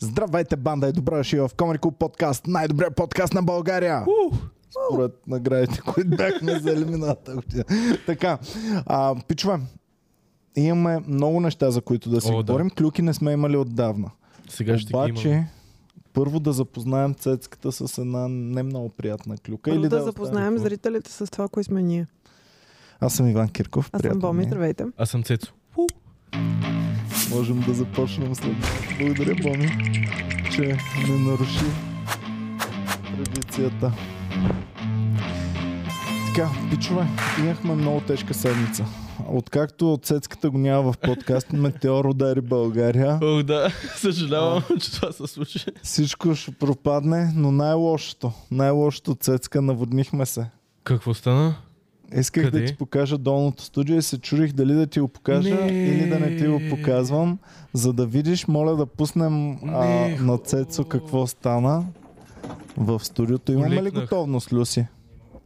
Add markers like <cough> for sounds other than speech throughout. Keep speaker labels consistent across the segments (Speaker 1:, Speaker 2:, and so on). Speaker 1: Здравейте, банда и добре дошли в Comedy Club подкаст, най-добрият подкаст на България! Според наградите, които бяхме за елимината година. Така, а, пичове, имаме много неща, за които да си
Speaker 2: О, да.
Speaker 1: говорим. Клюки не сме имали отдавна.
Speaker 2: Сега ще ги
Speaker 1: Обаче,
Speaker 2: имаме.
Speaker 1: първо да запознаем цецката с една не много приятна клюка.
Speaker 3: Първо
Speaker 1: или
Speaker 3: да
Speaker 1: я
Speaker 3: запознаем
Speaker 2: оставим?
Speaker 3: зрителите с това, кои сме ние.
Speaker 1: оставим? Аз съм Иван Кирков.
Speaker 3: Аз
Speaker 1: приятно
Speaker 3: съм Боми,
Speaker 1: ми е.
Speaker 3: здравейте.
Speaker 2: Аз съм Цецо.
Speaker 1: Можем да започнем след. Благодаря, Боми, че не наруши традицията. Така, пичове, имахме много тежка седмица. Откакто от Цецката го няма в подкаст, метеор удари България.
Speaker 2: О, да, <laughs> съжалявам, че това се случи.
Speaker 1: Всичко ще пропадне, но най-лошото, най-лошото Цецка, наводнихме се.
Speaker 2: Какво стана?
Speaker 1: Исках
Speaker 2: Къде?
Speaker 1: да ти покажа долното студио и се чудих дали да ти го покажа
Speaker 2: Не.
Speaker 1: или да не ти го показвам. За да видиш, моля да пуснем а,
Speaker 2: Не,
Speaker 1: на Цецо какво стана в студиото. Имаме ли
Speaker 2: Полекнах.
Speaker 1: готовност, Люси?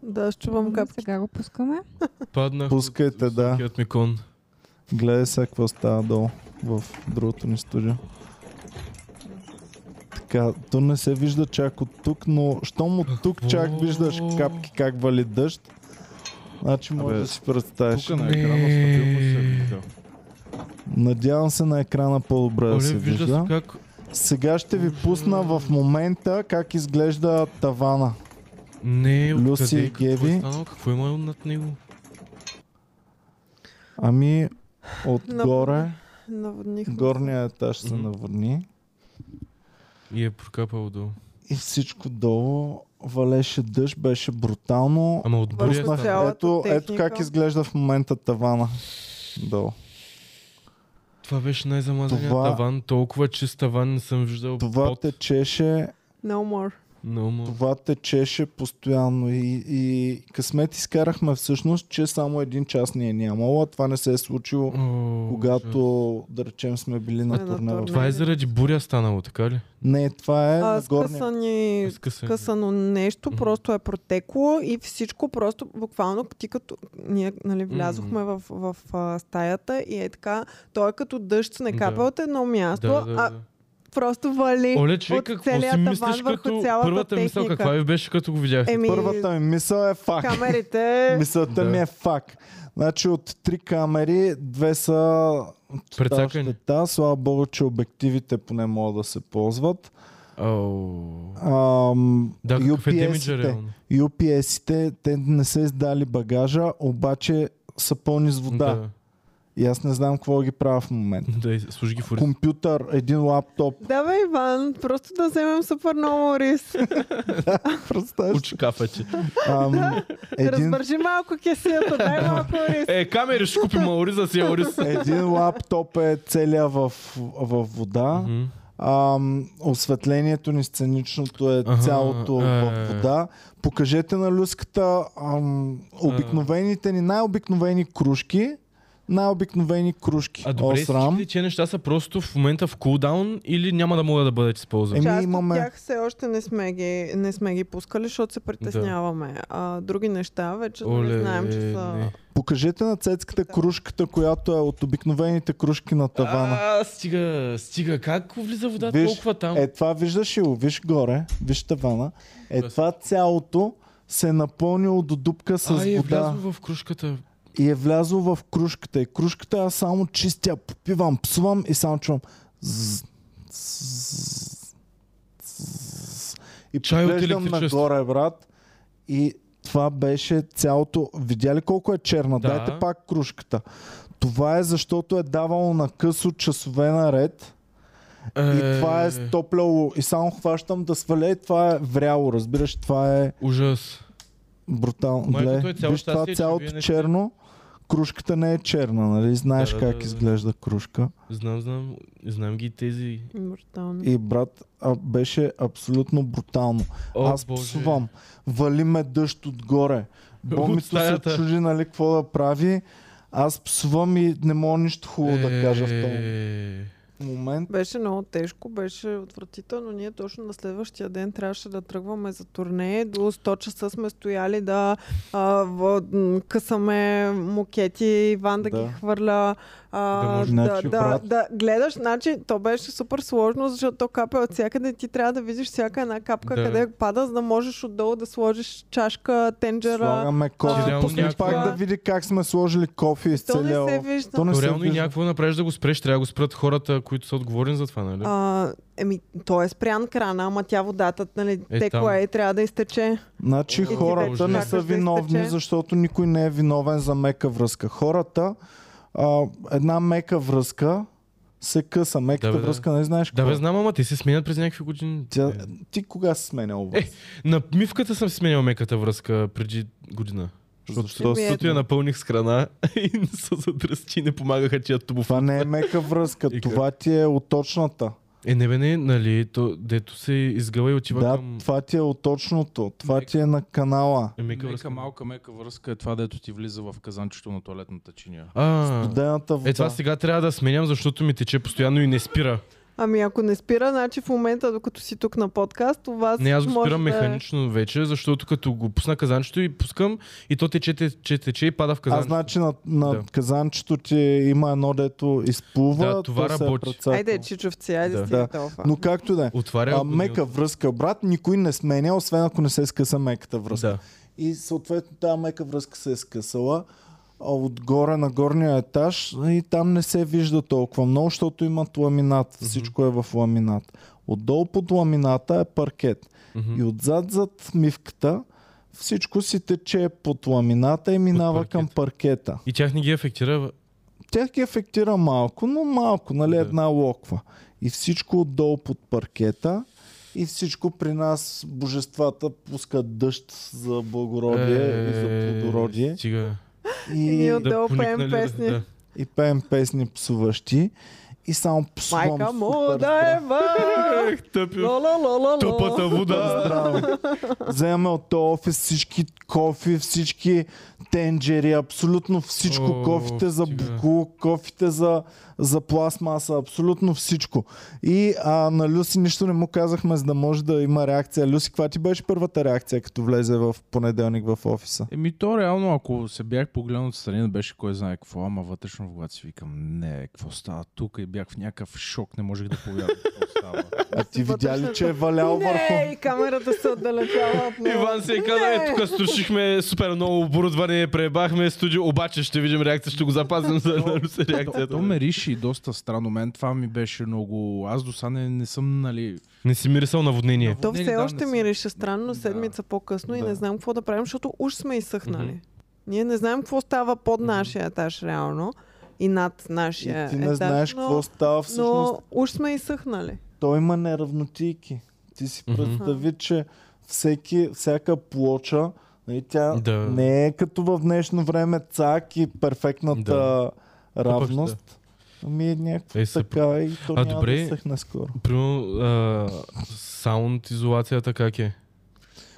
Speaker 3: Да, аз чувам
Speaker 4: Ами,
Speaker 3: кап.
Speaker 4: Сега го пускаме.
Speaker 2: Паднах
Speaker 1: Пускайте, да.
Speaker 2: от ми кон.
Speaker 1: Гледай сега какво става долу в другото ни студио. Така, то не се вижда чак от тук, но щом от тук чак
Speaker 2: Какво?
Speaker 1: виждаш капки как вали дъжд, значи може
Speaker 5: Абе,
Speaker 1: да си представиш.
Speaker 5: Тук на екрана с напилка се вижда.
Speaker 1: Надявам се на екрана по-добре да
Speaker 2: Оле,
Speaker 1: се
Speaker 2: вижда
Speaker 1: вижда.
Speaker 2: се как...
Speaker 1: Сега ще ви пусна в момента как изглежда тавана.
Speaker 2: Не, е откъде,
Speaker 1: Люси и
Speaker 2: какво
Speaker 1: Геви.
Speaker 2: е станало, какво има над него?
Speaker 1: Ами, отгоре,
Speaker 3: Наводнихме.
Speaker 1: горния етаж се
Speaker 2: Мгм.
Speaker 1: навърни
Speaker 2: И е прокапал долу.
Speaker 1: и всичко долу валеше дъжд, беше брутално.
Speaker 2: Ама от буря
Speaker 3: Върху
Speaker 2: стана.
Speaker 3: цяло. Е, цялата
Speaker 1: Ето, ето
Speaker 3: техника.
Speaker 1: как изглежда в момента тавана. Долу.
Speaker 2: Това беше най-замазаният
Speaker 1: Това-
Speaker 2: таван. Толкова чист таван не съм виждал.
Speaker 1: Това
Speaker 2: под...
Speaker 1: течеше,
Speaker 3: No more.
Speaker 2: No more.
Speaker 1: това течеше постоянно и, и късмет изкарахме всъщност, че само един час ни е нямало, а това не се е случило
Speaker 2: О, ужас.
Speaker 1: когато, да речем, сме били
Speaker 3: Е,
Speaker 1: на
Speaker 3: на
Speaker 1: турне. в-
Speaker 3: турне.
Speaker 2: Това е заради буря станало, така ли?
Speaker 1: Не, това е
Speaker 3: А,
Speaker 1: на горния.
Speaker 3: скъсани,
Speaker 2: Скъсани.
Speaker 3: скъсано нещо,
Speaker 2: Мгм.
Speaker 3: просто е протекло и всичко просто буквално ти като ние нали, влязохме в, в, а, стаята и е така, той е като дъжд не
Speaker 2: Да.
Speaker 3: капа от едно място,
Speaker 2: Да, да,
Speaker 3: а
Speaker 2: да.
Speaker 3: просто вали.
Speaker 2: Оле, човек,
Speaker 3: от
Speaker 2: какво
Speaker 3: целия
Speaker 2: си
Speaker 3: таван
Speaker 2: мислиш
Speaker 3: върху
Speaker 2: като...
Speaker 3: цялата
Speaker 2: Първата мисъл
Speaker 3: техника.
Speaker 2: каква е? ви беше като го видях?
Speaker 3: Еми,
Speaker 1: Първата ми мисъл е фак.
Speaker 3: камерите...
Speaker 1: Мисълта
Speaker 2: Да.
Speaker 1: ми е фак. Значи от три камери, две са
Speaker 2: Прецакани.
Speaker 1: щета. Слава богу, че обективите поне могат да се ползват.
Speaker 2: Ау.
Speaker 1: Ам,
Speaker 2: Да, какъв е демиджа
Speaker 1: UPS-ите,
Speaker 2: реално?
Speaker 1: UPS-ите, те не са издали багажа, обаче са пълни с вода. Да. И аз не знам какво ги правя в момента.
Speaker 2: Да, да служи ги в урис.
Speaker 1: Компютър, един
Speaker 2: <laughs>
Speaker 1: лаптоп.
Speaker 3: Да бе, Иван, просто да вземем супер много рис.
Speaker 1: Представяш?
Speaker 2: Учи кафече.
Speaker 1: Ам, един,
Speaker 3: Разбържи малко кесията,
Speaker 1: <laughs>
Speaker 3: дай малко рис.
Speaker 2: Е, камери ще купим Аурис, за си е Орис.
Speaker 1: един лаптоп е целия в, в вода.
Speaker 2: Мгм.
Speaker 1: Ам, осветлението ни сценичното е
Speaker 2: Аха,
Speaker 1: цялото
Speaker 2: е.
Speaker 1: в вода. Покажете на люската ам, обикновените ни, най-обикновени кружки. Най-обикновени кружки.
Speaker 2: А добре,
Speaker 1: Осрам.
Speaker 2: всички ли тия неща са просто в момента в кулдаун или няма да могат да бъдат използвани?
Speaker 1: Еми,
Speaker 3: Част
Speaker 1: имаме-
Speaker 3: от тях все още не сме ги, не сме ги пускали, защото се притесняваме. А, други неща вече Оле, знаем, че са...
Speaker 2: не.
Speaker 1: Покажете на цецката кружката, която е от обикновените кружки на тавана.
Speaker 2: А, стига, стига, как влиза вода
Speaker 1: Виж,
Speaker 2: толкова там?
Speaker 1: Е, това виждаш ли го? Виж горе, виж тавана. Е,
Speaker 2: Да.
Speaker 1: това цялото се е напълнило до дупка с
Speaker 2: а, е
Speaker 1: вода.
Speaker 2: влязло в кружката.
Speaker 1: и е влязъл в кружката. И кружката аз само чистя, попивам, псувам и само чувам. «Зз, зз, зз». И
Speaker 2: Чай от
Speaker 1: поглеждам
Speaker 2: електричество.
Speaker 1: нагоре, брат. И това беше цялото. Видя ли колко е черна?
Speaker 2: Да.
Speaker 1: Дайте пак кружката. Това е защото е давало на късо часове наред. И това е стопляло. И само хващам да сваля и това е вряло. Разбираш, това е
Speaker 2: Ужас.
Speaker 1: брутално.
Speaker 2: Майкото
Speaker 1: Гле,
Speaker 2: е цяло
Speaker 1: виж това
Speaker 2: щастие, че
Speaker 1: цялото
Speaker 2: вие не сте-
Speaker 1: черно. Кружката не е черна, нали? Знаеш
Speaker 2: Да, да,
Speaker 1: как
Speaker 2: да, да.
Speaker 1: изглежда кружка.
Speaker 2: Знам, знам, знам ги тези.
Speaker 3: Брутално.
Speaker 1: И брат, а, беше абсолютно брутално.
Speaker 2: О,
Speaker 1: Аз
Speaker 2: Боже.
Speaker 1: псувам. Вали ме дъжд отгоре.
Speaker 2: От
Speaker 1: Бомито се
Speaker 2: стаята.
Speaker 1: чуди, нали, какво да прави. Аз псувам и не мога нищо хубаво да кажа в този
Speaker 2: Е,
Speaker 1: момент.
Speaker 3: Беше много тежко, беше отвратително. Ние точно на следващия ден трябваше да тръгваме за турне. До 100 часа сме стояли да а, в, м, късаме мукети, Иван да,
Speaker 1: Да.
Speaker 3: ги хвърля. а,
Speaker 2: Да може
Speaker 1: да
Speaker 3: да,
Speaker 1: ти
Speaker 3: да,
Speaker 1: оправят.
Speaker 3: да гледаш. Значи, то беше супер сложно, защото то капе от всякъде. Ти трябва да видиш всяка една капка
Speaker 2: Да.
Speaker 3: къде пада, за да можеш отдолу да сложиш чашка, тенджера.
Speaker 1: Слагаме кофе.
Speaker 2: реално
Speaker 1: Пусни
Speaker 2: някаква-
Speaker 1: пак да види как сме сложили кофе из
Speaker 3: То не
Speaker 1: целия...
Speaker 3: се
Speaker 1: о-
Speaker 3: вижда.
Speaker 1: То не
Speaker 2: Но
Speaker 1: се
Speaker 2: реално и
Speaker 1: вижда.
Speaker 2: някакво направиш да го спреш, трябва да го спрат хората, които са отговорни за това, нали?
Speaker 3: А, еми, то е спрян крана, ама тя водата, нали,
Speaker 2: Е,
Speaker 3: текла
Speaker 2: там.
Speaker 3: е и трябва да изтече.
Speaker 1: Значи
Speaker 2: И ти
Speaker 1: хората
Speaker 2: вече
Speaker 1: не
Speaker 2: чакаш
Speaker 1: са
Speaker 3: да изтече.
Speaker 1: виновни, защото никой не е виновен за мека връзка. Хората, а, една мека връзка се къса. Меката
Speaker 2: Да, бе, да.
Speaker 1: връзка не знаеш
Speaker 2: Да
Speaker 1: какво
Speaker 2: бе,
Speaker 1: е.
Speaker 2: знам, ама те се сменят през някакви години.
Speaker 1: Тя,
Speaker 2: Е.
Speaker 1: ти кога си сменял
Speaker 2: Е, на мивката съм си сменял меката връзка преди година.
Speaker 1: Защото
Speaker 3: Ами,
Speaker 1: то си-
Speaker 2: Защото я напълних с
Speaker 1: <laughs>
Speaker 2: храна и не са задръсти и не помагаха тия тубов.
Speaker 1: това не е мека връзка,
Speaker 2: И
Speaker 1: това ти е оточната.
Speaker 2: Е, не бе, не, нали, то, дето се изгъва и отива
Speaker 1: Да,
Speaker 2: към...
Speaker 1: това ти е оточното, това ти е на канала.
Speaker 2: Е, мека
Speaker 5: Мека,
Speaker 2: връзка.
Speaker 5: малка, мека връзка е това, дето ти влиза в казанчето на туалетната чиния.
Speaker 2: А,
Speaker 1: Студената вода.
Speaker 2: е, това сега трябва да сменям, защото ми тече постоянно и не спира.
Speaker 3: Ами ако не спира, значи в момента, докато си тук на подкаст, това
Speaker 2: Не, аз го
Speaker 3: може
Speaker 2: спирам
Speaker 3: да... е-
Speaker 2: механично вече, защото като го пусна казанчето и пускам и то тече, тече, тече и пада в
Speaker 1: А
Speaker 2: казанчето.
Speaker 1: значи на, на да.
Speaker 2: Да.
Speaker 1: казанчето ти има едно, дето изплува.
Speaker 2: Да, това
Speaker 1: то се е
Speaker 2: работи.
Speaker 1: прецакало.
Speaker 3: Айде, чичовци, айде да.
Speaker 1: Да.
Speaker 2: Да.
Speaker 3: стига толкова.
Speaker 1: Но както и да е.
Speaker 2: Отваря
Speaker 1: А,
Speaker 2: го,
Speaker 1: мека връзка, брат, никой не сменя, освен ако не се е скъса меката връзка.
Speaker 2: Да.
Speaker 1: И съответно тази мека връзка се е скъсала а отгоре на горния етаж и там не се вижда толкова много, защото имат ламинат. Всичко е в ламинат. Отдолу под ламината е паркет.
Speaker 2: Мгм.
Speaker 1: И отзад зад мивката всичко си тече под ламината и минава
Speaker 2: паркета.
Speaker 1: към паркета.
Speaker 2: И тях не ги афектира. Е, бе.
Speaker 1: Тя ги ефектира малко, но малко, нали,
Speaker 2: Да.
Speaker 1: една локва. И всичко отдолу под паркета и всичко при нас божествата пускат дъжд за благородие и за
Speaker 2: Е.
Speaker 1: плодородие.
Speaker 2: Стига.
Speaker 1: И,
Speaker 3: Да. Отдолу пеем
Speaker 2: поникнали,
Speaker 3: песни.
Speaker 2: Да.
Speaker 1: и пеем песни псуващи. И само псувам
Speaker 3: Майка му
Speaker 1: супер
Speaker 3: да е ва!
Speaker 2: Ех, тъпи.
Speaker 3: Ла-ла-ла-ла-ла!
Speaker 2: Тъпата вода.
Speaker 1: Здраво. Вземаме от този офис всички кофи, всички тенджери, абсолютно всичко.
Speaker 2: О,
Speaker 1: кофите за
Speaker 2: стига.
Speaker 1: буклук, кофите за, за пластмаса, абсолютно всичко. И а, на Люси нищо не му казахме, за да може да има реакция. Люси, каква ти беше първата реакция, като влезе в понеделник в офиса?
Speaker 5: Еми то реално, ако се бях погледнал отстрани, не беше кой знае какво, ама вътрешно в глад си викам, не, какво става тук и бях в някакъв шок, не можех да повярвам какво <laughs> става.
Speaker 1: А ти видя ли,
Speaker 3: вътрешната-
Speaker 1: че е валял
Speaker 3: Не,
Speaker 1: върху...
Speaker 3: и камерата се отдалечава от него.
Speaker 2: Иван се каза, е, тук струшихме супер много оборудване, пребахме студио, обаче ще видим реакция, ще го запазим за за реакцията.
Speaker 5: То ме риши доста странно. Мен това ми беше много... Аз до сега не, не съм, нали...
Speaker 2: Не си мирисал наводнение.
Speaker 3: То
Speaker 5: Не,
Speaker 3: все
Speaker 5: да,
Speaker 3: още
Speaker 5: не
Speaker 3: ми
Speaker 5: съм.
Speaker 3: реше странно седмица по-късно и
Speaker 1: Да.
Speaker 3: не знам какво да правим, защото уж сме изсъхнали. Ние не знаем какво става под нашия етаж реално и над
Speaker 1: И
Speaker 3: нашия
Speaker 1: ти не
Speaker 3: етаж,
Speaker 1: знаеш
Speaker 3: Е, но,
Speaker 1: какво става всъщност.
Speaker 3: но уж сме изсъхнали.
Speaker 1: Той има неравнотийки. Ти си представи, че всеки, всяка плоча, нали, тя да.
Speaker 2: Да.
Speaker 1: не е като в днешно време цак и перфектната да.
Speaker 2: Да.
Speaker 1: равност. Ами е някаква е,
Speaker 2: Е, супер.
Speaker 1: така и то а,
Speaker 2: А,
Speaker 1: няма добре.
Speaker 2: добре.
Speaker 1: да съхне скоро.
Speaker 2: Примерно, а, саунд изолацията как е?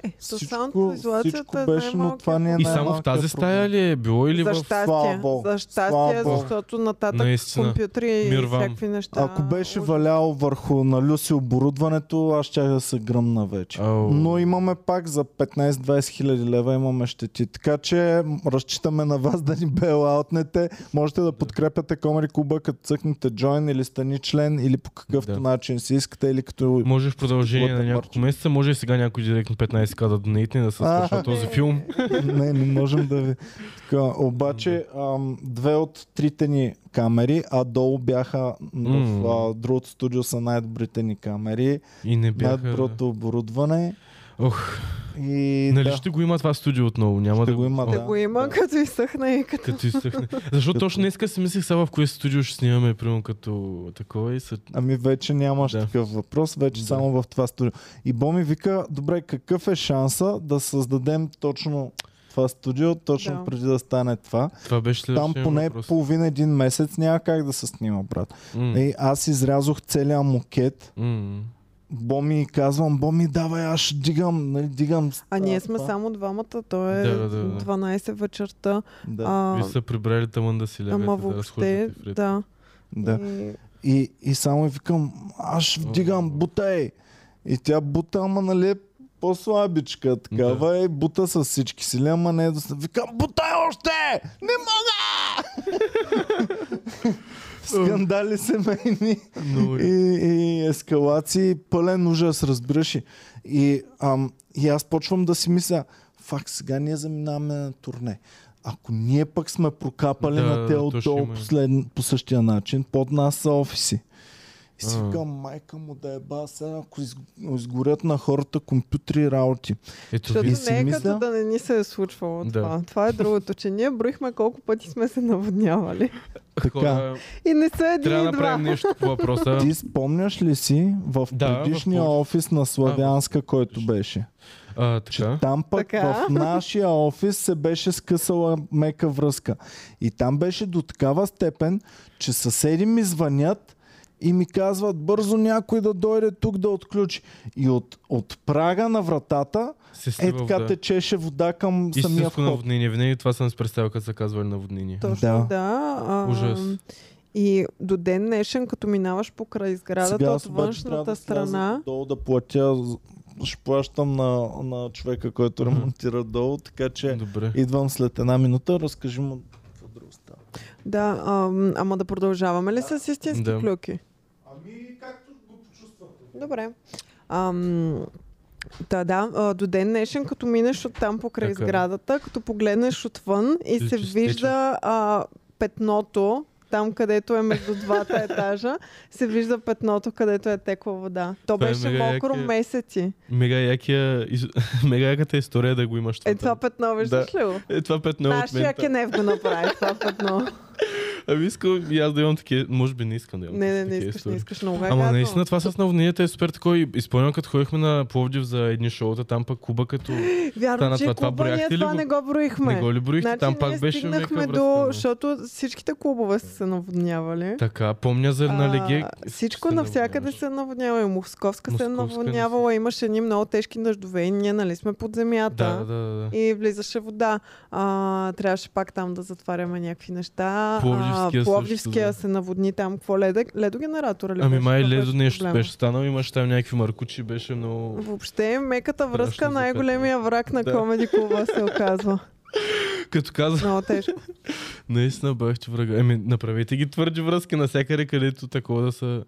Speaker 3: Е, то
Speaker 1: Всичко- всичко
Speaker 3: саундизолацията е
Speaker 1: беше, но
Speaker 3: най-малкият
Speaker 1: това не е
Speaker 3: проблем.
Speaker 2: И само в тази стая ли е било или
Speaker 3: за
Speaker 2: в...
Speaker 3: щастие,
Speaker 1: Слава Богу.
Speaker 3: за щастие,
Speaker 1: Слава Богу.
Speaker 3: защото нататък
Speaker 2: Наистина.
Speaker 3: компютри
Speaker 2: Мир
Speaker 3: и
Speaker 2: вам.
Speaker 3: всякакви неща.
Speaker 1: Ако беше
Speaker 3: уж-
Speaker 1: валял върху на Люси оборудването, аз ще да се гръмна вече.
Speaker 2: Ау.
Speaker 1: Но имаме пак за 15-20 хиляди лева имаме щети. Така че м, разчитаме на вас да ни бейлаутнете. Можете да подкрепяте Комари Куба, като цъкнете join или стани член или по какъвто
Speaker 2: Да.
Speaker 1: начин си искате или
Speaker 2: <laughs>
Speaker 1: като...
Speaker 2: Може в продължение на
Speaker 1: Плътен
Speaker 2: няколко
Speaker 1: марч.
Speaker 2: месеца, може и сега някой директно 15к да донейтне да се свършва
Speaker 1: А.
Speaker 2: този филм.
Speaker 1: не, не можем да ви... Така, обаче ам, две от трите ни камери, а долу бяха в
Speaker 2: М.
Speaker 1: а, другото студио са най-добрите ни камери,
Speaker 2: И не бяха...
Speaker 1: най-доброто оборудване
Speaker 2: Ох,
Speaker 1: и
Speaker 2: нали
Speaker 1: да,
Speaker 2: ще го има това студио отново? Няма
Speaker 1: ще
Speaker 2: да
Speaker 1: го има,
Speaker 2: О,
Speaker 3: Да
Speaker 1: да.
Speaker 3: го има, като изсъхне и като...
Speaker 2: Като изтъхне. Защото точно днеска си мислих сега в кое студио ще снимаме, примерно като такова и са...
Speaker 1: Ами вече нямаш да.
Speaker 2: Да.
Speaker 1: такъв въпрос, вече да.
Speaker 2: Да.
Speaker 1: само в това студио. И Боми вика, добре, какъв е шанса да създадем точно това студио, точно да.
Speaker 3: Да.
Speaker 1: преди да стане това.
Speaker 2: Това беше
Speaker 1: Там
Speaker 2: следващия
Speaker 1: поне
Speaker 2: въпрос.
Speaker 1: половина един месец няма как да се снима, брат.
Speaker 2: М,
Speaker 1: И аз изрязох целия мукет.
Speaker 2: м.
Speaker 1: Боми и казвам, Боми, давай, аз ще дигам, нали, дигам. с-
Speaker 3: А ние сме
Speaker 1: това.
Speaker 3: само двамата, то е
Speaker 2: Да, да, да, да.
Speaker 3: 12 вечерта.
Speaker 1: Да,
Speaker 3: А,
Speaker 2: Ви са прибрали тамън да си лягате,
Speaker 3: ама
Speaker 2: да разхождате
Speaker 3: въобще,
Speaker 2: в ред.
Speaker 3: да.
Speaker 1: да.
Speaker 3: И...
Speaker 1: И, и само и викам, аз ще вдигам, бутай! И тя бута, ама нали е по-слабичка, такава да. и бута с всички е сили, ама не е доста. Викам, бутай още! Не мога! Скандали семейни
Speaker 5: Много
Speaker 2: е-
Speaker 1: и, и ескалации. Пълен ужас, разбираш ли. И, ам, и аз почвам да си мисля, факт, сега ние заминаваме на турне. Ако ние пък сме прокапали
Speaker 2: Да,
Speaker 1: на те
Speaker 2: да, точно
Speaker 1: отдолу
Speaker 2: има.
Speaker 1: послед, по същия начин, под нас са офиси. И си
Speaker 2: А.
Speaker 1: викам, майка му да е ба, сега ако из- изгорят на хората компютри и работи.
Speaker 2: Ето
Speaker 3: Защото
Speaker 2: ви.
Speaker 1: си
Speaker 3: не е
Speaker 1: мисля-
Speaker 3: като да не ни се е случвало
Speaker 2: Да.
Speaker 3: това. Това е другото, че ние броихме колко пъти сме се наводнявали.
Speaker 2: Хора,
Speaker 3: И не са един
Speaker 2: трябва да
Speaker 3: и два.
Speaker 2: направим нещо по въпроса.
Speaker 1: Ти спомняш ли си в
Speaker 2: Да, в
Speaker 1: предишния
Speaker 2: Пловдив.
Speaker 1: офис на Славянска, който беше?
Speaker 2: А, така.
Speaker 1: Там пък
Speaker 3: Така.
Speaker 1: в нашия офис се беше скъсала мека връзка. И там беше до такава степен, че съседи ми звънят и ми казват бързо някой да дойде тук да отключи. И от, от прага на вратата
Speaker 2: Се
Speaker 1: е
Speaker 2: слива
Speaker 1: така
Speaker 2: вода.
Speaker 1: течеше вода към самия
Speaker 2: Истинско
Speaker 1: вход.
Speaker 2: наводнение. Винаги това съм с представил, като са казвали наводнение.
Speaker 3: Точно
Speaker 1: Да.
Speaker 3: да. а,
Speaker 2: Ужас.
Speaker 3: И до ден днешен, като минаваш покрай сградата
Speaker 1: Сега
Speaker 3: от
Speaker 1: аз обаче трябва
Speaker 3: външната
Speaker 1: да
Speaker 3: страна,
Speaker 1: сляза долу да платя, ще плащам на, на човека, който ремонтира долу, така че...
Speaker 2: Добре.
Speaker 1: Идвам след една минута, разкажи му какво друго става.
Speaker 3: да, ам, ама да продължаваме ли с истински
Speaker 2: Да.
Speaker 3: да. клюки? Ами, както го почувствате. Добре. Ам, Та, да, а, до ден днешен, като минеш от там покрай
Speaker 2: Така. е.
Speaker 3: сградата, като погледнеш отвън и
Speaker 2: Ти
Speaker 3: се
Speaker 2: чистича.
Speaker 3: вижда а, петното, там където е между
Speaker 2: <laughs>
Speaker 3: двата етажа, се вижда петното, където е текла вода. То
Speaker 2: Това е
Speaker 3: беше
Speaker 2: мега
Speaker 3: мокро
Speaker 2: якия-
Speaker 3: месеци. Е,
Speaker 2: Мега, якия, из- <laughs> мега яката история е да го имаш.
Speaker 3: Е,
Speaker 2: там.
Speaker 3: това петно виждаш ли го?
Speaker 2: е, това петно е от мен.
Speaker 3: Нашия Кенев го направи това
Speaker 2: <laughs>
Speaker 3: петно.
Speaker 2: Ами искам и аз да имам такива. Може би не искам да имам.
Speaker 3: Не, не,
Speaker 2: такива
Speaker 3: не искаш, не
Speaker 2: истории.
Speaker 3: искаш много. е
Speaker 2: Ама
Speaker 3: гадно.
Speaker 2: наистина това с наводненията е супер такова. и Изпълнявам като ходихме на Пловдив за едни шоута, там пък Куба като...
Speaker 3: Вярно,
Speaker 2: стана
Speaker 3: че
Speaker 2: това.
Speaker 3: това,
Speaker 2: Това
Speaker 3: клуба ние
Speaker 2: брояхте ли
Speaker 3: това
Speaker 2: го?
Speaker 3: не го броихме.
Speaker 2: Не го ли броихте?
Speaker 3: Значи
Speaker 2: там пак
Speaker 3: ние
Speaker 2: беше
Speaker 3: стигнахме
Speaker 2: мека
Speaker 3: до...
Speaker 2: връзка.
Speaker 3: Защото всичките клубове са се наводнявали.
Speaker 2: Така, помня за
Speaker 3: А,
Speaker 2: на Леге.
Speaker 3: всичко
Speaker 2: се
Speaker 3: навсякъде
Speaker 2: наводняваше.
Speaker 3: се наводнява. И Московска се
Speaker 2: Московска
Speaker 3: е
Speaker 2: не се.
Speaker 3: наводнявала. Имаше едни много тежки дъждове и ние нали сме под земята.
Speaker 2: Да, да, да. да.
Speaker 3: И влизаше вода. А, трябваше пак там да затваряме някакви неща.
Speaker 2: Пловдивския също,
Speaker 3: а, Пловдивския
Speaker 2: да.
Speaker 3: се наводни там. Какво леда? Ледогенератора ли
Speaker 2: Ами
Speaker 3: беше?
Speaker 2: май
Speaker 3: Това
Speaker 2: ледо нещо
Speaker 3: проблема.
Speaker 2: беше станало, имаше там някакви маркучи, беше
Speaker 3: <laughs>
Speaker 2: много...
Speaker 3: Въобще меката
Speaker 2: Страшно
Speaker 3: връзка
Speaker 2: за
Speaker 3: най-големия враг на
Speaker 2: Да.
Speaker 3: комеди клуба се
Speaker 2: <laughs>
Speaker 3: оказва.
Speaker 2: Като казах,
Speaker 3: Много тежко.
Speaker 2: наистина бях ти врага. Еми, направете ги твърди връзки навсякъде, където такова да са...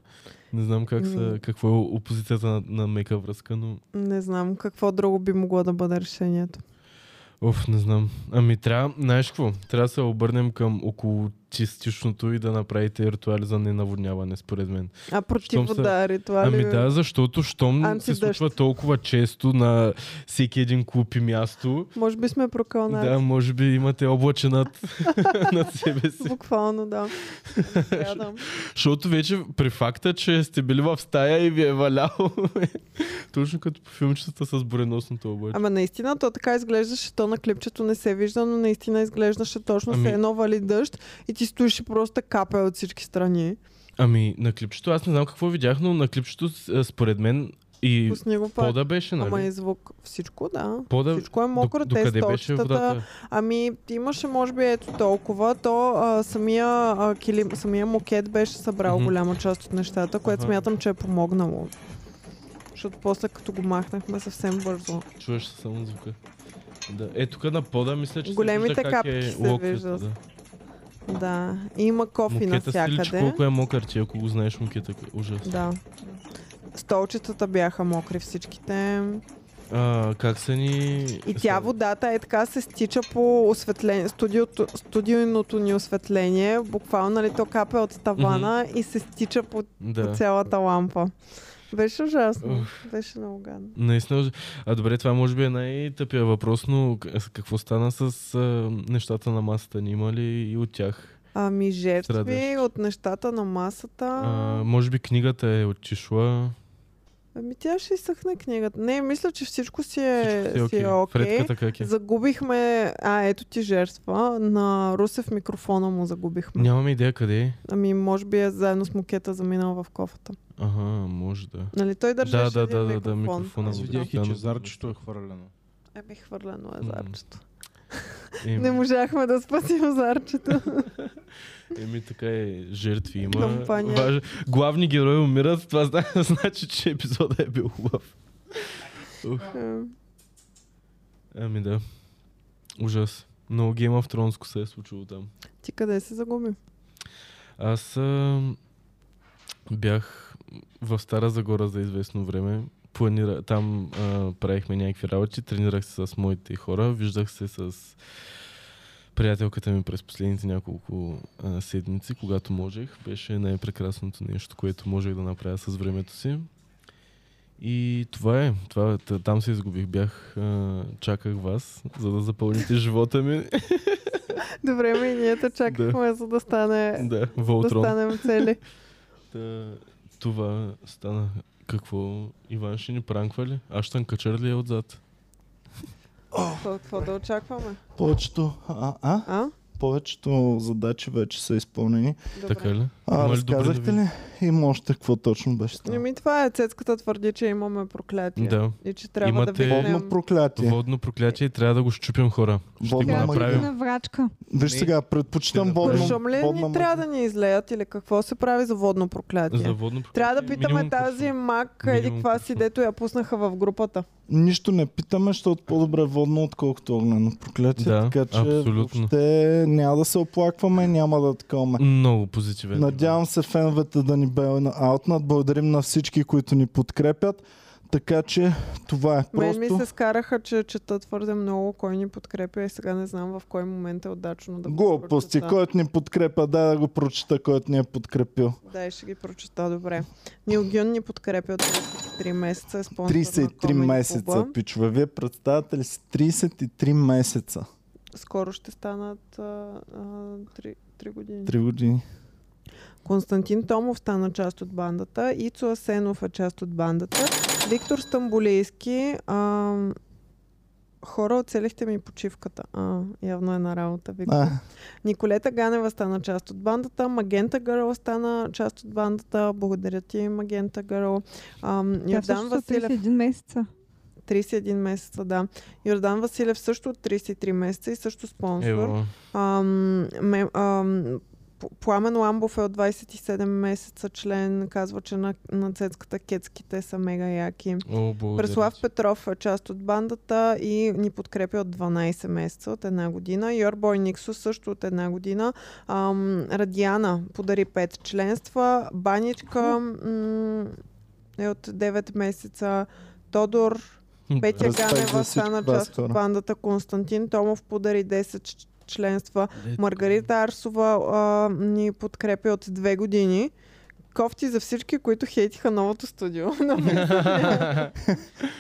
Speaker 2: Не знам как са,
Speaker 3: Ми.
Speaker 2: какво е опозицията на, на мека връзка, но...
Speaker 3: Не знам какво друго би могло да бъде решението.
Speaker 2: Оф, не знам. Ами трябва, знаеш какво? Трябва да се обърнем към около чистичното и да направите ритуали за ненаводняване, според мен.
Speaker 3: А противодари, това ли? е? Ами
Speaker 2: Ами да, защото щом се
Speaker 3: Антидъжд.
Speaker 2: случва толкова често на всеки един клуб и място,
Speaker 3: Може би сме прокълнали.
Speaker 2: да, може би имате облаче над, <laughs> над себе си.
Speaker 3: Буквално, да. Гледам.
Speaker 2: Защото вече при факта, че сте били в стая и ви е валяло, <laughs> точно като по филмчетата с буреносното облаче.
Speaker 3: Ама наистина то така изглеждаше, то на клипчето не се вижда, но наистина изглеждаше точно
Speaker 2: Ами-
Speaker 3: се едно вали дъжд и ти стоиш и просто капе от всички страни.
Speaker 2: Ами на клипчето, аз не знам какво видях, но на клипчето с- според мен и
Speaker 3: Пусни го пак.
Speaker 2: пода беше, нали?
Speaker 3: Ама и звук. Всичко, да.
Speaker 2: Пода...
Speaker 3: Всичко е мокро,
Speaker 2: Док-
Speaker 3: те
Speaker 2: докъде беше
Speaker 3: столчетата,
Speaker 2: водата?
Speaker 3: Ами, имаше, може би, ето толкова. То а, самия, а, килим, самия мокет беше събрал
Speaker 2: Мгм.
Speaker 3: голяма част от нещата, което
Speaker 2: Аха.
Speaker 3: смятам, че е помогнало. Защото после като го махнахме съвсем бързо.
Speaker 2: Чуваш се само звука. Да. Е, тук на пода мисля, че
Speaker 3: Големите
Speaker 2: се вижда как е
Speaker 3: капки се
Speaker 2: локвата,
Speaker 3: виждат.
Speaker 2: Да.
Speaker 3: Да. И има кофи
Speaker 2: Мукета стилич,
Speaker 3: навсякъде.
Speaker 2: колко е мокър, че ако го знаеш мукета, к- ужас.
Speaker 3: Да. Столчетата бяха мокри всичките.
Speaker 2: А, как са ни...
Speaker 3: И тя водата е така се стича по осветление, студиото, студийното ни осветление. Буквално, нали, то капе от тавана и се стича по
Speaker 2: Да.
Speaker 3: по цялата лампа. Беше ужасно.
Speaker 2: Уф.
Speaker 3: Беше много гадно.
Speaker 2: Наистина. уж- А добре, това може би е най-тъпия въпрос, но к- с- какво стана с а, нещата на масата? Ни има ли и от тях?
Speaker 3: Ами жертви
Speaker 2: Страдащ.
Speaker 3: от нещата на масата.
Speaker 2: А, може би книгата е отишла.
Speaker 3: Ами тя ще изсъхне книгата. Не, мисля, че всичко си е,
Speaker 2: Всичко
Speaker 3: си е окей.
Speaker 2: Фредката как е?
Speaker 3: Загубихме, а ето ти жертва, на Русев микрофона му загубихме.
Speaker 2: Нямаме идея къде е.
Speaker 3: Ами може би е заедно с мукета заминал в кофата.
Speaker 2: Ага, може да.
Speaker 3: Нали той държеше
Speaker 2: да,
Speaker 3: един
Speaker 2: да, да, да,
Speaker 3: микрофон.
Speaker 2: микрофона
Speaker 5: Аз
Speaker 2: го
Speaker 5: видях и
Speaker 2: Да,
Speaker 5: че
Speaker 2: да.
Speaker 5: зарчето е хвърлено.
Speaker 3: Еми хвърлено е
Speaker 2: М.
Speaker 3: зарчето.
Speaker 2: Еми,
Speaker 3: Не можахме да спасим
Speaker 2: <laughs>
Speaker 3: зарчето.
Speaker 2: еми така е, жертви има.
Speaker 3: Кампания.
Speaker 2: Важ... Главни герои умират, това зна- <laughs> значи, че епизодът е бил хубав.
Speaker 3: Ем.
Speaker 2: Ами да. Ужас. Много Game of Thrones се е случило там.
Speaker 3: ти къде се загуби?
Speaker 2: Аз а, бях в Стара Загора за известно време. Планира... Там а, правихме някакви работи, тренирах се с моите хора, виждах се с приятелката ми през последните няколко а, седмици, когато можех. Беше най-прекрасното нещо, което можех да направя с времето си. И това е. Това, т- там се изгубих. Бях, а, чаках вас, за да запълните живота ми. <laughs>
Speaker 3: Добре, ми и ние те чакахме, за да стане...
Speaker 2: да,
Speaker 3: Да
Speaker 2: Волтрон.
Speaker 3: станем
Speaker 1: <laughs>
Speaker 3: цели.
Speaker 2: Та, това стана. Какво? Иван ще ни пранква ли? Аштан Качър ли е отзад?
Speaker 3: Какво- Какво да очакваме?
Speaker 1: Повечето, а, а,
Speaker 3: А?
Speaker 1: повечето задачи вече са изпълнени.
Speaker 3: Добре.
Speaker 2: Така ли?
Speaker 1: А,
Speaker 2: Има ли добри
Speaker 1: разказахте ли?
Speaker 2: новини?
Speaker 1: Има още какво точно беше станало.
Speaker 3: Ами това е, цецката твърди, че имаме проклятие.
Speaker 2: Да.
Speaker 3: И че трябва
Speaker 2: Имате-
Speaker 3: да
Speaker 1: Водно
Speaker 3: викнем...
Speaker 1: проклятие.
Speaker 2: Водно проклятие и трябва да го щупим хора. Ще
Speaker 1: Водна
Speaker 2: го
Speaker 1: магия.
Speaker 2: направим.
Speaker 4: на врачка.
Speaker 1: Виж
Speaker 2: Не.
Speaker 1: сега, предпочитам
Speaker 2: Ще да
Speaker 1: водно,
Speaker 3: Шум ли
Speaker 1: водна
Speaker 3: ни
Speaker 1: магия.
Speaker 3: трябва да ни излеят или какво се прави за водно проклятие?
Speaker 2: За водно проклятие.
Speaker 3: Трябва да питаме
Speaker 2: минимум
Speaker 3: тази
Speaker 2: курсове.
Speaker 3: мак, еди
Speaker 2: Минимум
Speaker 3: каква си,
Speaker 2: курсове.
Speaker 3: дето я пуснаха в групата.
Speaker 1: Нищо не питаме, защото по-добре е водно, отколкото огнено проклятие.
Speaker 2: Да,
Speaker 1: така че
Speaker 2: абсолютно.
Speaker 1: въобще няма да се оплакваме, няма да такаваме.
Speaker 2: Много позитивен.
Speaker 1: Надявам се феновете да ни аутнат. Благодарим на всички, които ни подкрепят. Така че това е
Speaker 3: Мен ми
Speaker 1: просто.
Speaker 3: се скараха, че чета твърде много, кой ни подкрепя и сега не знам в кой момент е удачно да
Speaker 1: Глупости,
Speaker 3: прочета.
Speaker 1: който ни подкрепя, дай да го прочита, който ни е подкрепил.
Speaker 3: Дай ще ги прочета, добре. Нил Гюн ни подкрепя от 33 месеца. Е спонсор на
Speaker 1: 33
Speaker 3: Comedy
Speaker 1: месеца,
Speaker 3: Club-а.
Speaker 1: пичове. Вие представяте ли си 33 месеца?
Speaker 3: Скоро ще станат а, а, 3, 3 години.
Speaker 1: 3 години.
Speaker 3: Константин Томов стана част от бандата, Ицо Асенов е част от бандата, Виктор Стамбулейски, а, хора оцелихте ми почивката. А, явно е на работа, Виктор.
Speaker 1: А,
Speaker 3: Николета Ганева стана част от бандата, Магента Гърл стана част от бандата, благодаря ти, Магента Гърл. Ам,
Speaker 4: Тя
Speaker 3: Йордан
Speaker 4: всъщност е
Speaker 3: Василев,
Speaker 4: 31 месеца.
Speaker 3: 31 месеца, да. Йордан Василев също от 33 месеца и също спонсор.
Speaker 2: Ево.
Speaker 3: Ам, ме, ам, П- Пламен Ламбов е от 27 месеца член, казва, че на, на цецката кецките са мега яки.
Speaker 2: О, благодаря
Speaker 3: Преслав
Speaker 2: ти.
Speaker 3: Петров е част от бандата и ни подкрепя от 12 месеца, от една година. Йорбой Никсо също от една година. Ам, Радиана подари 5 членства. Баничка м- е от 9 месеца. Тодор Петя
Speaker 1: Респект за
Speaker 3: Ганева
Speaker 1: всички
Speaker 3: стана
Speaker 1: вас,
Speaker 3: част от
Speaker 1: хора.
Speaker 3: бандата. Константин Томов подари 10 ч- членства.
Speaker 2: Лето.
Speaker 3: Маргарита Арсова а, ни подкрепя от две години. Кофти за всички, които хейтиха новото студио. <laughs>
Speaker 1: <laughs>
Speaker 3: на мен.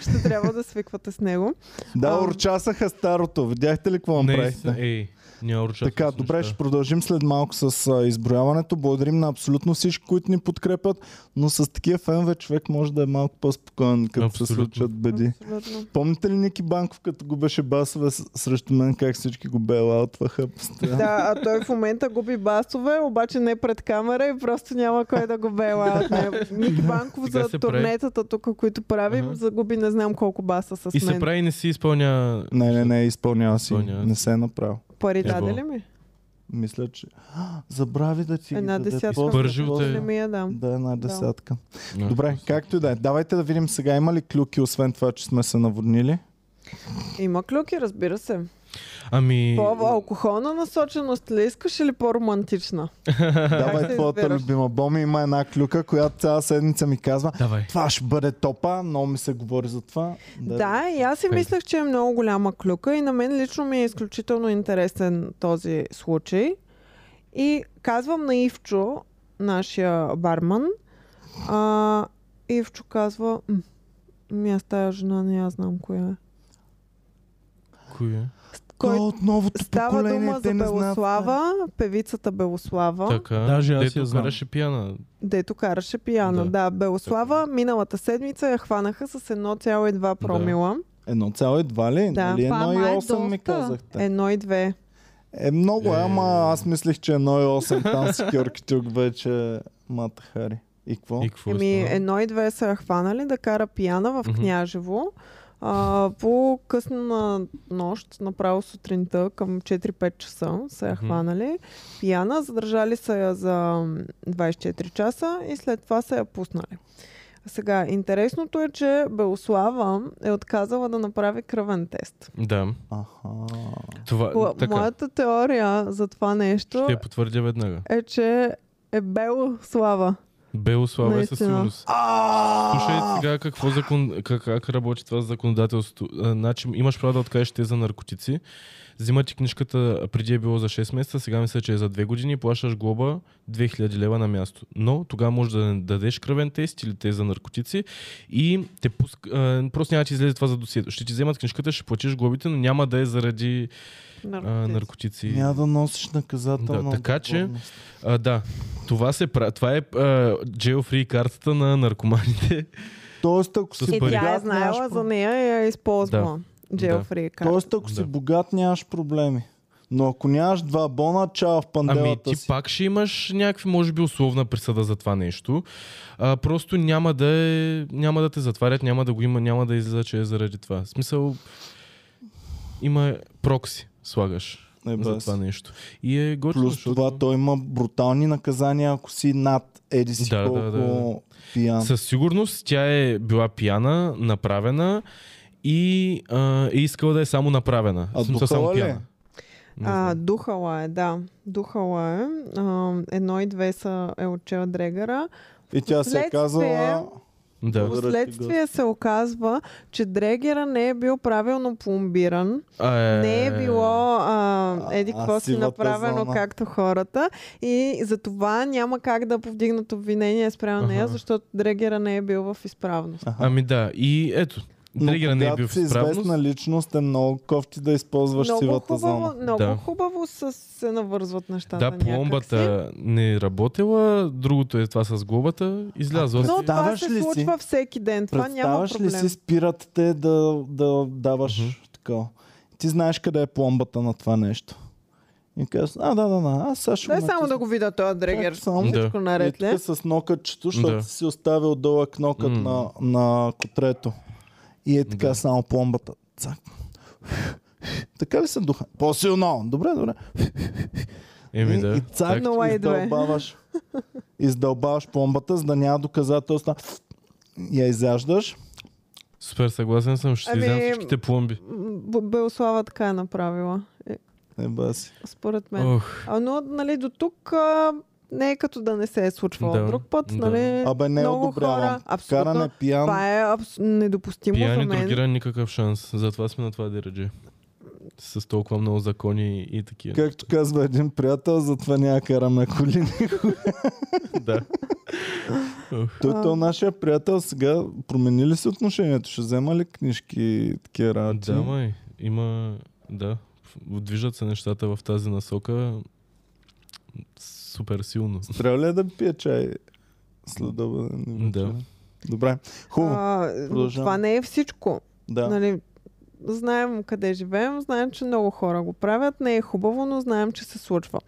Speaker 3: Ще трябва да свиквате с него.
Speaker 1: Да,
Speaker 3: А.
Speaker 1: урчасаха старото. Видяхте ли какво
Speaker 2: Не,
Speaker 1: направихте?
Speaker 2: ей, няма урочаство.
Speaker 1: Така, добре, ще продължим след малко с а, изброяването. Благодарим на абсолютно всички, които ни подкрепят, но с такива фенове човек може да е малко по-спокоен, като се
Speaker 2: Абсолютно.
Speaker 1: случат беди.
Speaker 3: Абсолютно.
Speaker 1: Помните ли Ники Банков, като губеше басове с- срещу мен, как всички го бейлаутваха? постоянно?
Speaker 3: Да, а той в момента губи басове, обаче не пред камера и просто няма кой да го бела от него. Ник Банков
Speaker 2: Сега
Speaker 3: за
Speaker 2: се прави-
Speaker 3: турнетата тук, които правим,
Speaker 2: Аха.
Speaker 3: загуби не знам колко баса с
Speaker 2: И се
Speaker 3: мен.
Speaker 2: прави и не си изпълня...
Speaker 1: Не, не, не, изпълнява си.
Speaker 2: Изпълнява
Speaker 1: Не
Speaker 2: си.
Speaker 1: се е направил.
Speaker 3: Пари
Speaker 2: Ево.
Speaker 3: даде ли ми?
Speaker 1: Мисля, че... А, забрави да ти ги
Speaker 3: Една
Speaker 1: даде
Speaker 3: десятка.
Speaker 1: после.
Speaker 2: Избържил те.
Speaker 3: Не ми я дам.
Speaker 1: Да, една десятка.
Speaker 2: Не.
Speaker 1: Добре, както и да е. Давайте да видим сега има ли клюки, освен това, че сме се
Speaker 2: <laughs>
Speaker 1: наводнили.
Speaker 3: Има клюки, разбира се.
Speaker 2: Ами...
Speaker 3: По-алкохолна насоченост ли искаш или по-романтична? Как
Speaker 1: Давай
Speaker 3: се
Speaker 1: твоята
Speaker 3: избираш?
Speaker 1: любима. Боми има една клюка, която цяла седмица ми казва
Speaker 2: Давай.
Speaker 1: това ще бъде топа, много ми се говори за това.
Speaker 3: Да, и аз си
Speaker 1: Ами.
Speaker 2: Хайде.
Speaker 3: мислех, че е много голяма клюка и на мен лично ми е изключително интересен този случай. И казвам на Ивчо, нашия барман, а, Ивчо казва, «М, ми аз тая жена не я знам коя е.
Speaker 2: Кой е?
Speaker 3: С-
Speaker 1: Кой...
Speaker 3: Кой
Speaker 1: То от новото
Speaker 3: става
Speaker 1: поколение,
Speaker 3: дума
Speaker 1: те
Speaker 3: за
Speaker 1: не знаят.
Speaker 3: Белослава, певицата Белослава.
Speaker 2: Така.
Speaker 5: Даже аз
Speaker 2: дето
Speaker 5: я знам.
Speaker 2: караше пияна.
Speaker 3: Дето караше пияна. Да,
Speaker 2: Да.
Speaker 3: Белослава миналата седмица я хванаха с 1,2 промила.
Speaker 1: Едно цяло едва ли?
Speaker 3: Да.
Speaker 1: нали едно
Speaker 4: Това,
Speaker 1: и
Speaker 4: ма, е
Speaker 1: 8 ми
Speaker 4: доста.
Speaker 1: казахте. Е,
Speaker 3: 1,2.
Speaker 1: много е,
Speaker 2: Е.
Speaker 1: ама аз мислих, че едно и 8 там с Кьорки тук вече мата хари. И какво?
Speaker 2: И какво е
Speaker 3: Еми,
Speaker 2: стана?
Speaker 3: Ами, едно и две са я хванали да кара пияна в
Speaker 2: Мгм.
Speaker 3: Княжево. А, по късна нощ, направо сутринта, към 4-5 часа са я
Speaker 2: Мгм.
Speaker 3: хванали. Пияна, задържали са я за 24 часа и след това са я пуснали. Сега, интересното е, че Белослава е отказала да направи кръвен тест.
Speaker 2: Да.
Speaker 1: Аха.
Speaker 2: Това...
Speaker 3: Ко-
Speaker 2: така.
Speaker 3: Моята теория за това нещо
Speaker 2: Ще я потвърдя веднага.
Speaker 3: е, че е е Бело Слава.
Speaker 2: Белослава е със
Speaker 3: Наистина.
Speaker 2: сигурност. Слушай сега какво закон... как, как работи това законодателство. А, Значи имаш право да откажеш те за наркотици. Взима ти книжката, а преди е било за 6 месеца, сега мисля, че е за 2 години, плащаш глоба 2000 лева на място. Но тогава може да не дадеш кръвен тест или те за наркотици и те пуск... а, просто няма да ти излезе това за досието. Ще ти вземат книжката, ще платиш глобите, но няма да е заради а,
Speaker 3: Наркотици.
Speaker 2: наркотици.
Speaker 1: Няма да носиш наказателна
Speaker 2: Да, така че-
Speaker 1: отговорност.
Speaker 2: А, да, това, се, пра- това е а, jail free картата на наркоманите.
Speaker 1: Тоест, ако
Speaker 2: С
Speaker 1: си
Speaker 3: Е,
Speaker 2: пари.
Speaker 1: богат,
Speaker 3: тя е
Speaker 1: нямаш
Speaker 3: знаела за
Speaker 1: проблеми.
Speaker 3: нея и я е използвала. Джел
Speaker 2: Да.
Speaker 3: Фри карта.
Speaker 1: Тоест, ако си
Speaker 2: Да.
Speaker 1: богат, нямаш проблеми. Но ако нямаш два бона, чао в
Speaker 2: Ами
Speaker 1: панделата
Speaker 2: ти
Speaker 1: си.
Speaker 2: пак ще имаш някакви, може би, условна присъда за това нещо. А, просто няма да, е, няма да те затварят, няма да го има, няма да излиза, че е заради това. В смисъл, има прокси, слагаш
Speaker 1: Е,
Speaker 2: за
Speaker 1: без.
Speaker 2: това нещо. И е готино,
Speaker 1: Плюс
Speaker 2: защото
Speaker 1: това, той има брутални наказания, ако си над еди си
Speaker 2: Да, да,
Speaker 1: колко
Speaker 2: да, да.
Speaker 1: пиян.
Speaker 2: със сигурност тя е била пияна, направена и а, е искала да е само направена.
Speaker 1: А
Speaker 2: В смисъл, само
Speaker 1: духала ли е?
Speaker 2: пияна. Не
Speaker 3: А,
Speaker 2: знам.
Speaker 3: духала е, да. Духала е. А, едно и две са е отчел Дрегара.
Speaker 1: И тя се е
Speaker 3: Следствие-
Speaker 1: казала...
Speaker 2: Да.
Speaker 3: Впоследствие се оказва, че Дрегера не е бил правилно пломбиран.
Speaker 2: А, е...
Speaker 3: Не е било а, еди
Speaker 1: А,
Speaker 3: какво си
Speaker 1: сивата
Speaker 3: направено
Speaker 1: зона.
Speaker 3: както хората и за това няма как да повдигнат обвинение спрямо нея,
Speaker 2: Аха.
Speaker 3: защото Дрегера не е бил в изправност.
Speaker 2: Ами да, и ето.
Speaker 1: Но
Speaker 2: Дригера не е бил
Speaker 1: когато
Speaker 2: в
Speaker 1: си известна
Speaker 2: изправност.
Speaker 1: личност, е много кофти да използваш
Speaker 3: Много
Speaker 1: сивата
Speaker 3: хубаво,
Speaker 1: зона.
Speaker 3: много
Speaker 2: Да.
Speaker 3: хубаво с, се навързват нещата
Speaker 2: Да, пломбата не е работела, другото е това с глобата, излязла.
Speaker 3: Но
Speaker 2: си.
Speaker 3: това
Speaker 1: Представяш
Speaker 3: се
Speaker 1: ли си?
Speaker 3: случва всеки ден. Това няма
Speaker 1: Представяш
Speaker 3: проблем.
Speaker 1: ли си спират те да, да даваш mm-hmm. така? Ти знаеш къде е пломбата на това нещо. И казваш, а, да, да, да, аз сега ще
Speaker 3: Дай само да го видя този дрегер.
Speaker 1: Ето само.
Speaker 3: Всичко наред ли?
Speaker 1: Е, с нокътчето, защото
Speaker 2: Да.
Speaker 1: си оставил дълъг нокът
Speaker 2: М.
Speaker 1: на, на котрето. И е така
Speaker 2: Да.
Speaker 1: само пломбата. Цак. Така ли се духа? По-силно. Добре, добре.
Speaker 2: Еми
Speaker 1: И-
Speaker 2: да.
Speaker 1: И цак,
Speaker 2: Так,
Speaker 3: Но- Нула и две.
Speaker 1: издълбаваш, издълбаваш пломбата, за да няма доказателства. Я изяждаш.
Speaker 2: супер съгласен съм, ще
Speaker 3: Ами-
Speaker 2: ами... изям всичките пломби.
Speaker 3: Б- Белослава така е направила. Е,
Speaker 1: Е, баси.
Speaker 3: Според мен.
Speaker 2: Ох,
Speaker 3: А, но нали, до тук а, не е като да не се е случвало
Speaker 2: Да,
Speaker 3: друг път.
Speaker 2: да.
Speaker 3: Нали,
Speaker 1: Абе, не е
Speaker 3: много
Speaker 1: одобрявам.
Speaker 3: хора. Абсолютно.
Speaker 1: Каране пиян.
Speaker 3: Това е абс... недопустимо
Speaker 2: пиян
Speaker 3: за
Speaker 2: и
Speaker 3: мен.
Speaker 2: другиран никакъв шанс. Затова сме на това дередже. С толкова много закони и такива.
Speaker 1: Както казва един приятел, затова няма караме коли.
Speaker 3: <laughs>
Speaker 1: <laughs>
Speaker 2: Да.
Speaker 1: Той, то нашия приятел сега промени ли си отношението? Ще взема ли книжки и такива работи?
Speaker 2: да, май. Има... Да. Движат се нещата в тази насока супер силно.
Speaker 1: Трябва ли е да пия чай след обеден? и
Speaker 2: Да.
Speaker 1: вечеря? Добре. Хубаво.
Speaker 3: А, но
Speaker 1: Продължавам.
Speaker 3: това не е всичко.
Speaker 1: Да.
Speaker 3: Нали, знаем къде живеем, знаем, че много хора го правят. Не е хубаво, но знаем, че се случва.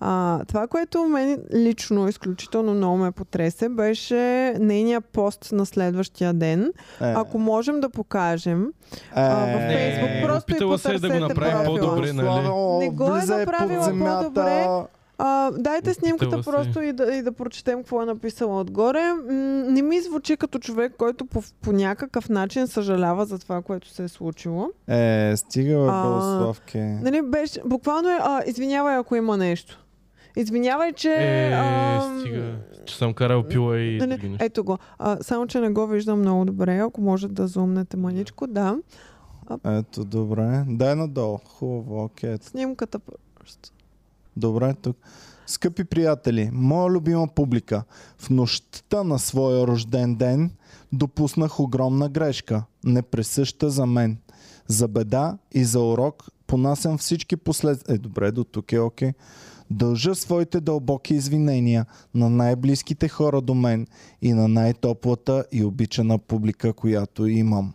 Speaker 3: А, това, което мен лично изключително много ме потресе, беше нейния пост на следващия ден.
Speaker 1: Е,
Speaker 3: Ако можем да покажем, а, във
Speaker 1: е.
Speaker 3: Фейсбук
Speaker 2: Е,
Speaker 3: просто и
Speaker 2: опитала се е да го
Speaker 3: потърсете
Speaker 2: направи
Speaker 3: профила.
Speaker 2: по-добре, нали?
Speaker 1: Слава,
Speaker 3: Не го е
Speaker 1: влизай под
Speaker 3: направила
Speaker 1: земята.
Speaker 3: по-добре. а,
Speaker 1: Е,
Speaker 3: дайте снимката
Speaker 2: Опитала се.
Speaker 3: просто и да, и да прочетем какво е написала отгоре. М, не ми звучи като човек, който по, по някакъв начин съжалява за това, което се е случило.
Speaker 1: Е, стига бе,
Speaker 3: А,
Speaker 1: Белославке.
Speaker 3: Нали, беше, буквално е, а, извинявай, ако има нещо. Извинявай, че...
Speaker 2: Е,
Speaker 3: ам,
Speaker 2: стига. Е, Че съм карал пила и
Speaker 3: Нали,
Speaker 2: други неща.
Speaker 3: ето го. А, само, че не го виждам много добре. Ако може да зумнете маничко, да.
Speaker 1: Ето, добре. Дай надолу. Хубаво, окей. ето.
Speaker 3: Снимката просто.
Speaker 1: Добре, тук. Скъпи приятели, моя любима публика, в нощта на своя рожден ден допуснах огромна грешка, неприсъща за мен. За беда и за урок понасям всички последствия. Е, добре, до тук е окей. Дължа своите дълбоки извинения на най-близките хора до мен и на най-топлата и обичана публика, която имам.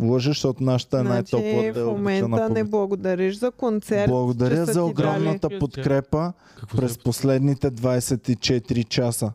Speaker 1: Лъжа, защото нашата е
Speaker 3: Значи,
Speaker 1: най-топлата и
Speaker 3: в
Speaker 1: обичана
Speaker 3: момента не
Speaker 1: публика.
Speaker 3: благодариш за концерт.
Speaker 1: Благодаря
Speaker 3: че са
Speaker 1: за
Speaker 3: ти дали.
Speaker 1: огромната
Speaker 2: дали.
Speaker 1: подкрепа
Speaker 2: Какво
Speaker 1: през
Speaker 2: през...
Speaker 1: последните 24 часа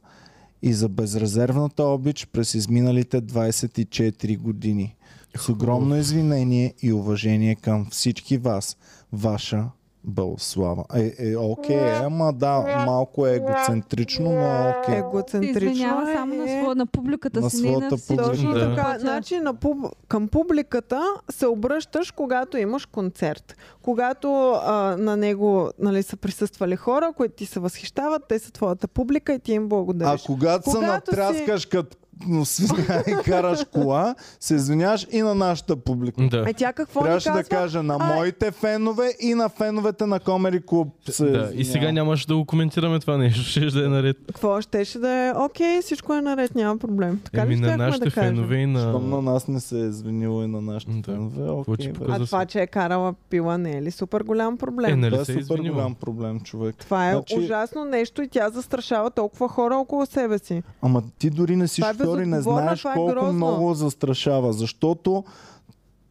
Speaker 1: и за безрезервната обич през изминалите 24 години. С огромно извинение и уважение към всички вас, ваша Бълслава. Е, е, окей, ама да, малко е егоцентрично, но окей.
Speaker 3: Егоцентрично
Speaker 4: Извинява само
Speaker 3: е...
Speaker 4: на, своя, на публиката
Speaker 1: На
Speaker 4: си, не
Speaker 1: своята
Speaker 4: на всички.
Speaker 2: публика.
Speaker 3: Точно
Speaker 2: Да.
Speaker 3: така. Значи на пуб... към публиката се обръщаш, когато имаш концерт. Когато а, на него нали, са присъствали хора, които ти се възхищават, те са твоята публика и ти им
Speaker 1: А
Speaker 3: благодариш.
Speaker 1: когато се
Speaker 3: Когато си-
Speaker 1: натряскаш като <laughs> свиня и караш кола, се извиняваш и на нашата публика.
Speaker 2: Да.
Speaker 3: Е, тя какво ни
Speaker 1: Трябваше
Speaker 3: казва?
Speaker 1: да кажа на
Speaker 3: А,
Speaker 1: моите фенове и на феновете на Комери Клуб. се
Speaker 2: Да, и
Speaker 1: извинявам.
Speaker 2: сега нямаше да го коментираме това нещо, <laughs> ще да е наред.
Speaker 3: Какво щеше да е? Окей, всичко е наред, няма проблем. Така ли
Speaker 2: Еми на
Speaker 3: щяхме
Speaker 2: нашите
Speaker 3: да кажем?
Speaker 2: фенове и
Speaker 1: Щом на
Speaker 2: на...
Speaker 1: нас не се е извинило и на нашите
Speaker 2: Да.
Speaker 1: фенове,
Speaker 2: Какво ти
Speaker 1: окей. бе.
Speaker 2: показва?
Speaker 3: А това, че е карала пила, не е ли супер голям проблем?
Speaker 2: Е,
Speaker 1: Това
Speaker 2: нали
Speaker 1: е
Speaker 2: се
Speaker 1: супер
Speaker 2: извинила?
Speaker 1: голям проблем, човек.
Speaker 3: Това е
Speaker 1: Значи-
Speaker 3: ужасно нещо и тя застрашава толкова хора около себе си.
Speaker 1: Ама ти дори не си
Speaker 3: Това е
Speaker 1: шофьор и не
Speaker 3: безотговорно,
Speaker 1: знаеш
Speaker 3: това е
Speaker 1: колко
Speaker 3: грозно.
Speaker 1: много застрашава, защото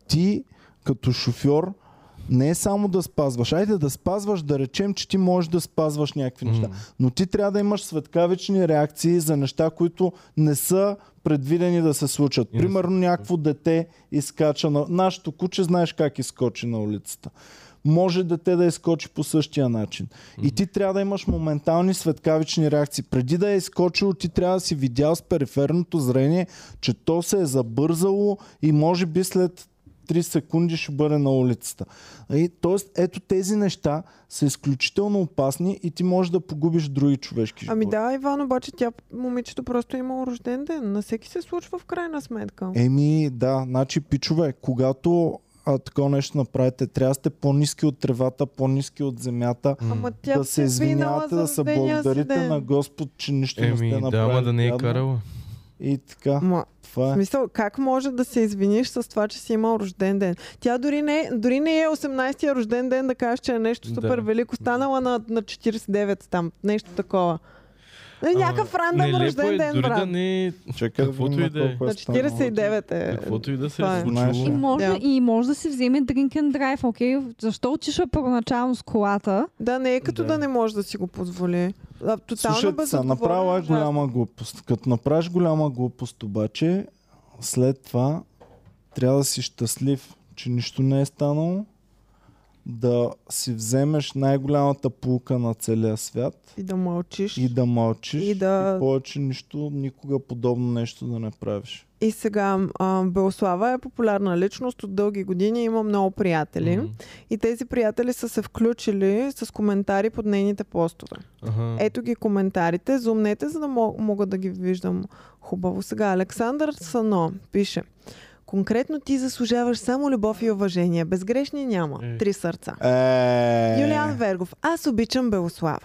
Speaker 1: ти като шофьор не е само да спазваш. Айде да спазваш, да речем, че ти можеш да спазваш някакви неща. Но ти трябва да имаш светкавични реакции за неща, които не са предвидени да се случат.
Speaker 2: И не са.
Speaker 1: Примерно някакво дете изкача на... Нашето куче знаеш как изкочи на улицата. Може дете да изкочи по същия начин. И ти трябва да имаш моментални светкавични реакции. Преди да е изкочило, ти трябва да си видял с периферното зрение, че то се е забързало и може би след 3 секунди ще бъде на улицата. И, тоест, ето тези неща са изключително опасни и ти можеш да погубиш други човешки животи.
Speaker 3: Ами да, Иван, обаче тя, момичето просто е имало рожден ден. На всеки се случва в крайна сметка.
Speaker 1: Еми, да, значи, пичове, когато а, такова нещо направите, трябва да сте по-низки от тревата, по-низки от земята,
Speaker 3: Ама тя
Speaker 1: да се
Speaker 3: е винала
Speaker 1: извинявате,
Speaker 3: за
Speaker 1: да се
Speaker 3: рождения си
Speaker 1: благодарите
Speaker 3: ден.
Speaker 1: на Господ, че нищо не
Speaker 2: Еми,
Speaker 1: сте
Speaker 2: да,
Speaker 1: направили.
Speaker 2: ама да не е
Speaker 1: гадно.
Speaker 2: карала.
Speaker 1: И така,
Speaker 3: Ма, в
Speaker 1: това е.
Speaker 3: смисъл, как може да се извиниш с това, че си имал рожден ден? Тя дори не, дори не е 18-я рожден ден да кажеш, че е нещо
Speaker 2: Да.
Speaker 3: супер велико. Станала на, на 49 там, нещо такова. Е, Някакъв
Speaker 2: Ама,
Speaker 3: рандъм
Speaker 2: нелепо
Speaker 3: рожден
Speaker 2: е,
Speaker 3: ден,
Speaker 2: дори
Speaker 3: брат.
Speaker 2: да не е
Speaker 1: Чакай да
Speaker 2: Каквото
Speaker 1: видим
Speaker 2: и да е.
Speaker 1: колко
Speaker 3: На
Speaker 1: станало.
Speaker 3: 49 е.
Speaker 2: каквото и да се
Speaker 3: това
Speaker 2: е
Speaker 3: е.
Speaker 1: Знаеш
Speaker 4: И
Speaker 1: ли?
Speaker 2: случило.
Speaker 4: може,
Speaker 3: Да.
Speaker 4: да. и може да се вземе drink and drive, окей? Защо отишла първоначално с колата?
Speaker 3: Да, не е като да.
Speaker 2: Да.
Speaker 3: да не може да си го позволи. А, тотално
Speaker 1: Слушайте се,
Speaker 3: безотговорно,
Speaker 1: направила е
Speaker 3: ужасно.
Speaker 1: голяма глупост. Като направиш голяма глупост обаче, след това трябва да си щастлив, че нищо не е станало, да си вземеш най-голямата полука на целия свят
Speaker 3: И да мълчиш.
Speaker 1: и да мълчиш
Speaker 3: И да-
Speaker 1: и повече нищо, никога подобно нещо да не правиш.
Speaker 3: И сега а, Белослава е популярна личност от дълги години, има много приятели.
Speaker 2: Мгм.
Speaker 3: И тези приятели са се включили с коментари под нейните постове.
Speaker 2: Аха.
Speaker 3: Ето ги коментарите, зумнете, за да мо- мога да ги виждам хубаво. Сега Александър Сано пише Конкретно ти заслужаваш само любов и уважение. Безгрешни няма.
Speaker 2: Е.
Speaker 3: Три сърца.
Speaker 1: Е...
Speaker 3: Юлиан Вергов. Аз обичам Белослава.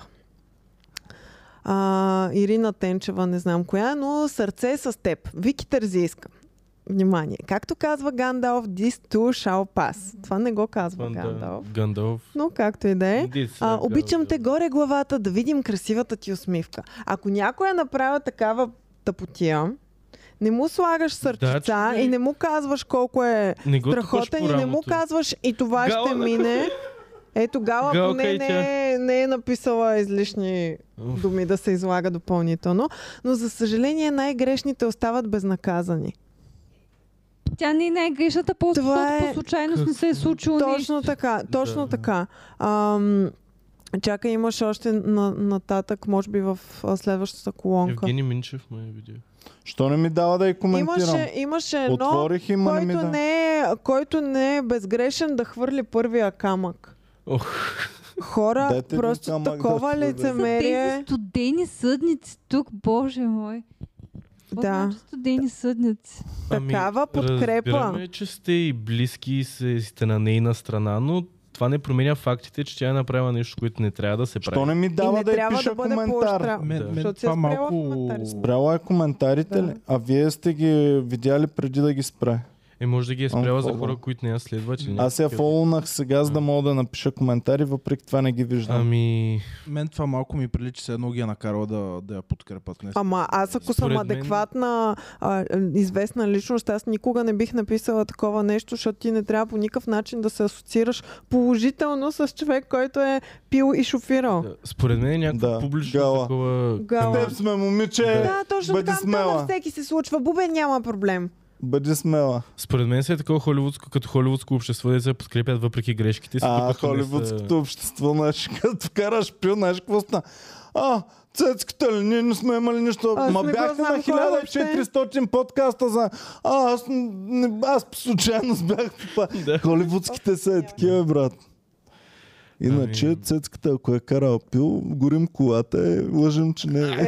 Speaker 3: А, Ирина Тенчева, не знам коя, но сърце е с теб. Вики Тързийска. Внимание. Както казва Гандалф, this too shall pass. Това не го казва
Speaker 2: Фанда-
Speaker 3: Гандалф.
Speaker 2: Гандалф.
Speaker 3: Но както и да е.
Speaker 2: Дис,
Speaker 3: А,
Speaker 2: да,
Speaker 3: обичам
Speaker 2: да.
Speaker 3: те горе главата, да видим красивата ти усмивка. Ако някоя направя такава тъпотия, не му слагаш сърчица
Speaker 2: че-
Speaker 3: и не му казваш колко е
Speaker 2: Не го тупаш
Speaker 3: страхотен
Speaker 2: по
Speaker 3: и не му
Speaker 2: рамото.
Speaker 3: казваш и това
Speaker 2: Гала,
Speaker 3: ще
Speaker 2: на-
Speaker 3: мине. Ето Гала
Speaker 2: Галка
Speaker 3: поне
Speaker 2: и тя.
Speaker 3: не, е- не е написала излишни
Speaker 2: Уф.
Speaker 3: думи да се излага допълнително, но за съжаление най-грешните остават безнаказани.
Speaker 4: Тя не е най-грешната, просто
Speaker 3: Това
Speaker 4: защото
Speaker 3: е-
Speaker 4: по случайност не се е случило нещо.
Speaker 3: Точно така, точно
Speaker 2: Да.
Speaker 3: така. Ам, чакай, имаш още на, нататък, може би в а, следващата колонка.
Speaker 2: Евгений Минчев ме е видя.
Speaker 1: Що не ми дава да я коментирам?
Speaker 3: Имаше, имаше едно,
Speaker 1: Отворих и не ми
Speaker 3: който
Speaker 1: да...
Speaker 3: не, е, който не е безгрешен да хвърли първия камък.
Speaker 2: Ох,
Speaker 3: Хора,
Speaker 1: Дайте един
Speaker 3: просто
Speaker 1: камък да
Speaker 3: такова
Speaker 1: хвърля.
Speaker 4: Са тези
Speaker 3: лицемерие.
Speaker 4: студени съдници тук, боже мой. Какво
Speaker 3: Да.
Speaker 4: значи студени съдници.
Speaker 2: ами,
Speaker 3: Такава подкрепа.
Speaker 2: Разбираме, че сте и близки и се- сте на нейна страна, но това не променя фактите, че тя е направила нещо, което не трябва да се прави.
Speaker 1: Що не ми
Speaker 3: И
Speaker 1: дава
Speaker 3: не
Speaker 1: да я
Speaker 3: трябва
Speaker 1: пиша
Speaker 3: да бъде
Speaker 1: коментар?
Speaker 3: по-остра.
Speaker 5: Мен,
Speaker 2: Да.
Speaker 5: мен
Speaker 3: Защото си е
Speaker 5: това
Speaker 3: спряла
Speaker 5: малко...
Speaker 3: коментари.
Speaker 1: Спряла е коментарите
Speaker 3: Да.
Speaker 1: ли? А вие сте ги видяли преди да ги спре.
Speaker 2: Е, може да ги е спряла за
Speaker 1: Unfollow.
Speaker 2: хора, които не я следват. или
Speaker 1: Аз я
Speaker 2: някакви-
Speaker 1: фолунах сега, за да мога да напиша коментари, въпреки това не ги виждам.
Speaker 2: Ами,
Speaker 5: Мен това малко ми прилича, се едно ги е накарала да, да я подкрепят. Не.
Speaker 3: Ама аз ако съм
Speaker 2: Според мен-
Speaker 3: адекватна, а, е, известна личност, аз никога не бих написала такова нещо, защото ти не трябва по никакъв начин да се асоциираш положително с човек, който е пил и шофирал.
Speaker 2: да, според мен е някакво
Speaker 1: Да,
Speaker 2: публично
Speaker 1: гала.
Speaker 2: такова...
Speaker 3: Гала.
Speaker 2: към-
Speaker 1: Теб сме, момиче!
Speaker 3: Да, точно
Speaker 1: Бъди
Speaker 3: така. то
Speaker 1: смела.
Speaker 3: На всеки се случва. Бубен няма проблем.
Speaker 1: Бъди смела.
Speaker 2: Според мен се е такова холивудско, като холивудско общество, де се подкрепят въпреки грешките си.
Speaker 1: А,
Speaker 2: докато не са-
Speaker 1: холивудското общество, знаеш, <laughs> като караш пил, знаеш какво стана? А, цецката ли? Ние не сме имали нищо.
Speaker 3: Аз
Speaker 1: Ма
Speaker 3: не го
Speaker 1: бяхте на
Speaker 3: знам кой е въобще.
Speaker 1: 1400 подкаста за... А, аз, н- не- аз по случайност <laughs> бях попа.
Speaker 2: Да.
Speaker 1: Холивудските са е такива, брат. Иначе
Speaker 2: Ами-
Speaker 1: цецката, ако е карал пил, горим колата и лъжим, че не е.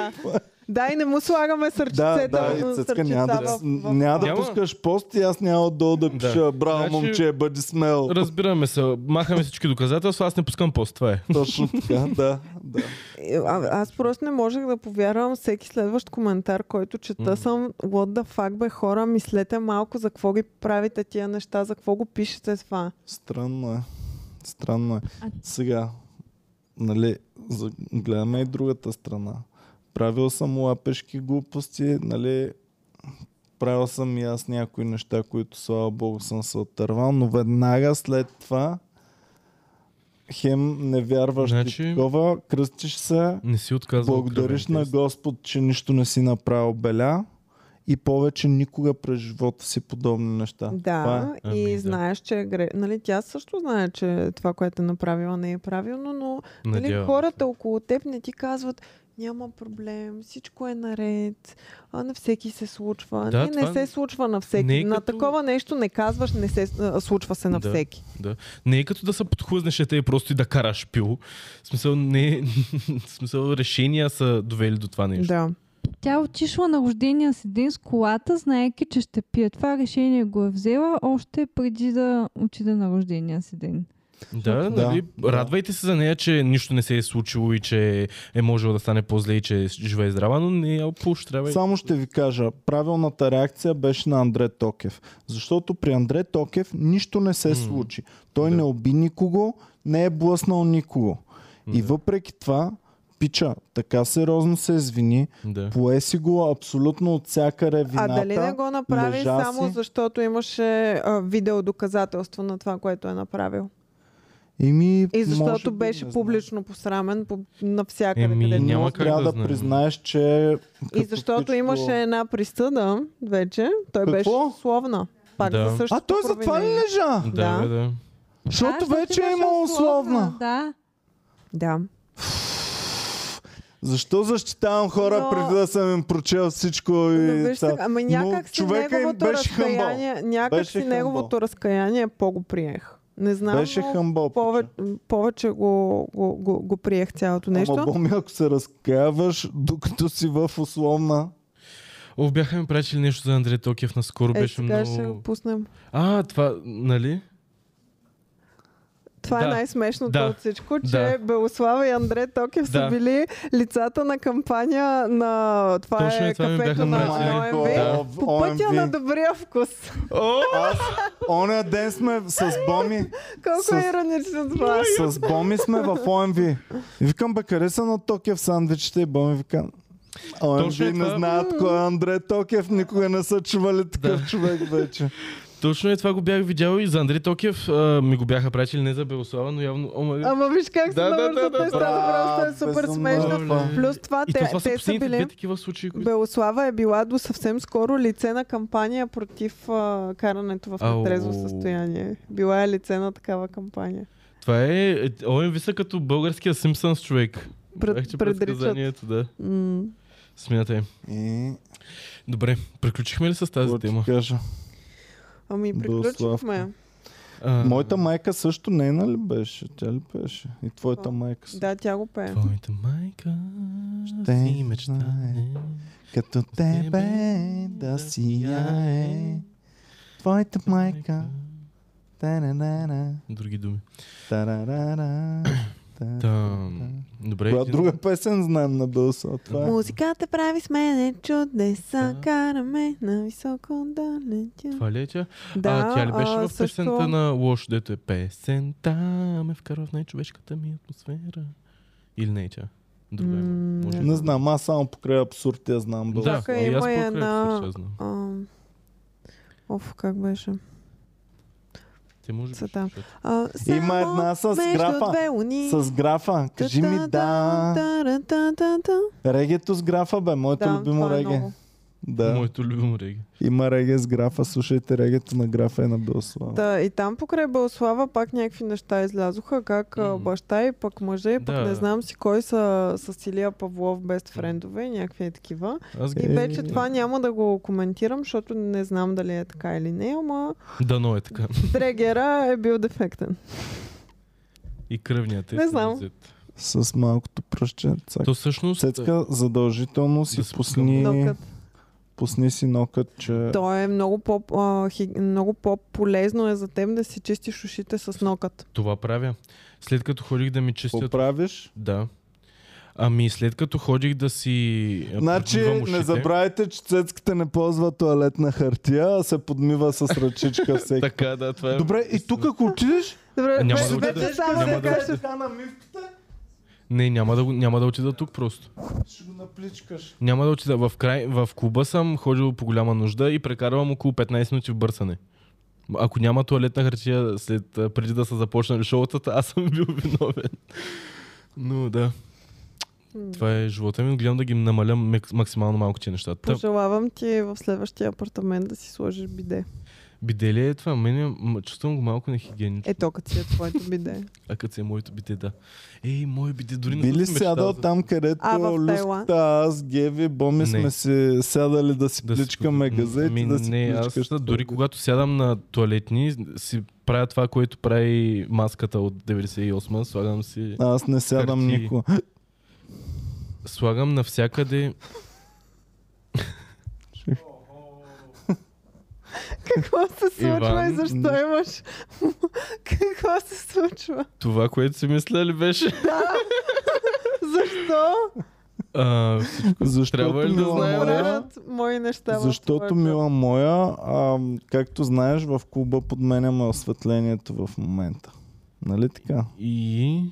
Speaker 3: <laughs> Да, и не му слагаме
Speaker 1: Да,
Speaker 3: сърчицета.
Speaker 1: да, и цецка няма да,
Speaker 3: сърчица е в- в-
Speaker 1: няма да
Speaker 2: Няма.
Speaker 1: пускаш пост и аз няма отдолу да
Speaker 2: Да.
Speaker 1: пиша браво
Speaker 2: Значи-
Speaker 1: момче, бъди смел.
Speaker 2: Разбираме се, махаме всички доказателства, аз не пускам пост, това е.
Speaker 1: Точно така, да, да.
Speaker 3: Е, А, аз просто не можех да повярвам всеки следващ коментар, който чета
Speaker 2: Мгм.
Speaker 3: съм. What the fuck, бе хора, мислете малко за какво ги правите тия неща, за какво го пишете това.
Speaker 1: Странно е. Странно е.
Speaker 4: А-
Speaker 1: Сега, нали, за- гледаме и другата страна. Правил съм лапешки глупости, нали, правил съм и аз някои неща, които слава богу съм се отървал, но веднага след това хем не вярваш значи...
Speaker 2: Значи-
Speaker 1: такова, кръстиш се,
Speaker 2: Не си отказвал. е
Speaker 1: благодариш
Speaker 2: кръвен
Speaker 1: на
Speaker 2: тест.
Speaker 1: Господ, че нищо не си направил беля и повече никога през живота си подобни неща. Това е.
Speaker 3: Да,
Speaker 2: Ами,
Speaker 3: и
Speaker 2: да.
Speaker 3: знаеш, че е гре... Нали, тя също знае, че това, което е направила, не е правилно, но нали,
Speaker 2: Надявам се.
Speaker 3: хората около теб не ти казват няма проблем, всичко е наред, а на всеки се случва.
Speaker 2: Да,
Speaker 3: не, не
Speaker 2: това
Speaker 3: се случва на всеки.
Speaker 2: не е
Speaker 3: на
Speaker 2: като-
Speaker 3: такова нещо не казваш, не се а, случва се на
Speaker 2: Да.
Speaker 3: всеки.
Speaker 2: Не е като да се подхлъзнеш ете и просто и да караш пил. В смисъл, не, <laughs> е- в смисъл решения са довели до това нещо.
Speaker 3: Да.
Speaker 4: Тя отишла на рождения си ден с колата, знаеки, че ще пие. Това решение го е взела още преди да отида на рождения си ден.
Speaker 2: Да,
Speaker 1: Да,
Speaker 2: да, нали?
Speaker 1: да.
Speaker 2: Радвайте се за нея, че нищо не се е случило и че е можело да стане по-зле и че живее здрава, но не я поощрявай.
Speaker 1: Само ще ви кажа, правилната реакция беше на Андре Токев. Защото при Андре Токев нищо не се
Speaker 2: М,
Speaker 1: случи. Той
Speaker 2: да.
Speaker 1: не уби никого, не е блъснал никого. И
Speaker 2: Да.
Speaker 1: въпреки това, пича така сериозно се извини,
Speaker 2: Да.
Speaker 1: пое си го абсолютно от всякъде вината.
Speaker 3: А дали не го направи
Speaker 1: лежа
Speaker 3: само
Speaker 1: си.
Speaker 3: защото имаше а, видео доказателство на това, което е направил?
Speaker 1: Еми,
Speaker 3: И защото
Speaker 1: може би,
Speaker 3: беше
Speaker 1: не знам.
Speaker 3: публично посрамен по, навсякъде.
Speaker 2: Еми,
Speaker 3: където.
Speaker 1: Но
Speaker 2: няма как
Speaker 1: трябва
Speaker 2: да
Speaker 1: да,
Speaker 2: знаем.
Speaker 1: признаеш, че...
Speaker 3: И
Speaker 1: като
Speaker 3: защото
Speaker 1: всичко-
Speaker 3: имаше една присъда вече, той
Speaker 1: Какво?
Speaker 3: беше условна. Пак
Speaker 2: Да.
Speaker 3: за същото
Speaker 1: А той затова ли
Speaker 3: провинение.
Speaker 1: лежа?
Speaker 2: Да,
Speaker 3: Да.
Speaker 2: бе, да.
Speaker 1: Защото
Speaker 4: Да,
Speaker 1: вече е
Speaker 4: беше
Speaker 1: имало условна.
Speaker 4: Да.
Speaker 3: Да.
Speaker 1: Защо защитавам хора,
Speaker 3: Но-
Speaker 1: преди да съм им прочел всичко и...
Speaker 3: Но виж
Speaker 1: ця-
Speaker 3: сега, ама
Speaker 1: Но
Speaker 3: някак си
Speaker 1: човека им
Speaker 3: неговото
Speaker 1: беше хъмбъл.
Speaker 3: разкаяние, някак
Speaker 1: Беше
Speaker 3: си
Speaker 1: хъмбъл.
Speaker 3: неговото разкаяние по-го приех. Не знам,
Speaker 1: Беше
Speaker 3: но
Speaker 1: хъмбъл.
Speaker 3: повече,
Speaker 1: пича.
Speaker 3: повече го, го, го, го приех цялото нещо.
Speaker 1: Ама Боми, ако се разкаяваш, докато си в условна...
Speaker 2: О, бяха ми прачили нещо за Андрей Токев наскоро,
Speaker 3: е,
Speaker 2: беше
Speaker 3: сега ще го
Speaker 2: много...
Speaker 3: пуснем.
Speaker 2: А, това, нали?
Speaker 3: Това е
Speaker 2: Да.
Speaker 3: най-смешното
Speaker 2: Да.
Speaker 3: от всичко, че
Speaker 2: Да.
Speaker 3: Белослава и Андре Токев са
Speaker 2: Да.
Speaker 3: били лицата на кампания на това
Speaker 2: Точно
Speaker 3: е
Speaker 2: това ми
Speaker 3: кафето
Speaker 2: бяха
Speaker 3: на
Speaker 2: мразили.
Speaker 3: ОМВ. е
Speaker 2: Да.
Speaker 1: в
Speaker 3: По пътя
Speaker 1: OMV.
Speaker 3: на добрия вкус. <laughs>
Speaker 1: Аз, оня ден сме с Боми,
Speaker 3: Колко
Speaker 1: С-
Speaker 3: е иронично това.
Speaker 1: с Боми сме в ОМВ. И викам, бе, хареса на Токев сандвичите и Боми вика...
Speaker 2: Точно
Speaker 1: ОМВ
Speaker 2: е
Speaker 1: не
Speaker 2: това.
Speaker 1: знаят кой е Андре Токев, никога не са чували такъв човек вече.
Speaker 2: Точно е това го бях видял и за Андрей Токев а, ми го бяха прачили не за Белослава, но явно... О, ма...
Speaker 3: Ама виж как се
Speaker 2: Да, да, да,
Speaker 3: навързат
Speaker 2: да,
Speaker 3: нещата,
Speaker 1: да.
Speaker 3: просто е супер
Speaker 1: Безумно.
Speaker 3: смешно.
Speaker 2: Оле.
Speaker 3: Плюс това,
Speaker 2: И
Speaker 3: те,
Speaker 2: то това са
Speaker 3: те са
Speaker 2: последните
Speaker 3: били...
Speaker 2: две такива случаи, които...
Speaker 3: Белослава е била до съвсем скоро лице на кампания против а, карането в
Speaker 2: Ау.
Speaker 3: нетрезво състояние. Била е лице на такава кампания.
Speaker 2: Това е... е, ОМВ са като българския Симпсънс човек.
Speaker 3: Пред-
Speaker 2: Бяхте
Speaker 3: предричат.
Speaker 2: предсказанието, да.
Speaker 3: М.
Speaker 2: Смятай.
Speaker 1: И...
Speaker 2: Добре, приключихме ли с тази
Speaker 1: какво ти
Speaker 2: тема?
Speaker 1: кажа?
Speaker 3: Ами
Speaker 1: Белославка.
Speaker 3: приключихме.
Speaker 2: А,
Speaker 1: Моята майка също не е, нали беше? Тя ли беше? И твоята майка също.
Speaker 3: Да, тя го пее.
Speaker 2: Твоята майка
Speaker 1: Ще
Speaker 2: си мечтае.
Speaker 1: Като тебе да сияе твоята майка. Та-на-на-на,
Speaker 2: Други думи.
Speaker 1: та-ра-ра-ра, та-ра-ра.
Speaker 2: Та, добре.
Speaker 1: Коя
Speaker 2: един-
Speaker 1: друга песен знаем на Белса? Това е.
Speaker 3: Музиката прави с мене чудеса,
Speaker 2: Да.
Speaker 3: караме на високо да летя.
Speaker 2: Това ли е тя?
Speaker 3: Да,
Speaker 2: а, тя ли беше
Speaker 3: а,
Speaker 2: в песента
Speaker 3: също-
Speaker 2: на Лош, дето е песента ме вкарва в най-човешката ми атмосфера? Или не е тя? Друга е.
Speaker 3: М,
Speaker 2: може би.
Speaker 1: Не знам, аз само покрай абсурд я знам
Speaker 2: Да,
Speaker 1: Белса.
Speaker 3: Тук
Speaker 2: и аз
Speaker 3: има
Speaker 2: покрай
Speaker 3: една-
Speaker 2: абсурд, аз знам.
Speaker 3: Ам, Оф, как беше?
Speaker 2: Те може би
Speaker 3: Са
Speaker 2: ще
Speaker 3: там.
Speaker 2: чуят.
Speaker 3: А,
Speaker 1: Има
Speaker 3: само
Speaker 1: една с
Speaker 3: между
Speaker 1: графа.
Speaker 3: Две луни.
Speaker 1: С графа, кажи ми да.
Speaker 3: Та-та-та-та-та-та.
Speaker 1: Регето с графа бе, моето
Speaker 3: Да,
Speaker 1: любимо
Speaker 3: това е
Speaker 1: реге.
Speaker 3: много.
Speaker 1: Да.
Speaker 2: Моето любимо реги.
Speaker 1: Има реге с графа. Слушайте, регето на графа е на Белослава.
Speaker 3: Та, и там покрай Белослава пак някакви неща излязоха, как а,
Speaker 2: Мгм.
Speaker 3: баща и пък мъже, и пък
Speaker 2: Да.
Speaker 3: не знам си кой са с Илия Павлов бест френдове и някакви е такива.
Speaker 2: Аз
Speaker 3: И <laughs>
Speaker 2: ги...
Speaker 1: Е.
Speaker 3: вече това няма да го коментирам, защото не знам дали е така или не, ама
Speaker 2: Дано е така.
Speaker 3: Дрегера е бил дефектен.
Speaker 2: И кръвният е.
Speaker 3: Не знам.
Speaker 2: синизет.
Speaker 1: С малкото пръще. Цак.
Speaker 2: То всъщност...
Speaker 1: Цецка задължително си
Speaker 2: Да спускам
Speaker 1: пусни,
Speaker 3: Нокът.
Speaker 1: пусни си нокът, че...
Speaker 3: То е много, по, а, хи, много по-полезно е за теб да си чистиш ушите с нокът.
Speaker 2: Това правя. След като ходих да ми чистят...
Speaker 1: Поправиш.
Speaker 2: Да. Ами след като ходих да си... а, подмивам
Speaker 1: Значи не
Speaker 2: ушите-
Speaker 1: забравяйте, че цецката не ползва туалетна хартия, а се подмива с ръчичка
Speaker 2: <laughs>
Speaker 1: всеки.
Speaker 2: Така, да, това е...
Speaker 1: Добре, и тук ако отидеш,
Speaker 3: Добре,
Speaker 2: Няма
Speaker 3: ве-
Speaker 2: да отида.
Speaker 3: вече само
Speaker 2: Няма
Speaker 3: да
Speaker 2: да
Speaker 3: кажа.
Speaker 1: така на мивката,
Speaker 2: Не, няма да, го- няма да отида тук просто.
Speaker 1: ще го напличкаш.
Speaker 2: Няма да отида. В, край, в клуба съм ходил по голяма нужда и прекарвам около 15 минути в бърсане. Ако няма туалетна хартия след, а, преди да са започнали шоутата, аз съм бил виновен. Но да, това е живота ми. Гледам да ги намаля мек- максимално малко тия неща. Та,
Speaker 3: Пожелавам ти в следващия апартамент да си сложиш биде.
Speaker 2: биде ли е това? Мене м- чувствам го малко нехигиенично.
Speaker 3: Е, то като си е твоето
Speaker 1: <laughs>
Speaker 3: биде.
Speaker 2: А като се е моето биде, да. Ей, мое биде, дори не
Speaker 1: Би
Speaker 2: съм
Speaker 1: ли
Speaker 2: си мечтал
Speaker 1: сядал
Speaker 2: за-
Speaker 1: там, където
Speaker 3: А, в Тайланд?
Speaker 1: люската, аз, Геви, Боми
Speaker 2: Не.
Speaker 1: сме си сядали да си
Speaker 2: Да си-
Speaker 1: пличкаме газа и ти
Speaker 2: Ами
Speaker 1: да си
Speaker 2: не, аз
Speaker 1: пличкаш?
Speaker 2: дори когато сядам на туалетни, си правя това, което прави маската от 98, слагам си...
Speaker 1: Аз не сядам
Speaker 2: Хартии.
Speaker 1: никога.
Speaker 2: Слагам навсякъде...
Speaker 3: Какво се случва
Speaker 2: Иван?
Speaker 3: и защо имаш? <laughs> Какво се случва?
Speaker 2: Това, което си мисля ли беше?
Speaker 3: Защо?
Speaker 2: А, всичко-
Speaker 1: Защото,
Speaker 2: Трябва ли да
Speaker 1: мила
Speaker 2: знаем
Speaker 1: моя,
Speaker 3: Правят мои неща. в
Speaker 1: Защото,
Speaker 3: твоето.
Speaker 1: мила моя, а, както знаеш, в клуба подменяме осветлението в момента. Нали така?
Speaker 2: И...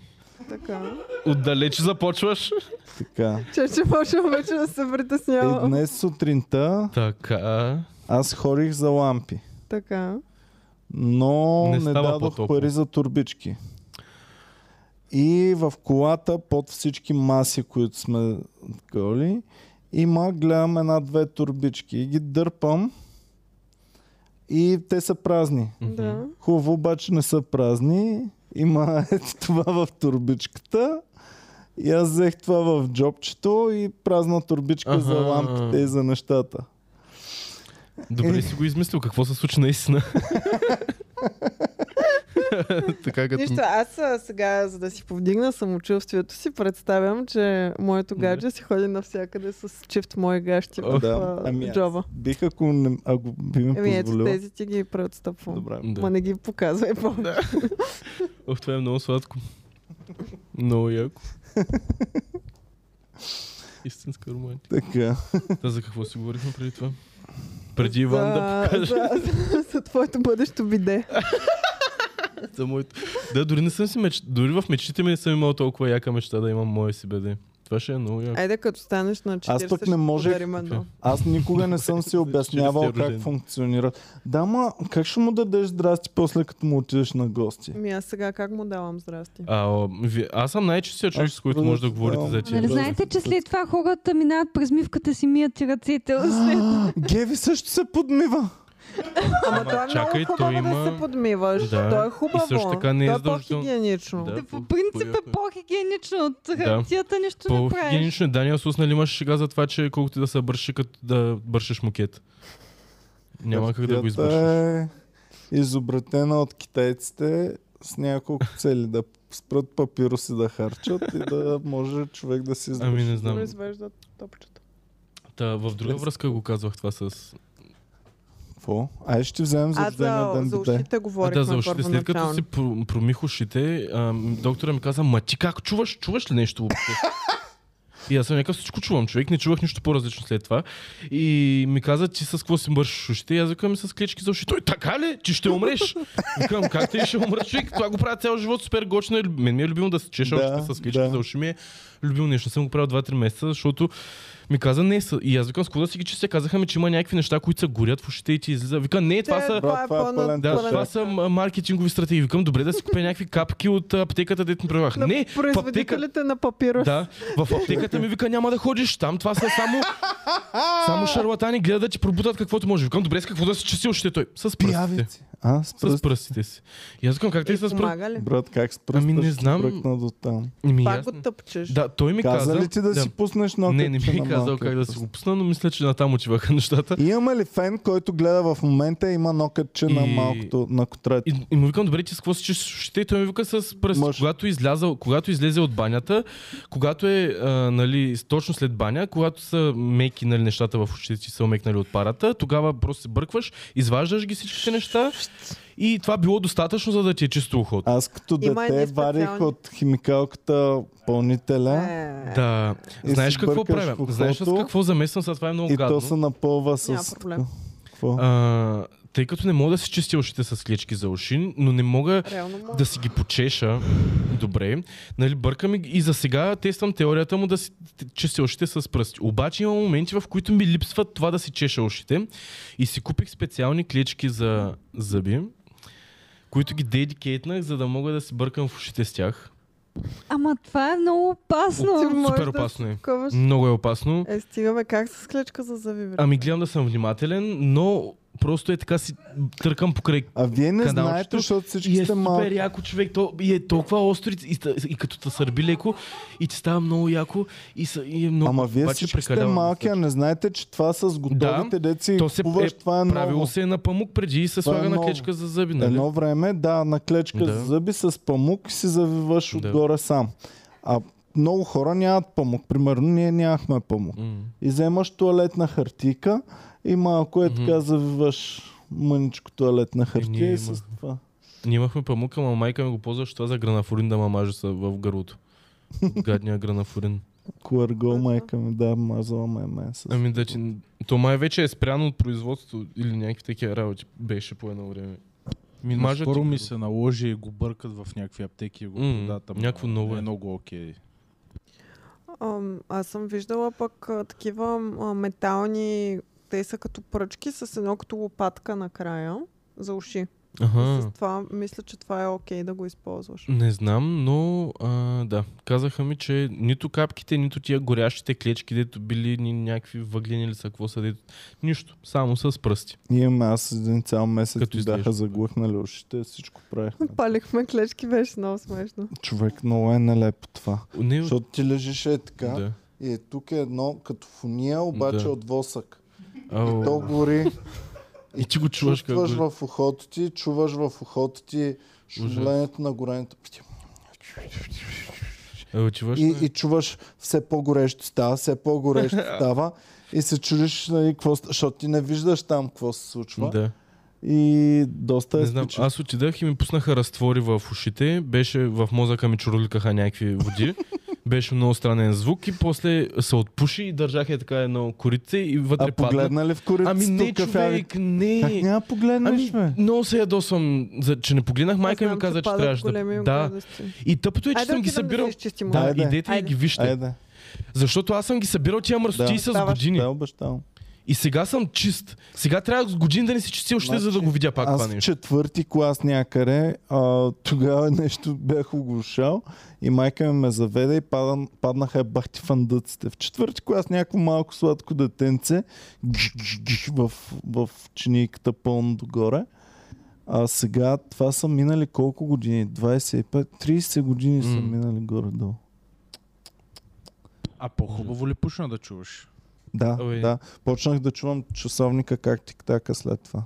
Speaker 3: Така.
Speaker 2: Отдалече започваш?
Speaker 1: Така.
Speaker 2: Е,
Speaker 3: Че, че можем вече да се
Speaker 1: Е,
Speaker 3: притеснявам.
Speaker 1: днес сутринта
Speaker 2: Така...
Speaker 1: аз ходих за лампи,
Speaker 3: Така.
Speaker 1: но
Speaker 2: Не
Speaker 1: не, не
Speaker 2: става
Speaker 1: дадох
Speaker 2: по-топло.
Speaker 1: пари за турбички. И в колата, под всички маси, които сме голи, има, гледам една-две турбички и ги дърпам и те са празни.
Speaker 3: Да.
Speaker 1: Хубаво, обаче не са празни. Има <laughs> ето това в турбичката. И аз взех това в джобчето и празна турбичка за
Speaker 2: Аха.
Speaker 1: лампите и за нещата.
Speaker 3: Е.
Speaker 2: Добре си го измислил, какво се случи наистина? така като...
Speaker 3: Нищо, аз а, сега, за да си повдигна самочувствието си, представям, че моето гадже си ходи навсякъде с чифт мои гащи в
Speaker 2: Ох,
Speaker 3: а,
Speaker 1: Ами аз
Speaker 3: джоба.
Speaker 1: Бих, ако, не, ако би ми
Speaker 3: Еми, ето
Speaker 1: позволил.
Speaker 3: тези ти ги преотстъпвам.
Speaker 1: Добре.
Speaker 2: Да.
Speaker 3: Ма не ги показвай повече.
Speaker 2: Ох, това е много сладко.
Speaker 3: <laughs>
Speaker 2: Много яко. Истинска романтика.
Speaker 1: Така.
Speaker 2: Та за какво си говорихме преди това? Преди Иван да покаже
Speaker 3: за, за, за твоето бъдещо биде.
Speaker 2: за моето. Да, дори не съм си меч... Дори в мечтите ми не съм имал толкова яка мечта да имам моя си беде. Това ще е много яко.
Speaker 3: Айде като станеш на 40,
Speaker 1: Аз пък не можех.
Speaker 3: ще подарим едно.
Speaker 1: Аз никога не съм си обяснявал
Speaker 2: Честия
Speaker 1: как
Speaker 2: рожден.
Speaker 1: функционира. Да, ма как ще му дадеш здрасти после като му отидеш на гости?
Speaker 3: Ми Ами аз сега как му давам здрасти?
Speaker 2: А, о, ви... Аз съм най-чистия човек, с който може да говорите за
Speaker 4: Нали
Speaker 2: тия.
Speaker 1: да.
Speaker 4: знаете, че след това хората минават през мивката си, мият си ръцете. след-
Speaker 3: Ами.
Speaker 1: Геви също се подмива.
Speaker 3: Ама той е
Speaker 2: чакай,
Speaker 3: много
Speaker 2: той
Speaker 3: хубаво
Speaker 2: има-
Speaker 3: да се подмиваш.
Speaker 2: Да.
Speaker 3: То е
Speaker 2: И
Speaker 3: хубаво.
Speaker 2: също така не е
Speaker 3: то е
Speaker 2: задължително.
Speaker 3: по-хигиенично.
Speaker 2: Да.
Speaker 4: Да, по принцип е по-хигиенично от хартията, нищо не правиш.
Speaker 2: По-хигиенично е. Даниел Сус, нали имаш шега за това, че колкото и да се бърши, като да бършиш мукет. Няма как да го
Speaker 1: Картията
Speaker 2: избършиш.
Speaker 1: е изобретена от китайците с няколко цели. Да спрат папироси да харчат и да може човек да си избърши.
Speaker 2: Ами не знам.
Speaker 3: Произвеждат топчета.
Speaker 2: Та, в друга връзка го казвах това с
Speaker 1: Какво? Ай ще ти вземем за
Speaker 3: А
Speaker 1: рождения
Speaker 3: за,
Speaker 1: ден
Speaker 3: за
Speaker 1: биде.
Speaker 3: ушите
Speaker 2: А,
Speaker 3: говорихме
Speaker 2: да, за ушите. След като
Speaker 3: първоначално.
Speaker 2: си про- промих ушите, а, доктора ми каза, ма ти как чуваш? Чуваш ли нещо въобще? И аз съм някакъв всичко чувам, човек. Не чувах нищо по-различно след това. И ми каза, ти с какво си мършиш ушите? И аз викам ми с клечки за уши. Той така ли? Ти ще умреш? Викам, как ти ще умреш? Човек, това го правя цял живот, супер гочно. е. Мен ми е любимо да се чеша
Speaker 1: Да,
Speaker 2: ушите с клечки
Speaker 1: да.
Speaker 2: за уши. Ми е любимо нещо. Не съм го правил 2-3 месеца, защото Ми каза, не са. И аз викам, скуда си ги, че се казаха ми, че има някакви неща, които се горят в ушите и ти излиза. Вика, не, това
Speaker 3: Те,
Speaker 2: са...
Speaker 1: Брат, това е
Speaker 3: по-на-
Speaker 1: пълен
Speaker 2: Да,
Speaker 1: Пълен
Speaker 2: това
Speaker 1: брак.
Speaker 2: са м- маркетингови стратегии. Викам, добре да си купя някакви капки от а, аптеката, дете ми правах.
Speaker 3: На
Speaker 2: Не, в аптека...
Speaker 3: производителите на папирус.
Speaker 2: Да, в аптеката ми вика, няма да ходиш там, това са само... само шарлатани гледат да ти пробутат каквото може. Викам, добре, с какво да се чисти ушите той? С пръстите.
Speaker 1: Пиявици. А, с
Speaker 2: С
Speaker 1: пръст.
Speaker 2: пръстите си. И аз викам, как те
Speaker 3: И
Speaker 2: с пръстите?
Speaker 3: помага ли?
Speaker 1: Брат, как с пръст?
Speaker 2: Ами не знам.
Speaker 1: Бръкна до там.
Speaker 2: Ми, е
Speaker 3: Пак
Speaker 2: Ами, ясно.
Speaker 3: го тъпчеш.
Speaker 2: Да, той ми каза...
Speaker 1: Каза ли ти да,
Speaker 2: да.
Speaker 1: си пуснеш нокът?
Speaker 2: Не, не ми е казал как да си го пусна, но мисля, че натам отиваха <laughs> нещата.
Speaker 1: Имаме ли фен, който гледа в момента и има нокътче на
Speaker 2: И-
Speaker 1: малкото, на котрето?
Speaker 2: И, и му викам, добре, ти с какво си чистиш ушите? И той ми вика с пръст.
Speaker 1: Мъж.
Speaker 2: Когато, излязал, когато излезе от банята, когато е а, нали, точно след баня, когато са меки нали, нещата в ушите ти са омекнали от парата, тогава просто се бъркваш, изваждаш ги всичките неща и това било достатъчно, за да ти е чисто ухото.
Speaker 1: Аз като
Speaker 3: Има
Speaker 1: дете
Speaker 3: едни
Speaker 1: варих
Speaker 3: специални.
Speaker 1: от химикалката пълнителя
Speaker 3: Е,
Speaker 2: Да.
Speaker 1: И
Speaker 2: Знаеш
Speaker 1: си
Speaker 2: какво
Speaker 1: бъркаш
Speaker 2: правя?
Speaker 1: в ухото.
Speaker 2: Знаеш аз какво замесвам? Сега това е много
Speaker 1: и
Speaker 2: гадно.
Speaker 1: то се напълва
Speaker 3: Няма
Speaker 1: с...
Speaker 3: проблем.
Speaker 1: Какво?
Speaker 2: А, тъй като не мога да си чистя ушите с клечки за уши, но не мога
Speaker 3: Реално може.
Speaker 2: да си ги почеша добре. Нали, бъркам и, и за сега тествам теорията му да си т- чистя ушите с пръсти. Обаче има моменти, в които ми липсва това да си чеша ушите. И си купих специални клечки за зъби, които ги дедикейтнах, за да мога да си бъркам в ушите с тях.
Speaker 4: Ама това е много
Speaker 3: Ти
Speaker 4: опасно.
Speaker 2: Супер
Speaker 3: можеш да
Speaker 2: опасно е.
Speaker 3: се такова-
Speaker 2: Много е опасно.
Speaker 3: Е, стигаме как с клечка за зъби, бе?
Speaker 2: Ами гледам да съм внимателен, но просто е така си търкам покрай
Speaker 1: А вие не
Speaker 2: каналчето
Speaker 1: знаете, защото всички
Speaker 2: И е
Speaker 1: сте
Speaker 2: супер
Speaker 1: малки.
Speaker 2: яко човек. То, и е толкова остро и, и, и като те сърби леко и ти става много яко и, са, и е много...
Speaker 1: Ама вие
Speaker 2: обаче
Speaker 1: всички сте
Speaker 2: прекалявам.
Speaker 1: малки, а не знаете, че това с готовите деци
Speaker 2: То се
Speaker 1: купуваш,
Speaker 2: е
Speaker 1: това е ново.
Speaker 2: Правило се е на памук преди и се
Speaker 1: Това е
Speaker 2: слага на
Speaker 1: ново.
Speaker 2: клечка за зъби, нали?
Speaker 1: Едно време, да, на клечка
Speaker 2: Да.
Speaker 1: да. зъби с памук и си завиваш
Speaker 2: Да.
Speaker 1: отгоре сам. А много хора нямат памук. Примерно ние нямахме памук.
Speaker 2: М.
Speaker 1: И вземаш туалетна хартика и малко е така завиваш мъничко туалетна хартия и с
Speaker 2: имахме.
Speaker 1: това.
Speaker 2: Ние имахме памук, ама майка ми го ползва, защото това за гранафурин да ма мажа са в
Speaker 1: <laughs>
Speaker 2: гърлото. Гадния гранафурин.
Speaker 1: Куаргол майка ми, да, мазала ме мен с...
Speaker 2: Ами да ти... То май вече е спряно от производство или някакви такива работи. Беше по едно време.
Speaker 5: Ми,
Speaker 2: Ами Мажат
Speaker 5: скоро
Speaker 2: ти
Speaker 5: ми
Speaker 2: го.
Speaker 5: се наложи и го бъркат в някакви аптеки и го
Speaker 2: М,
Speaker 5: продават. ама
Speaker 2: някакво ново
Speaker 5: не
Speaker 2: е.
Speaker 5: е. Много окей.
Speaker 3: Ам, аз съм виждала пък а, такива а, метални, те са като пръчки с едно като лопатка накрая за уши. И
Speaker 2: Аха.
Speaker 3: с това, мисля, че това е окей да го използваш.
Speaker 2: Не знам, но а, да, казаха ми, че нито капките, нито тия горящите клечки, дето били ни някакви въглени или са, какво са, дето... нищо, само с пръсти.
Speaker 1: Имаме аз един цял месец
Speaker 2: Като
Speaker 1: ми бяха
Speaker 2: изглежда.
Speaker 1: заглъхнали ушите, всичко правихме.
Speaker 3: Палихме клечки, беше много смешно.
Speaker 1: Човек, много е нелепо това.
Speaker 2: Не, от-
Speaker 1: Защото ти лежиш е така
Speaker 2: да.
Speaker 1: и е тук е едно като фуния, обаче
Speaker 2: Да.
Speaker 1: от восък.
Speaker 2: Ау.
Speaker 1: То гори.
Speaker 2: И ти го <laughs> чуваш как
Speaker 1: чувстваш
Speaker 2: го...
Speaker 1: в ухото ти, чуваш в ухото ти шумленето на горенето.
Speaker 2: Е, отиваш
Speaker 1: И,
Speaker 2: на-
Speaker 1: и чуваш все по-горещо става, все
Speaker 2: <laughs>
Speaker 1: по-горещо става и се чудиш, нали, какво, ста- защото ти не виждаш там какво се случва.
Speaker 2: Да.
Speaker 1: И доста е
Speaker 2: Не знам,
Speaker 1: спечи.
Speaker 2: аз отидах и ми пуснаха разтвори в ушите, беше в мозъка ми чуруликаха
Speaker 1: <laughs>
Speaker 2: някакви води, беше много странен звук и после се отпуши и държах е така едно корице и вътре
Speaker 1: А
Speaker 2: падна.
Speaker 1: погледна ли в корицата
Speaker 2: Ами не,
Speaker 1: кафяви?
Speaker 2: човек, не.
Speaker 1: Как няма да погледнеш,
Speaker 2: Ами,
Speaker 1: ме?
Speaker 2: много се ядосвам, за, че не погледнах. Майка
Speaker 3: Аз знам,
Speaker 2: ми каза, че
Speaker 3: падат
Speaker 2: трябваше
Speaker 3: големи
Speaker 2: да... Да.
Speaker 3: гадости.
Speaker 2: И тъпото е, че
Speaker 3: Айде
Speaker 2: съм ги
Speaker 3: отидем
Speaker 2: събирал.
Speaker 3: Да, си изчистим
Speaker 2: Да,
Speaker 1: Айде.
Speaker 2: идете и
Speaker 3: Айде.
Speaker 2: ги вижте.
Speaker 1: Айде,
Speaker 2: Защото аз съм ги събирал тия мръсотии
Speaker 1: Да.
Speaker 2: с
Speaker 3: Ставаш.
Speaker 2: години.
Speaker 1: да, обещавам.
Speaker 2: И сега съм чист. Сега трябва с години да не си чисти още, за да го видя пак това
Speaker 1: Аз в
Speaker 2: нещо.
Speaker 1: четвърти клас някъде, а, тогава <laughs> нещо бях оглушал и майка ми ме заведе и падам, паднаха бахти фандъците. В четвърти клас някакво малко сладко детенце гж, гж, гж, в, в чиниката пълно догоре. А сега това са минали колко години? 25-30 години са
Speaker 2: М.
Speaker 1: минали горе-долу.
Speaker 5: А по-хубаво ли пушна да чуваш?
Speaker 1: Да,
Speaker 2: Ой.
Speaker 1: да. Почнах да чувам часовника как тик-така след това.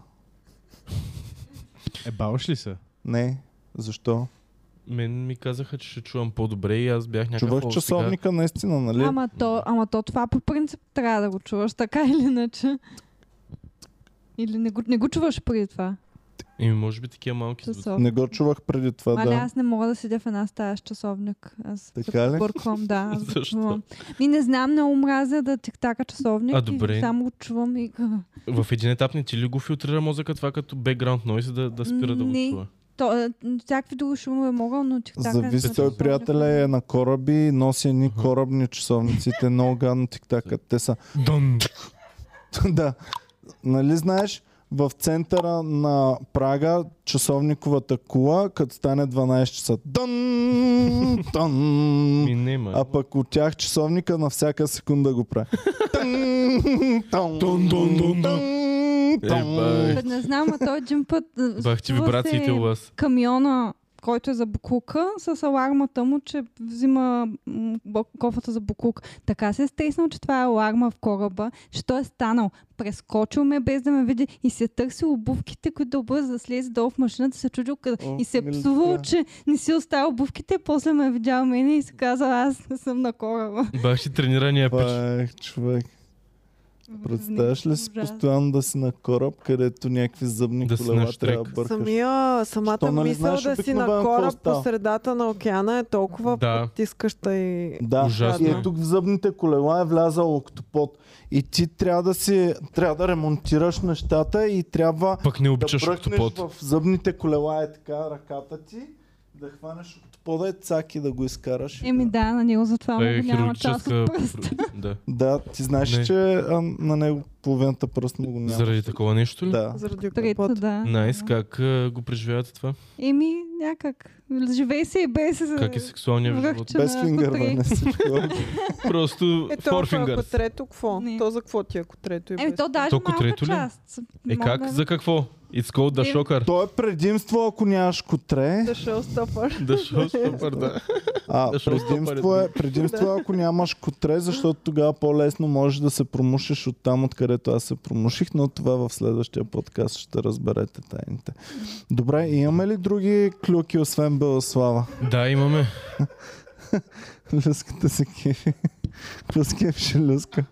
Speaker 5: Е, баваш ли се?
Speaker 1: Не, защо?
Speaker 2: Мен ми казаха, че ще чувам по-добре и аз бях някакъв...
Speaker 1: Чувах
Speaker 2: «О, Е, сега
Speaker 1: часовника наистина, нали?
Speaker 4: Ама то, ама то това по принцип трябва да го чуваш, така или иначе. Или не го, не го чуваш преди това.
Speaker 2: Еми, може би такива малки звуци.
Speaker 4: Часов.
Speaker 1: Не го чувах преди това,
Speaker 4: Мале,
Speaker 1: да.
Speaker 4: аз не мога да седя в една стая с часовник. Аз
Speaker 1: Така ли?
Speaker 4: бърквам, да. аз го
Speaker 2: <laughs> Защо?
Speaker 4: чувам. Ми не знам, много мразя да тиктака часовник.
Speaker 2: А,
Speaker 4: и
Speaker 2: добре.
Speaker 4: Само го чувам и...
Speaker 2: В един етап не ти ли го филтрира мозъка това като бекграунд нойс да, да спира да го
Speaker 4: Не.
Speaker 2: чува?
Speaker 4: То, е, всякакви други шумове е могъл, но тиктака... е
Speaker 1: Зависи той
Speaker 4: значително
Speaker 1: приятеля е на кораби, носи едни корабни часовници, те много гадно тиктакат. Те са
Speaker 5: Дън.
Speaker 1: <laughs> да. Нали знаеш, в центъра на Прага часовниковата кула, като стане 12 часа. Дън,
Speaker 2: Ми
Speaker 1: дън.
Speaker 2: не, ма.
Speaker 1: А пък от тях часовника на всяка секунда го прави. Тън, тън,
Speaker 2: Тън, тън, тън, тън.
Speaker 1: тън, тън.
Speaker 2: Е,
Speaker 4: Път не знам, а той един път... е,
Speaker 2: Бах ти
Speaker 4: струва
Speaker 2: вибрациите
Speaker 4: се
Speaker 2: у вас.
Speaker 4: Камиона, който е за буклука, с алармата му, че взима м, бо- кофата за буклук. Така се е стреснал, че това е аларма в кораба, че той е станал. Прескочил ме без да ме види и се е търсил обувките, които да обърза да слезе долу в машината, се чудил къде.
Speaker 1: О,
Speaker 4: и се е
Speaker 1: мили
Speaker 4: псувал,
Speaker 1: дете.
Speaker 4: че не си оставил обувките, после ме е видял мене и се казал, аз не съм на кораба.
Speaker 2: Бах ти тренирания пич.
Speaker 1: Това е човек. Представяш ли си
Speaker 4: Ужасно.
Speaker 1: постоянно да си на кораб, където някакви зъбни
Speaker 2: Да си на
Speaker 1: колела
Speaker 2: щрек.
Speaker 1: трябва да бъркаш?
Speaker 3: Самия, самата
Speaker 1: Що, нали
Speaker 3: мисъл
Speaker 1: знаеш
Speaker 3: да си
Speaker 1: обикновено
Speaker 3: на
Speaker 1: какво
Speaker 3: кораб
Speaker 1: става?
Speaker 3: по средата на океана е толкова
Speaker 2: Да.
Speaker 3: потискаща и...
Speaker 1: Да,
Speaker 2: Ужасно
Speaker 1: и
Speaker 2: е.
Speaker 1: е тук в зъбните колела е влязал октопод. И ти трябва да си, трябва да ремонтираш нещата и трябва
Speaker 2: Пък не
Speaker 1: да
Speaker 2: обичаш
Speaker 1: бръкнеш
Speaker 2: октопод.
Speaker 1: в зъбните колела е така ръката ти, да хванеш октопода и цак и да го изкараш.
Speaker 4: Еми да, на него затова
Speaker 2: Това е
Speaker 4: му няма част
Speaker 2: хирургическа...
Speaker 4: от пръста.
Speaker 2: Да.
Speaker 1: Да, ти знаеш,
Speaker 2: Не.
Speaker 1: че а, на него половината пръст му го няма.
Speaker 2: Заради такова нещо ли?
Speaker 1: Да.
Speaker 3: Заради
Speaker 4: Трето,
Speaker 3: октопод.
Speaker 4: да.
Speaker 2: Найс, как а, го преживявате това?
Speaker 4: Еми, някак. Живей си и без...
Speaker 2: Как е сексуалният ви живот?
Speaker 4: връхче
Speaker 1: Без
Speaker 4: на
Speaker 1: фингърване
Speaker 4: кутри.
Speaker 1: всичко. е
Speaker 2: Просто
Speaker 3: Е, то, ако
Speaker 2: форфингърс.
Speaker 3: трето, какво?
Speaker 4: Не.
Speaker 3: То за какво ти, е, ако трето и
Speaker 2: Е,
Speaker 3: без?
Speaker 4: Еми, то даже
Speaker 2: Толкова
Speaker 4: малка
Speaker 2: трето ли?
Speaker 4: част.
Speaker 2: Е
Speaker 4: Мога
Speaker 2: как?
Speaker 4: да-
Speaker 2: За какво? It's called the
Speaker 4: Е,
Speaker 2: shocker.
Speaker 1: То е предимство, ако нямаш котре.
Speaker 3: Да ще е остъпаш.
Speaker 2: <laughs> The showstopper, да.
Speaker 1: А,
Speaker 2: Защото
Speaker 1: предимство е, предимство е, ако нямаш котре, защото тогава по-лесно можеш да се промушиш от там, откъдето аз се промуших, но това в следващия подкаст ще разберете тайните. Добре, имаме ли други клюки, освен Белослава? <laughs>
Speaker 2: Да, имаме.
Speaker 1: Люската се кефи. Какво се кефеше Люска?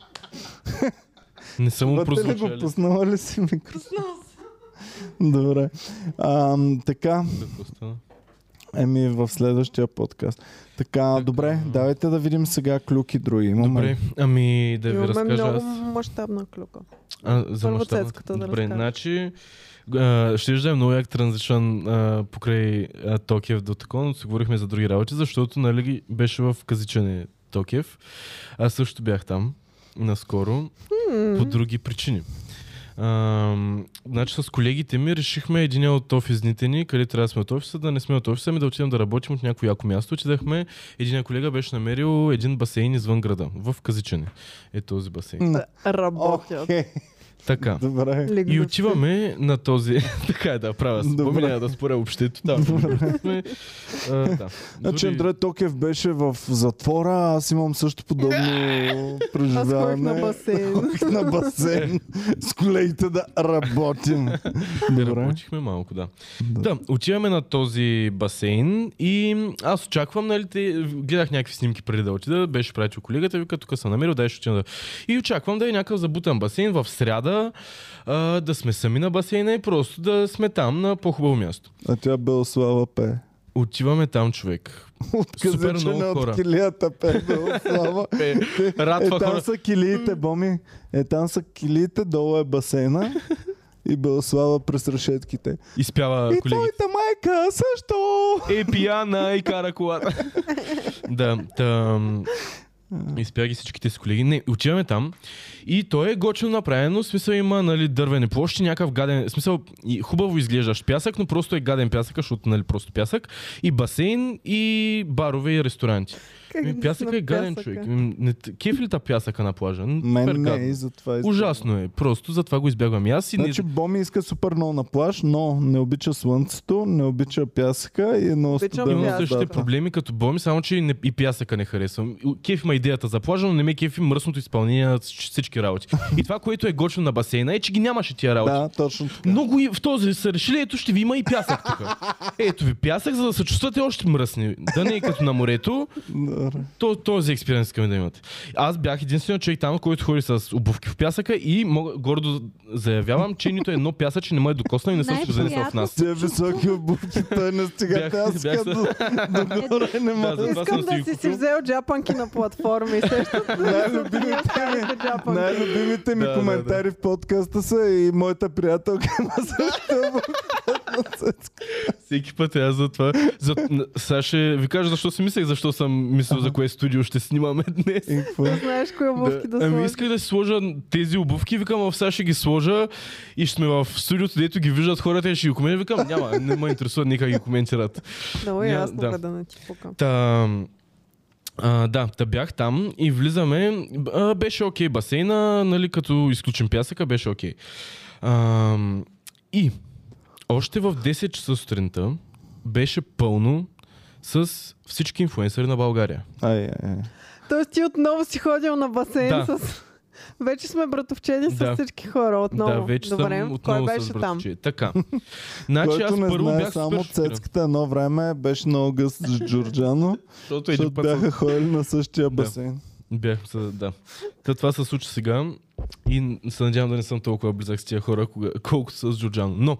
Speaker 2: Не съм му
Speaker 1: Вътре ли го
Speaker 2: прозвучали.
Speaker 1: пуснала ли си микро? Добре. А, така,
Speaker 2: Какво стана?
Speaker 1: еми в следващия подкаст. Така, добре, давайте да видим сега клюки други. Имаме ли?
Speaker 2: Добре, ами да ви
Speaker 3: Имаме
Speaker 2: разкажа
Speaker 3: много
Speaker 2: аз.
Speaker 3: мащабна клюка.
Speaker 2: А, за
Speaker 3: Първо
Speaker 2: мащаба.
Speaker 3: цецката да
Speaker 2: Добре,
Speaker 3: разкажеш.
Speaker 2: значи а, ще виждам много як транзишън а, покрай а, Токиев до такова, но си говорихме за други работи, защото нали, ги- беше в казичане Токиев. Аз също бях там наскоро по други причини. А, значи с колегите ми решихме един от офисните ни, къде трябва да сме от офиса, да не сме от офиса, ами да отидем да работим от някое яко място. Отидахме, един колега беше намерил един басейн извън града, в Казичане. Е този басейн.
Speaker 3: Да, работят.
Speaker 1: Окей,
Speaker 2: Така.
Speaker 1: добре.
Speaker 3: Лигнат
Speaker 2: И
Speaker 3: се.
Speaker 2: отиваме на този... <laughs> така е, да, правя се.
Speaker 1: Добре.
Speaker 2: Спомена да споря общето. Да, сме. А, да.
Speaker 1: Значи
Speaker 2: Дори-
Speaker 1: Андре Токев беше в затвора, аз имам също
Speaker 3: <laughs>
Speaker 1: подобно
Speaker 3: Аз ходих на
Speaker 1: преживяване.
Speaker 3: басейн.
Speaker 1: Ходих на басейн с колегите да
Speaker 2: <laughs>
Speaker 1: работим. Добре.
Speaker 2: Работихме малко, да. Да, отиваме на този басейн и аз очаквам, нали, те, гледах някакви снимки преди да отида, беше пратил колегата, вика, тук съм намерил, дай ще отивам да... И очаквам да е някакъв забутан басейн в сряда, а, да сме сами на басейна и просто да сме там на по-хубаво място.
Speaker 1: А тя Белослава пе. <laughs>
Speaker 2: Отиваме там, човек. Супер
Speaker 1: Отказа, че
Speaker 2: много
Speaker 1: не
Speaker 2: хора.
Speaker 1: от килията пе
Speaker 2: <laughs>
Speaker 1: Белослава.
Speaker 2: Е,
Speaker 1: Е,
Speaker 2: радва
Speaker 1: там
Speaker 2: хора.
Speaker 1: са килиите, Боми. Е, там са килиите, долу е басейна. И Белослава през решетките.
Speaker 2: Изпява
Speaker 1: И
Speaker 2: колегите.
Speaker 1: твоята майка също!
Speaker 2: е пияна и
Speaker 3: <laughs>
Speaker 2: кара колата. да, там... Изпя ги всичките си колеги. Не, отиваме там. И той е готино направено. В смисъл има нали, дървени площи, някакъв гаден. В смисъл и хубаво изглеждащ пясък, но просто е гаден пясък, защото нали, просто пясък. И басейн, и барове, и ресторанти.
Speaker 3: Как
Speaker 2: Ми,
Speaker 3: да
Speaker 2: пясък
Speaker 3: си на
Speaker 2: е гаден
Speaker 3: пясъка?
Speaker 2: човек. Ми, не, кеф ли та пясъка на плажа? Супер
Speaker 1: Мен не, е
Speaker 2: гадно.
Speaker 1: и затова избягам.
Speaker 2: Ужасно е. Просто затова го избягвам. И аз и
Speaker 1: Значи
Speaker 2: не...
Speaker 1: Боми иска супер много на плаж, но не обича слънцето, не обича пясъка и е много
Speaker 3: Обичам
Speaker 1: студено.
Speaker 2: Имам
Speaker 1: в
Speaker 3: пясъка.
Speaker 2: същите
Speaker 1: водата.
Speaker 2: проблеми като Боми, само че и, не, и пясъка не харесвам. И- Кеф има идеята за плажа, но не ме кефи мръсното изпълнение на всич- всички работи. И това, което е гочно на басейна е, че ги нямаше тия работи.
Speaker 1: Да, точно така.
Speaker 2: Много и в този са решили, ето ще ви има и пясък тук. Ето ви пясък, за да се чувствате още мръсни. Да не е като на морето,
Speaker 1: Добре.
Speaker 2: то, този експириенс искаме да имате. Аз бях единственият човек там, който ходи с обувки в пясъка и мога, гордо заявявам, че нито едно пясъче не ме е докоснал и не съм свързан с
Speaker 4: Най-приятно
Speaker 2: нас.
Speaker 1: Тия високи обувки, той не стига
Speaker 2: Бях-
Speaker 1: аз
Speaker 2: бях-
Speaker 1: до, догоре не
Speaker 2: Да,
Speaker 1: мога.
Speaker 2: затова съм
Speaker 3: Искам да си си
Speaker 2: купил.
Speaker 3: взел джапанки на <laughs> платформи. Сещаш ли за тия старите джапанки?
Speaker 1: Най-любимите ми
Speaker 2: Да,
Speaker 1: <laughs>
Speaker 2: да,
Speaker 1: коментари в подкаста са и моята приятелка има също обувки.
Speaker 2: Всеки път е аз за това. За... н- Сега ще ви кажа защо си мислех, защо съм мислил за кое студио ще снимаме днес.
Speaker 1: И какво?
Speaker 3: Да знаеш кои обувки да,
Speaker 2: ами
Speaker 3: сложиш.
Speaker 2: исках да си сложа тези обувки, викам, в сега ще ги сложа и ще сме в студиото, дето ги виждат хората и ще ги коментират. Викам, няма, не ме интересува, нека ги коментират.
Speaker 3: Много е
Speaker 2: ня-
Speaker 3: ясно,
Speaker 2: да.
Speaker 3: бе, да не ти пука.
Speaker 2: Та, а, да, та бях там и влизаме. А, беше окей басейна, нали, като изключим пясъка, беше окей. А, и още в 10 часа сутринта беше пълно с всички инфуенсъри на България.
Speaker 1: Ай, ай, ай.
Speaker 3: Тоест ти отново си ходил на басейн
Speaker 2: Да.
Speaker 3: с... Вече сме братовчени с
Speaker 2: Да.
Speaker 3: всички хора отново.
Speaker 2: да, вече
Speaker 3: Добре,
Speaker 2: съм отново
Speaker 3: кой беше
Speaker 2: с
Speaker 3: там?
Speaker 2: братовче. Така. Значи аз
Speaker 1: Който не
Speaker 2: първо
Speaker 1: знае,
Speaker 2: бях
Speaker 1: само
Speaker 2: супер шокиран,
Speaker 1: цецката едно време беше много гъст с
Speaker 2: <laughs>
Speaker 1: Джорджано,
Speaker 2: защото един
Speaker 1: защото
Speaker 2: път съм
Speaker 1: бяха ходили на същия
Speaker 2: Да.
Speaker 1: басейн.
Speaker 2: Бях, с- да. Та това се случи сега и се надявам да не съм толкова близък с тия хора, кога, колкото с Джорджан. Но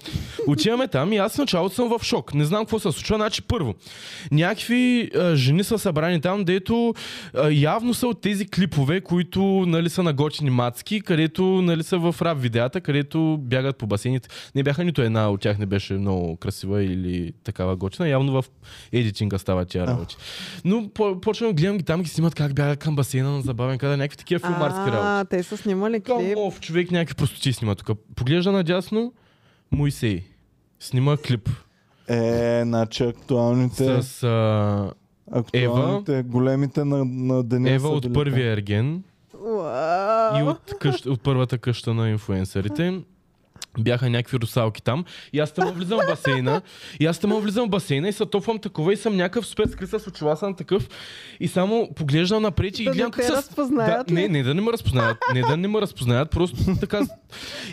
Speaker 2: отиваме там и аз в началото съм в шок. Не знам какво се случва. Значи първо, някакви а, жени са събрани там, дето а, явно са от тези клипове, които нали, са нагочени мацки, където нали, са в рап видеята, където бягат по басейните. Не бяха нито една от тях, не беше много красива или такава готина. Явно в едитинга става тия работи. Но по- почвам, гледам ги там, ги снимат как бягат към басейна на забавен кадър, някакви такива филмарски работи.
Speaker 3: А, те са снимали
Speaker 2: Към
Speaker 3: клип.
Speaker 2: ов, човек някакви простоти снима тук. Поглежда надясно, Моисей. Снима клип
Speaker 1: Е, значи актуалните,
Speaker 2: с а,
Speaker 1: актуалните големите на, на деня
Speaker 2: Ева
Speaker 1: са
Speaker 2: от
Speaker 1: били
Speaker 2: първия ерген и
Speaker 3: Уау!
Speaker 2: от, къщ, от първата къща на инфуенсерите. Бяха някакви русалки там. И аз там влизам в басейна. И аз там влизам в басейна и се топвам такова и съм някакъв супер скрит с очила съм такъв. И само поглеждам напред и
Speaker 3: Да не
Speaker 2: гледам
Speaker 3: те
Speaker 2: се-
Speaker 3: разпознаят
Speaker 2: да,
Speaker 3: ли?
Speaker 2: Не, не да не ме разпознаят. Не да не ме разпознаят, просто така.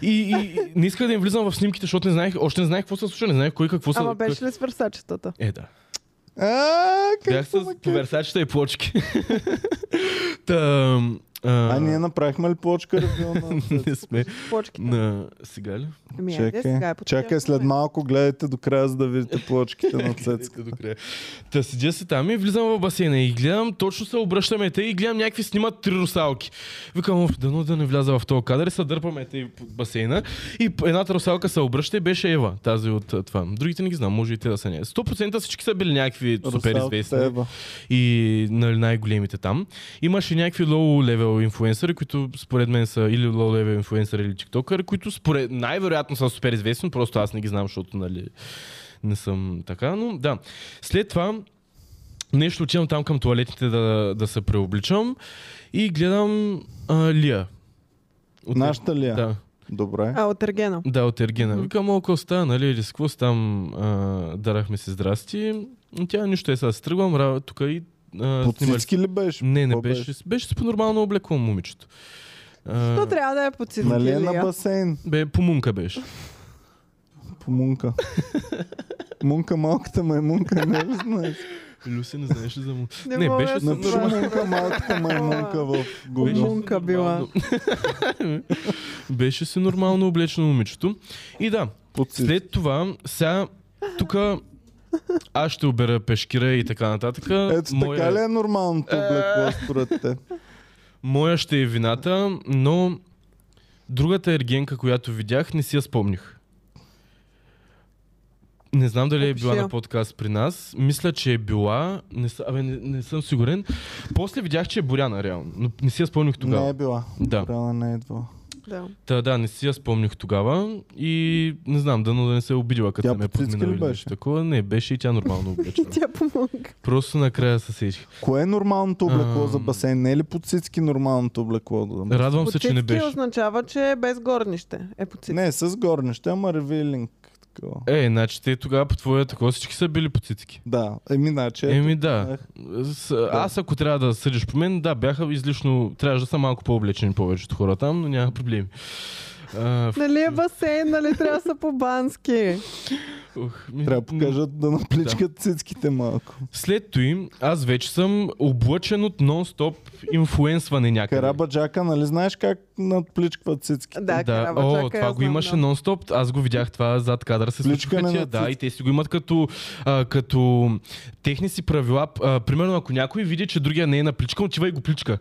Speaker 2: И, и, и не исках да им влизам в снимките, защото не знаех, още не знаех какво се случва, не знаех кой какво се...
Speaker 3: Ама беше ли с върсачетата?
Speaker 2: Е, да.
Speaker 1: А, как
Speaker 2: Бях
Speaker 1: се
Speaker 2: с версачета и плочки. <laughs> Та, а,
Speaker 1: А ние направихме ли плочка ревю на
Speaker 2: <laughs> не сме.
Speaker 3: Почките.
Speaker 2: На сега ли?
Speaker 3: Ами, айде, сега е
Speaker 1: Чакай,
Speaker 3: по
Speaker 1: чакай,
Speaker 3: тия
Speaker 1: след
Speaker 3: момент.
Speaker 1: малко гледайте до края, за да видите плочките на Цецка.
Speaker 2: Цецка до края. Та седя си там и влизам в басейна и гледам, точно се обръщаме те и гледам някакви снимат три русалки. Викам, оф, дано да не вляза в този кадър и се дърпаме те по басейна. И п- едната русалка се обръща и беше Ева, тази от а, това. Другите не ги знам, може и те да са не. 100% всички са били някакви супер
Speaker 1: Русалката
Speaker 2: известни
Speaker 1: Ева.
Speaker 2: и нали, най-големите там. Имаше някакви лоу-левел инфуенсъри, които според мен са или лоу-левел инфуенсъри или тиктокъри, които според най-вероятно са супер известни, просто аз не ги знам, защото нали, не съм така, но да. След това нещо отивам там към туалетните да, да се преобличам и гледам а, Лия. От-
Speaker 1: Нашата ли е?
Speaker 2: Да.
Speaker 1: Добре.
Speaker 3: А, от Ергена.
Speaker 2: Да, от Ергена. Викам, о, коста, нали, или с какво си там а, дарахме си здрасти. Тя нищо е сега. си Тръгвам ра- тук и а,
Speaker 1: Под
Speaker 2: снимали
Speaker 1: всички ли беше?
Speaker 2: не, не
Speaker 1: Какво
Speaker 2: беше. Беше с по-нормално облекло момичето. А,
Speaker 3: То трябва да е по цивилия.
Speaker 1: Нали е на басейн?
Speaker 2: бе, по мунка беше.
Speaker 1: По
Speaker 2: <laughs>
Speaker 1: мунка. Мунка малката маймунка, не ли знаеш?
Speaker 2: Люси не знаеше за мунка.
Speaker 3: <laughs> Не
Speaker 2: не
Speaker 3: мога
Speaker 2: беше
Speaker 3: да
Speaker 2: с
Speaker 3: се
Speaker 1: Напиши
Speaker 3: Това е-
Speaker 1: мунка малката маймунка в
Speaker 2: Беше си
Speaker 1: Google.
Speaker 3: Мунка била.
Speaker 2: нормално- беше си нормално облечено момичето. И да,
Speaker 1: Под всички.
Speaker 2: след това, сега, тук аз ще обера пешкира и така нататък.
Speaker 1: Ето така ли е нормалното облекло според те?
Speaker 2: Е, моя ще е вината, но другата ергенка, която видях, не си я спомних. Не знам дали е
Speaker 3: Опиши
Speaker 2: била
Speaker 3: я.
Speaker 2: на подкаст при нас. Мисля, че е била. Не, с- абе, не, не съм сигурен. После видях, че е Боряна, реално. Но не си я спомних тогава.
Speaker 1: Не е била.
Speaker 2: Да.
Speaker 1: Правилно не е идвала.
Speaker 3: Да.
Speaker 2: Та, да, не си я спомних тогава и не знам, дано да не се е обидила, като
Speaker 1: Тя
Speaker 2: не ме
Speaker 1: по цицки ли
Speaker 2: подминала или
Speaker 1: беше?
Speaker 2: нещо такова. Не, беше и тя
Speaker 1: <laughs>
Speaker 2: нормално облечена.
Speaker 3: Тя помогна.
Speaker 2: Просто накрая се сетих.
Speaker 1: Кое е нормалното облекло за
Speaker 2: Ам.
Speaker 1: басейн? Не е ли под всички нормалното облекло? за басейн?
Speaker 2: Радвам се, че не
Speaker 3: Почетски
Speaker 2: беше.
Speaker 3: означава, че е без горнище. Е по цивилия.
Speaker 1: Не, с горнище, ама ревилинг. Такова.
Speaker 2: Е, значи те тогава по твоя такова всички са били по цицки.
Speaker 1: Да, еми, значи, иначе.
Speaker 2: Еми да.
Speaker 1: Ах.
Speaker 2: С, аз ако трябва да съдиш по мен, да, бяха излишно. Трябваше да са малко по-облечени повечето хора там, но няма проблеми. А, в-
Speaker 3: Нали е басейн, нали трябва да са по-бански?
Speaker 2: ух, ми-
Speaker 1: Трябва да покажат да напличкат цицките малко.
Speaker 2: След той, аз вече съм облъчен от нон-стоп инфлуенсване някъде.
Speaker 1: Карабаджака, нали знаеш как надпличкват цицки.
Speaker 3: Да, карава,
Speaker 2: О,
Speaker 3: чакай,
Speaker 2: това
Speaker 3: аз
Speaker 2: го
Speaker 3: знам,
Speaker 2: имаше
Speaker 3: да.
Speaker 2: нон-стоп. Аз го видях това зад кадъра се
Speaker 1: Включване
Speaker 2: случва.
Speaker 1: на
Speaker 2: тия, Да,
Speaker 1: цицки.
Speaker 2: и те си го имат като, а, като техни си правила. А, примерно, ако някой види, че другия не е на пличка, отива и го пличка.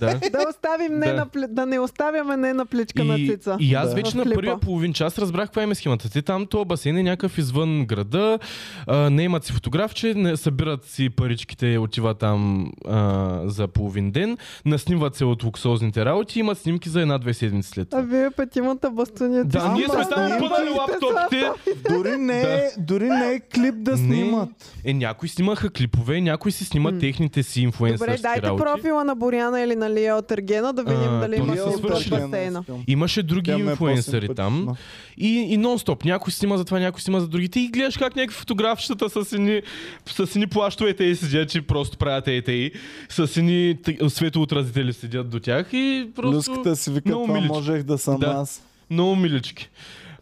Speaker 2: Да.
Speaker 3: Да оставим не
Speaker 2: Да.
Speaker 3: на пли- да не оставяме не на пличка на
Speaker 2: И,
Speaker 3: цица.
Speaker 2: и аз
Speaker 1: Да.
Speaker 2: вече
Speaker 3: В
Speaker 2: на
Speaker 3: клипа.
Speaker 2: първия половин час разбрах каква им е схемата. Те там това басейн е някакъв извън града, а, не имат си фотографче, не, събират си паричките, отива там а, за половин ден, наснимват се от луксозните работи, имат снимки за една-две седмици след
Speaker 3: А
Speaker 2: това.
Speaker 3: вие петимата бастуните.
Speaker 2: Да,
Speaker 1: ама
Speaker 2: ние сме
Speaker 1: да,
Speaker 2: там
Speaker 1: да,
Speaker 2: опънали
Speaker 3: Ами, да,
Speaker 2: лаптопите.
Speaker 1: Дори не, е, дори не е клип да
Speaker 2: Не.
Speaker 1: снимат.
Speaker 2: Е, някои снимаха клипове, някои си снимат
Speaker 3: М.
Speaker 2: техните си инфуенсърски
Speaker 3: Добре, дайте
Speaker 2: е работи.
Speaker 3: профила на Боряна или на Лия от Ергена да видим
Speaker 2: А,
Speaker 3: дали
Speaker 2: то
Speaker 3: има
Speaker 2: не са
Speaker 1: Лия
Speaker 3: клип от
Speaker 2: свършили.
Speaker 3: басейна.
Speaker 2: Имаше други
Speaker 1: Тя е ме е
Speaker 2: инфуенсъри там.
Speaker 1: по-симпатична.
Speaker 2: И, и нон-стоп. Някой снима за това, някой снима за другите. И гледаш как някакви фотографчета с едни, с едни плащове те седят, че просто правят ей и с едни т- светоотразители седят до тях и просто
Speaker 1: Люската си вика,
Speaker 2: много
Speaker 1: това
Speaker 2: милички.
Speaker 1: можех да съм
Speaker 2: Да.
Speaker 1: аз.
Speaker 2: много милички.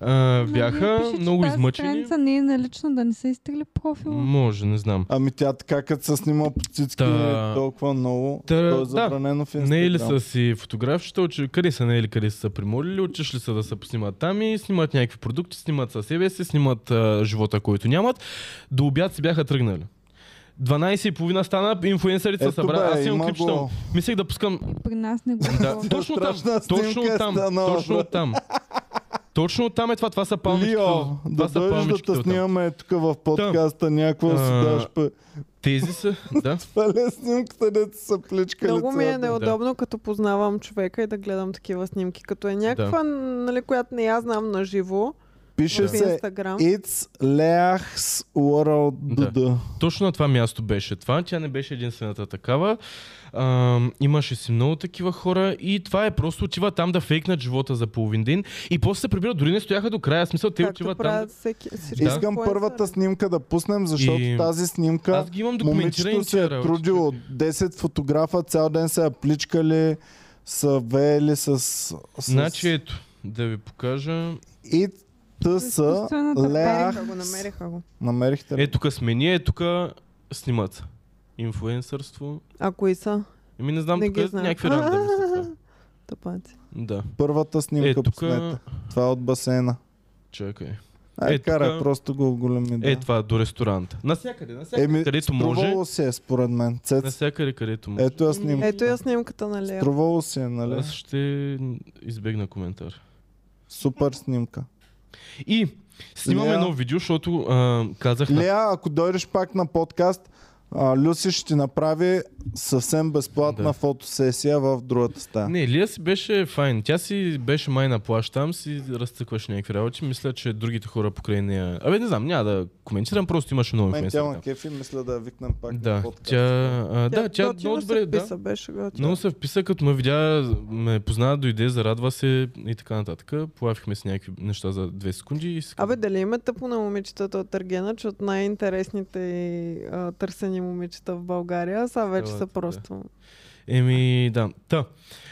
Speaker 2: А,
Speaker 4: Ма,
Speaker 2: бяха
Speaker 4: вие Нали, пише, че
Speaker 2: много
Speaker 4: тази
Speaker 2: измъчени.
Speaker 4: страница е не е налична, да не се изтегли профила.
Speaker 2: Може, не знам.
Speaker 1: Ами тя така, като се снима по цицки
Speaker 2: Та-
Speaker 1: толкова много,
Speaker 2: Та,
Speaker 1: то
Speaker 2: да.
Speaker 1: е забранено в Инстаграм.
Speaker 2: Не е ли са си фотографчета, отиш- къде са не е ли къде са се примолили, отиш ли са да се поснимат там и снимат някакви продукти, снимат със себе си, снимат а, живота, който нямат. До обяд си бяха тръгнали. 12.30 стана, инфуенсърите се
Speaker 1: Ето
Speaker 2: събра.
Speaker 1: бе,
Speaker 2: Аз имам
Speaker 1: има
Speaker 2: клипчета.
Speaker 1: го.
Speaker 2: Мислех да пускам...
Speaker 4: И при нас не го
Speaker 2: Да,
Speaker 4: е
Speaker 2: точно там,
Speaker 1: Страшна
Speaker 2: точно
Speaker 1: снимка е
Speaker 2: там,
Speaker 1: станала,
Speaker 2: точно
Speaker 1: бе.
Speaker 2: там. Точно там е това, това са палмичките.
Speaker 1: Лио,
Speaker 2: това
Speaker 1: да
Speaker 2: са
Speaker 1: дойдеш да те
Speaker 2: палмичките оттам.
Speaker 1: снимаме тук в подкаста, някаква да си
Speaker 2: А,
Speaker 1: даш пе.
Speaker 2: Тези са, да.
Speaker 1: Това ли е снимката, дето са пличкали
Speaker 3: Много ми е
Speaker 1: цялата?
Speaker 3: неудобно, като познавам човека и да гледам такива снимки. Като е някаква, нали, която не я знам на живо
Speaker 1: Пише
Speaker 3: в
Speaker 1: се
Speaker 3: Инстаграм.
Speaker 1: It's Leach's World
Speaker 2: Да.
Speaker 1: DD.
Speaker 2: Точно на това място беше това. Тя не беше единствената такава. А, имаше си много такива хора и това е просто отива там да фейкнат живота за половин ден и после се прибират, дори не стояха до края. В Смисъл, те
Speaker 3: Както
Speaker 2: отиват там.
Speaker 3: правят всеки, всички
Speaker 2: Да.
Speaker 1: Искам
Speaker 3: инфлуенсъри.
Speaker 1: първата снимка да пуснем, защото
Speaker 2: И-
Speaker 1: тази снимка
Speaker 2: Аз ги имам документирани
Speaker 1: момичето се
Speaker 2: тия
Speaker 1: е
Speaker 2: работи.
Speaker 1: трудило. 10 фотографа цял ден са я пличкали, са веели с... с...
Speaker 2: Значи ето, да ви покажа.
Speaker 1: И тъс
Speaker 4: Изкуствената
Speaker 1: леах...
Speaker 3: Намериха го, намериха го.
Speaker 1: Намерихте ли?
Speaker 2: Е, тук сме ние, е, тук снимат. Инфуенсърство.
Speaker 3: А кои са?
Speaker 2: Еми не знам,
Speaker 3: Не
Speaker 2: тук
Speaker 3: ги
Speaker 2: е
Speaker 3: знам.
Speaker 2: някакви рандъми са
Speaker 1: <laughs>
Speaker 2: това.
Speaker 3: <laughs> Тъпаци.
Speaker 2: Да.
Speaker 1: Първата снимка
Speaker 2: Е, тук...
Speaker 1: пуснете. Това е от басейна.
Speaker 2: Чакай.
Speaker 1: Ай,
Speaker 2: Е,
Speaker 1: е, карай,
Speaker 2: тука-
Speaker 1: просто го големи. Да.
Speaker 2: Е, това до ресторанта. Насякъде, насякъде,
Speaker 1: Еми,
Speaker 2: където може.
Speaker 1: Струвало се, е, според мен. Цец,
Speaker 2: Насякъде, където може.
Speaker 1: ето я снимка.
Speaker 3: Ето я снимката на Лея.
Speaker 1: Струвало се, е, нали?
Speaker 2: Аз ще избегна коментар.
Speaker 1: Супер снимка.
Speaker 2: И снимам
Speaker 1: Лея.
Speaker 2: едно видео, защото а, казах на...
Speaker 1: Лея, ако дойдеш пак на подкаст, а, Люси ще ти направи съвсем безплатна
Speaker 2: Да.
Speaker 1: фотосесия в другата стая.
Speaker 2: Не, Лия си беше файн. Тя си беше май на плащ там, си разцъкваше някакви работи. Мисля, че другите хора покрай нея... Абе, не знам, няма да коментирам, просто имаше много
Speaker 1: Мен тя
Speaker 2: инфуенсъри
Speaker 1: ма
Speaker 2: там.
Speaker 1: кефи, мисля да я викнем пак на
Speaker 2: Да,
Speaker 1: подкаст. е?
Speaker 2: тя, а, да, тя
Speaker 3: готино
Speaker 2: много
Speaker 3: се
Speaker 2: добре, да.
Speaker 3: вписа, беше готино.
Speaker 2: Много се вписа, като ме видя, ме позна, дойде, зарадва се и така нататък. Полавихме си някакви неща за две секунди и си...
Speaker 3: Абе, дали има тъпо на момичетата от Аргена, че от най-интересните и а, търсени момичета в България, са вече
Speaker 2: Елате,
Speaker 3: са
Speaker 2: да.
Speaker 3: просто...
Speaker 2: Еми, да. Та.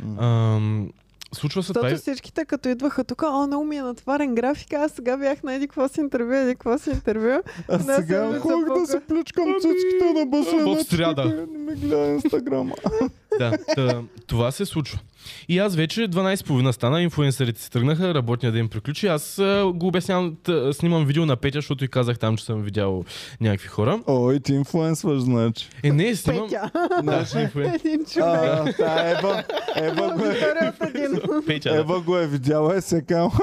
Speaker 1: М.
Speaker 2: Ам, случва се това. е-
Speaker 3: Защото
Speaker 2: и-
Speaker 3: всичките като идваха тук, о, много ми е натварен график, аз сега бях на еди какво си интервю, еди какво си интервю.
Speaker 1: А
Speaker 3: Да, сега ми
Speaker 1: сега
Speaker 3: се
Speaker 1: ходих да
Speaker 3: пука.
Speaker 1: се пличкам цицките на басейна.
Speaker 2: Ами, в сряда.
Speaker 1: човек, Не ми гледа инстаграма.
Speaker 2: Да, та, това се случва. И аз вече 12.30 стана, инфуенсърите си тръгнаха, работния ден приключи. Аз а, го обяснявам, тъ, снимам видео на Петя, защото и казах там, че съм видял някакви хора.
Speaker 1: Ой, ти инфлуенсваш, значи.
Speaker 2: Е, не, снимам...
Speaker 3: Петя, <laughs>
Speaker 2: Да, инфлуен...
Speaker 3: един човек.
Speaker 1: А, да, Ева, Ева, го е,
Speaker 3: Аудитория от един.
Speaker 1: <laughs>
Speaker 2: Петя, да.
Speaker 1: Ева го е видяла и се казва,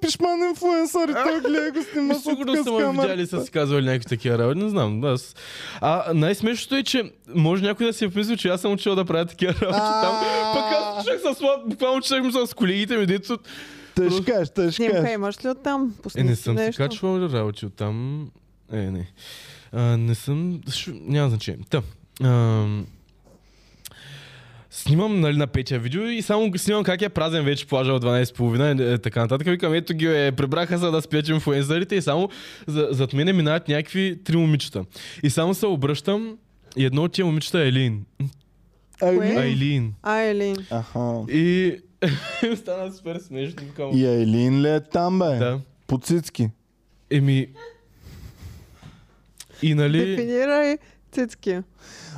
Speaker 1: пишман инфлуенсър и той гледа и го снима
Speaker 2: Ми
Speaker 1: с откъс
Speaker 2: сигурно са ме видяли, са си казвали някакви такива работи, не знам. Аз... А най-смешното е, че може някой да си е помислил, че аз съм учил да правя такива работи там. Пък аз чух с слаб, буквално чух с колегите ми, дето...
Speaker 1: Тъжка, тъжка.
Speaker 3: Снимка е имаш ли оттам? Пусни
Speaker 2: Е, не
Speaker 3: си
Speaker 2: съм си
Speaker 3: нещо.
Speaker 2: качвал работи от там. Е, не. А, не съм... Шу... Няма значение. Та. А, снимам нали, на Петя видео и само го снимам как е празен вече плажа от 12.30 и е, така нататък. Викам, ето ги е, прибраха за да спият инфуенсърите и само за, зад мене минават някакви три момичета. И само се обръщам и едно от тия момичета е Елин.
Speaker 3: Кое?
Speaker 1: Айлин.
Speaker 2: Айлин.
Speaker 3: Айлин.
Speaker 1: Аха.
Speaker 2: И <laughs> стана супер смешно. Викам,
Speaker 1: И Айлин ли е там, бе?
Speaker 2: да.
Speaker 1: По цицки.
Speaker 2: Еми... И нали...
Speaker 3: Е, Дефинирай Цицки.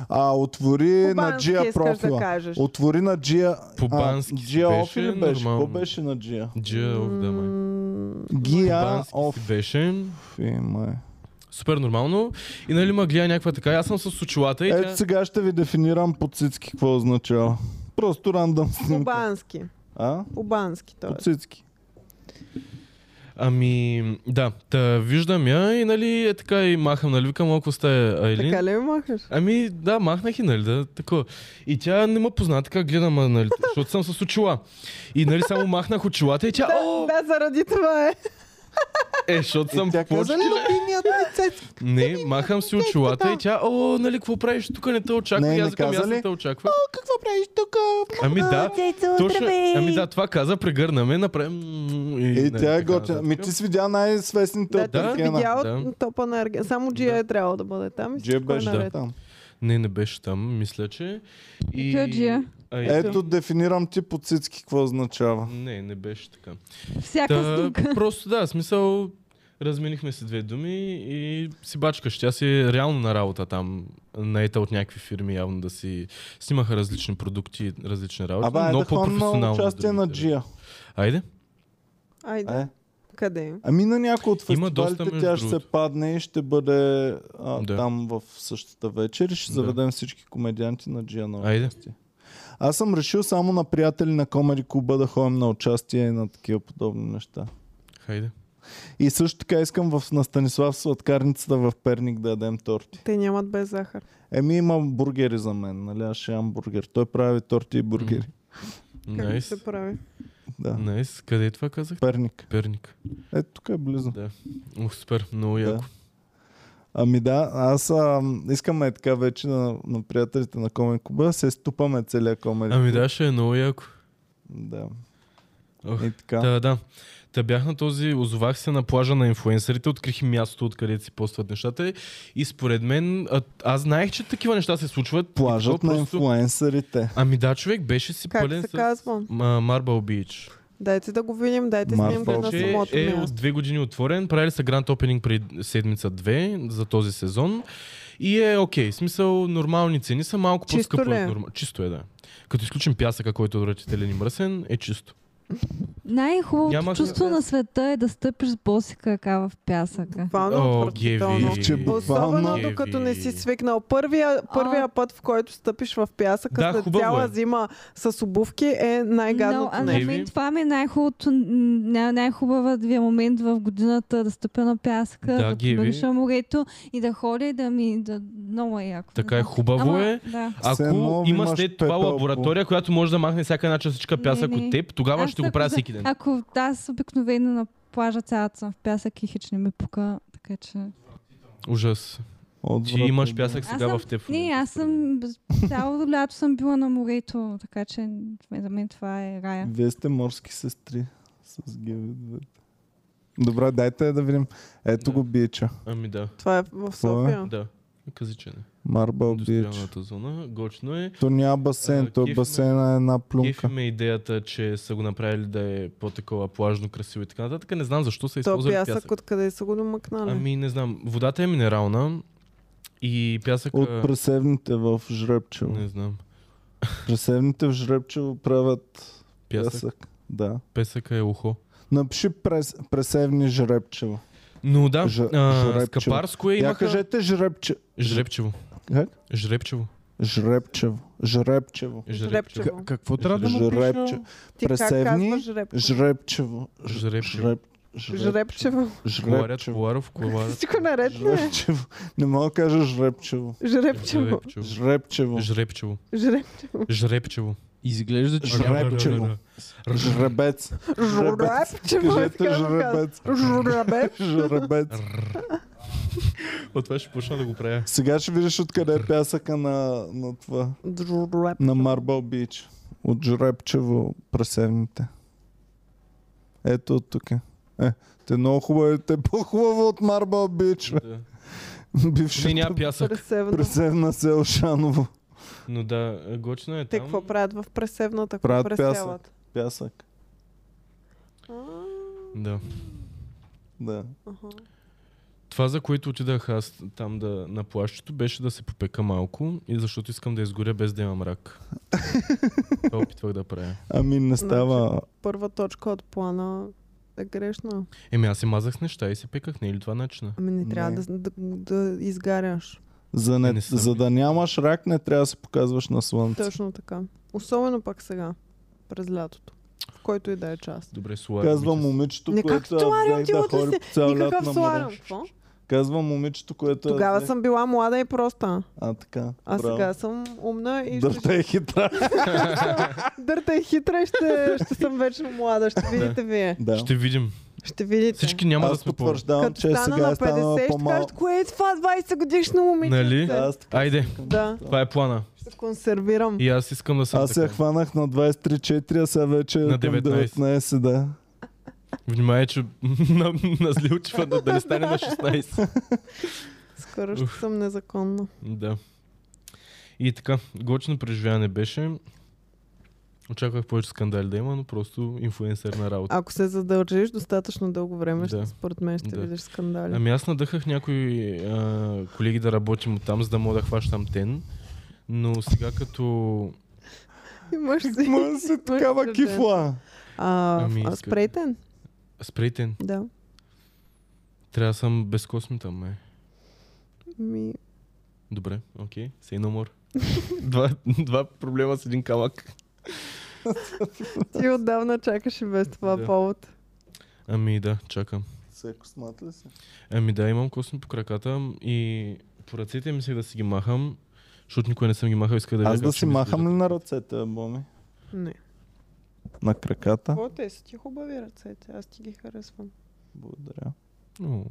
Speaker 1: А, отвори Е, на
Speaker 3: Кубански
Speaker 1: Джия
Speaker 3: искаш да
Speaker 1: профила.
Speaker 2: Е,
Speaker 3: кажеш.
Speaker 1: Отвори на Джия...
Speaker 2: Кубански
Speaker 1: а, Джия
Speaker 2: беше,
Speaker 1: Офи ли беше? Какво
Speaker 2: нормално.
Speaker 1: беше на Джия?
Speaker 2: Джия, ох, да, май.
Speaker 3: М,
Speaker 1: Гия
Speaker 2: Бански си
Speaker 1: Офи,
Speaker 2: беше.
Speaker 1: май.
Speaker 2: Супер нормално. И нали ма гледа някаква така. Аз съм с очилата и тя...
Speaker 1: Ето сега ще ви дефинирам по цицки какво означава. Просто рандъм снимка.
Speaker 3: Кубански.
Speaker 1: А?
Speaker 3: Кубански,
Speaker 1: По
Speaker 3: т.е.
Speaker 1: цицки.
Speaker 2: Ами, да, та виждам я и нали е така и махам, нали викам, ако сте Айлин.
Speaker 3: Така ли ме махаш?
Speaker 2: Ами да, махнах и нали да, такова. И тя не ме позна, така гледам, а, нали, защото съм с очила. И нали само махнах очилата и тя, о,
Speaker 3: Да, заради това е.
Speaker 2: е, защото съм
Speaker 1: И тя
Speaker 2: в
Speaker 1: каза
Speaker 2: почки.
Speaker 1: любимият ми цицки.
Speaker 2: Не, махам си очилата и тя, о, нали, какво правиш, тук не те очаква.
Speaker 1: Не,
Speaker 2: и
Speaker 1: не
Speaker 2: аз викам,
Speaker 1: каза
Speaker 2: аз не
Speaker 1: ли?
Speaker 2: те очаква.
Speaker 1: Какво правиш тук?
Speaker 2: Ами да, точно, ами да, това каза, прегърнаме, направим... м, И,
Speaker 1: И
Speaker 2: нали,
Speaker 1: тя е
Speaker 2: така
Speaker 1: готина.
Speaker 2: нататък.
Speaker 1: Ми ти си видя най-свестните
Speaker 3: Да,
Speaker 1: от
Speaker 3: да,
Speaker 2: да.
Speaker 3: ти си
Speaker 1: Аркена.
Speaker 3: видял
Speaker 2: Да.
Speaker 3: от топа на Арген. Само Джия е трябвало да бъде там. и
Speaker 1: Джия
Speaker 3: всичко е
Speaker 1: беше
Speaker 2: да.
Speaker 3: наред.
Speaker 1: там.
Speaker 2: Не, не беше там, мисля, че. И...
Speaker 4: Кой е Джия?
Speaker 2: А, и-
Speaker 1: Ето дефинирам ти по цицки какво означава.
Speaker 2: Не, не беше така.
Speaker 4: Всяка
Speaker 2: Та,
Speaker 4: снимка.
Speaker 2: просто да, в смисъл, разменихме се две думи и си бачкаш. Тя си е реално на работа там, наета от някакви фирми явно да си снимаха различни продукти, различни работи,
Speaker 1: Абе,
Speaker 2: но
Speaker 1: айде хвам на
Speaker 2: по-професионално. с
Speaker 1: участие на
Speaker 2: другите.
Speaker 1: Джия.
Speaker 2: Айде.
Speaker 3: Айде,
Speaker 1: Е.
Speaker 3: къде?
Speaker 1: Ами на някой от
Speaker 2: Има доста,
Speaker 1: фестивалите
Speaker 2: между
Speaker 1: тя ще се
Speaker 2: другото.
Speaker 1: падне и ще бъде а,
Speaker 2: Да.
Speaker 1: там в същата вечер и ще
Speaker 2: Да.
Speaker 1: заведем всички комедианти на Джия на
Speaker 2: Айде.
Speaker 1: участие. Аз съм решил само на приятели на Комери Куба да ходим на участие и на такива подобни неща.
Speaker 2: Хайде.
Speaker 1: И също така искам в, на Станислав сладкарницата в Перник да ядем торти.
Speaker 3: Те нямат без захар.
Speaker 1: Еми има бургери за мен, нали? Аз ще ям бургер. Той прави торти и бургери.
Speaker 3: Как
Speaker 2: Найс.
Speaker 3: се прави?
Speaker 1: Да.
Speaker 2: Найс. Къде е това казах?
Speaker 1: Перник.
Speaker 2: Перник.
Speaker 1: Ето тук е близо.
Speaker 2: Да. Ох, супер. Много
Speaker 1: Да.
Speaker 2: яко.
Speaker 1: Ами да, аз а, искаме така вече на, на приятелите на Комери Куба се ступаме целия Комери
Speaker 2: Ами да, ще е много яко.
Speaker 1: Да.
Speaker 2: Ох,
Speaker 1: И така.
Speaker 2: Та, да. Та бях на този, озовах се на плажа на инфуенсерите, открих им мястото, откъдето си постват нещата. И според мен, а, аз знаех, че такива неща се случват. и
Speaker 1: Плажът
Speaker 2: такова
Speaker 1: на инфлуенсърите.
Speaker 2: Ами да, човек беше си
Speaker 3: Как
Speaker 2: пълен
Speaker 3: се
Speaker 2: с
Speaker 3: казва?
Speaker 2: Ма- Марбъл Бич.
Speaker 3: Дайте да го видим, дайте
Speaker 1: Марфа
Speaker 3: снимка на
Speaker 1: Обич.
Speaker 2: Че
Speaker 3: самото
Speaker 2: е
Speaker 3: място.
Speaker 2: от две години отворен, правили са гранд опенинг преди седмица-две за този сезон. И е окей, в смисъл нормални цени са малко
Speaker 3: Чисто
Speaker 2: по-скъпо.
Speaker 3: ли е?
Speaker 2: Е. Норма... Чисто е, да. Като изключим пясъка, който е отвратителен и мръсен, е чисто.
Speaker 4: Най-хубавото
Speaker 2: Нямах-
Speaker 4: чувство на света е да стъпиш с боси крака в пясъка.
Speaker 3: Буквално
Speaker 2: е, О,
Speaker 3: отвратително.
Speaker 2: геви.
Speaker 1: Че буквално-
Speaker 3: Особено докато не си свикнал. Първия, първия път, в който стъпиш в пясъка
Speaker 2: Да,
Speaker 3: след
Speaker 2: хубаво
Speaker 3: цяла
Speaker 2: е.
Speaker 3: зима с обувки е
Speaker 4: Но,
Speaker 3: най-гадното
Speaker 4: а
Speaker 3: no,
Speaker 4: на
Speaker 2: не.
Speaker 3: нещо.
Speaker 4: мен това ми е най-хубавото, м, най- най-хубавия момент в годината да стъпя на пясъка,
Speaker 2: Да,
Speaker 4: да,
Speaker 2: Геви.
Speaker 4: помиша морето и да ходя и да ми... Да, много е яко.
Speaker 2: Така
Speaker 4: не
Speaker 2: е,
Speaker 4: знам.
Speaker 2: хубаво
Speaker 4: Ама,
Speaker 2: е.
Speaker 4: Да.
Speaker 1: Все
Speaker 2: Ако
Speaker 1: едно
Speaker 2: има
Speaker 1: имаш
Speaker 2: след това
Speaker 1: пепел по-
Speaker 2: лаборатория, която може да махне всяка една частичка
Speaker 4: Не,
Speaker 2: пясък
Speaker 4: не.
Speaker 2: от теб, тогава
Speaker 4: Ами, Аз
Speaker 2: ще го
Speaker 4: ако
Speaker 2: правя
Speaker 4: за-
Speaker 2: всеки ден.
Speaker 4: Ако да, аз обикновено на плажа цялата съм в пясък и хич не ми пука, така че...
Speaker 2: Ужас. Ти
Speaker 1: Отвратно.
Speaker 2: имаш пясък
Speaker 4: Аз
Speaker 2: сега
Speaker 4: съм-
Speaker 2: в теб. в
Speaker 4: Не,
Speaker 2: момента.
Speaker 4: аз съм... Цялото лято съм била на морето, така че за мен това е рая.
Speaker 1: Вие сте морски сестри с геви. двете. Добре, дайте да видим. Ето
Speaker 2: Да.
Speaker 1: го бича.
Speaker 2: Ами да.
Speaker 3: Това е в София.
Speaker 2: Да. Кази, че не.
Speaker 1: Марбъл бич.
Speaker 2: Индустриалната зона. Гочно е.
Speaker 1: То няма басейн,
Speaker 2: А,
Speaker 1: то е
Speaker 2: кеф
Speaker 1: басейн на една плюнка.
Speaker 2: Кефиме идеята, че са го направили да е по-такова плажно, красиво и така нататък. Не знам защо са
Speaker 3: То
Speaker 2: използвали пясък.
Speaker 3: е пясък откъде са го домъкнали?
Speaker 2: Ами не знам. Водата е минерална и пясъка...
Speaker 1: От пресевните в Жребчево.
Speaker 2: Не знам.
Speaker 1: Пресевните в Жребчево правят
Speaker 2: Пясък.
Speaker 1: пясък. Да.
Speaker 2: Пясъка е ухо.
Speaker 1: Напиши прес, пресевни Жребчево.
Speaker 2: Но да,
Speaker 1: Ж-
Speaker 2: а,
Speaker 1: жребчево.
Speaker 2: Скапарско е
Speaker 1: Я
Speaker 2: имаха...
Speaker 1: кажете Жребче...
Speaker 2: Жребчево.
Speaker 1: Как?
Speaker 2: Жребчево.
Speaker 1: Жребчево. Жребчево.
Speaker 2: Жребчево.
Speaker 3: Жребчево.
Speaker 5: Какво трябва да му
Speaker 1: Жребче.
Speaker 5: пиша?
Speaker 3: Ти как
Speaker 1: пресевни,
Speaker 3: казваш жребчево?
Speaker 1: Жребчево. Ж-
Speaker 2: Жребчево.
Speaker 1: Жреб... Жребчево.
Speaker 3: Жребчево.
Speaker 2: Коварят,
Speaker 1: Жребчево.
Speaker 2: Коваров, Коваров.
Speaker 3: Всичко наред ли е?
Speaker 1: Жребчево. Не мога да кажа жребчево.
Speaker 3: Жребчево.
Speaker 1: Жребчево.
Speaker 2: Жребчево.
Speaker 3: Жребчево.
Speaker 2: Жребчево.
Speaker 5: Изглежда, че
Speaker 1: Жреб.
Speaker 5: няма
Speaker 1: Жребчево. Жребец. Жребец.
Speaker 3: Жребчево.
Speaker 1: Кажете
Speaker 3: искам да кажа.
Speaker 1: жребец.
Speaker 3: Жребец.
Speaker 1: Жребец.
Speaker 2: От това ще почна да го правя.
Speaker 1: Сега ще видиш откъде е пясъка на, на това.
Speaker 3: Жреб.
Speaker 1: На Марбъл Бич. От жребчево пресевните. Ето от тук. е. Е, те много хубави, те по-хубаво от Марбъл Бич. бе.
Speaker 2: Да. Не,
Speaker 1: Бившата
Speaker 2: Ами няма пясък.
Speaker 3: Пресевна.
Speaker 1: пресевна село Шаново.
Speaker 2: Но да, гочно е
Speaker 3: Те
Speaker 2: там.
Speaker 3: какво правят в пресевната? Какво
Speaker 1: Правят пясък.
Speaker 3: пресяват?
Speaker 1: Пясък.
Speaker 3: А,
Speaker 2: Да.
Speaker 1: Да.
Speaker 3: аха.
Speaker 2: Това, за което отидах аз там да, на плащето, беше да се попека малко и защото искам да изгоря без да имам рак. Това опитвах да правя.
Speaker 1: Ами не става.
Speaker 3: Първа точка от плана е грешна.
Speaker 2: Еми аз се мазах с неща и се пеках, не е ли това начина?
Speaker 3: Ами не трябва
Speaker 1: Не.
Speaker 3: да, да, да изгаряш.
Speaker 1: За, не,
Speaker 2: Не съм.
Speaker 1: за да нямаш рак, не трябва да се показваш на слънце.
Speaker 3: Точно така. Особено пък сега, през лятото. В който и да е част.
Speaker 2: Добре, слайд.
Speaker 1: Казва момичето,
Speaker 3: Не, как
Speaker 1: което
Speaker 3: соларим,
Speaker 1: взех
Speaker 3: ти
Speaker 1: да
Speaker 3: утре
Speaker 1: хори
Speaker 3: си-
Speaker 1: по цял лят
Speaker 3: Никакъв
Speaker 1: на
Speaker 3: соларен.
Speaker 1: море.
Speaker 3: Какво?
Speaker 1: Казва момичето, което я
Speaker 3: Тогава
Speaker 1: взех-
Speaker 3: съм била млада и проста.
Speaker 1: А, така.
Speaker 3: А
Speaker 1: е браво.
Speaker 3: сега съм умна и ще
Speaker 1: Дърта е хитра.
Speaker 2: <laughs>
Speaker 3: Дърта е хитра и ще, ще съм вечно млада. Ще видите вие.
Speaker 1: да.
Speaker 2: Ще видим.
Speaker 3: Ще видите.
Speaker 2: Всички няма да
Speaker 1: Аз
Speaker 2: сме по...
Speaker 1: потвърждавам,
Speaker 3: Като
Speaker 1: че
Speaker 3: стана
Speaker 1: сега
Speaker 3: на
Speaker 1: е станала
Speaker 3: 50, ще
Speaker 1: по-малко.
Speaker 3: кажат, кое е това 20 годишно момиче?
Speaker 2: Нали?
Speaker 1: Аз, така,
Speaker 2: Айде,
Speaker 3: Да,
Speaker 2: това е плана.
Speaker 3: ще консервирам.
Speaker 2: И аз искам да съм
Speaker 1: аз я
Speaker 2: така.
Speaker 1: хванах на 23-4, а сега вече
Speaker 2: На
Speaker 1: на 19.
Speaker 2: 19.
Speaker 1: 19
Speaker 3: <laughs>
Speaker 1: да.
Speaker 2: Внимай, че <laughs> на, на злилчива да, да не стане на 16.
Speaker 3: Скоро ще съм незаконна.
Speaker 2: Да. И така, гочно преживяване беше. Очаквах повече скандали да има, но просто инфуенсър на работа.
Speaker 3: Ако се задължиш достатъчно дълго време, ще,
Speaker 2: Да.
Speaker 3: според мен ще
Speaker 2: Да.
Speaker 3: видиш скандали.
Speaker 2: Ами аз надъхах някои а, колеги да работим от там, за да мога да хващам тен. Но сега като...
Speaker 3: <laughs> Имаш си.
Speaker 1: Ма си такава
Speaker 3: студент.
Speaker 1: кифла.
Speaker 3: А,
Speaker 2: Ами,
Speaker 3: а
Speaker 2: иска-
Speaker 3: спрейтен?
Speaker 2: Спрей тен.
Speaker 3: Да.
Speaker 2: Трябва да съм без косми там, май.
Speaker 3: Ми...
Speaker 2: Добре, окей. Say no more. два, два проблема с един камък.
Speaker 3: Ти отдавна чакаш и без това
Speaker 2: Да.
Speaker 3: повод.
Speaker 2: Ами да, чакам.
Speaker 1: Се космат ли си?
Speaker 2: Ами да, имам косми по краката и по ръцете мислех да си ги махам, защото никога не съм ги махал, исках да видя
Speaker 1: Аз
Speaker 2: как
Speaker 1: да
Speaker 2: ще
Speaker 1: си
Speaker 2: ми
Speaker 1: махам
Speaker 2: изглеждат.
Speaker 1: ли на ръцете, Боми?
Speaker 3: Не.
Speaker 1: На краката?
Speaker 3: Какво те са ти хубави ръцете? Аз ти ги харесвам.
Speaker 1: Благодаря.
Speaker 2: О,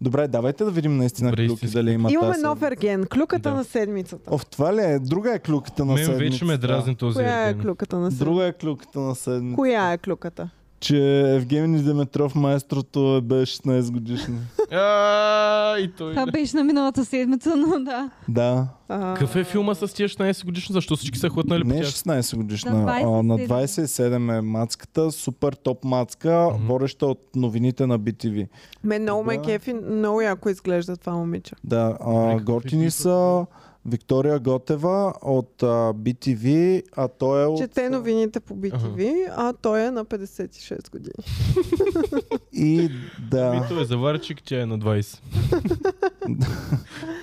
Speaker 1: Добре, давайте да видим наистина
Speaker 2: Добре,
Speaker 1: клюки
Speaker 2: истински.
Speaker 1: дали имат.
Speaker 3: Имаме
Speaker 1: аз-
Speaker 3: нов ерген. Клюката
Speaker 2: Да.
Speaker 3: на седмицата.
Speaker 1: О, в това ли е? Друга е клюката на
Speaker 2: Мен
Speaker 1: седмицата.
Speaker 2: вече ме дразни този
Speaker 3: Коя е
Speaker 2: ерген.
Speaker 3: клюката на седмицата?
Speaker 1: Друга е клюката на седмицата.
Speaker 3: Коя е клюката?
Speaker 1: Че Евгений Деметров майстрото е бе 16
Speaker 3: <laughs>
Speaker 1: годишни.
Speaker 2: А, и той.
Speaker 4: Това беше на миналата седмица, но да.
Speaker 1: да.
Speaker 3: А,
Speaker 2: Какъв е филма с тия 16 годишни? Защо всички са хватнали по
Speaker 1: Не е
Speaker 2: тях?
Speaker 1: 16 годишна,
Speaker 4: На
Speaker 1: на 27, а, на
Speaker 4: 27.
Speaker 1: 27 е мацката, супер топ мацка,
Speaker 2: Мгм.
Speaker 1: водеща от новините на BTV.
Speaker 3: Мен много ме
Speaker 1: Да.
Speaker 3: кефи, много яко изглежда това момиче.
Speaker 1: Да, а,
Speaker 2: Добре,
Speaker 1: готини
Speaker 2: Е, какви
Speaker 1: са Виктория Готева от а, BTV, а той е от...
Speaker 3: Чете новините по BTV, а той е на 56 години.
Speaker 1: И
Speaker 2: Ами
Speaker 1: да,
Speaker 2: той е заварчик, тя е на 20.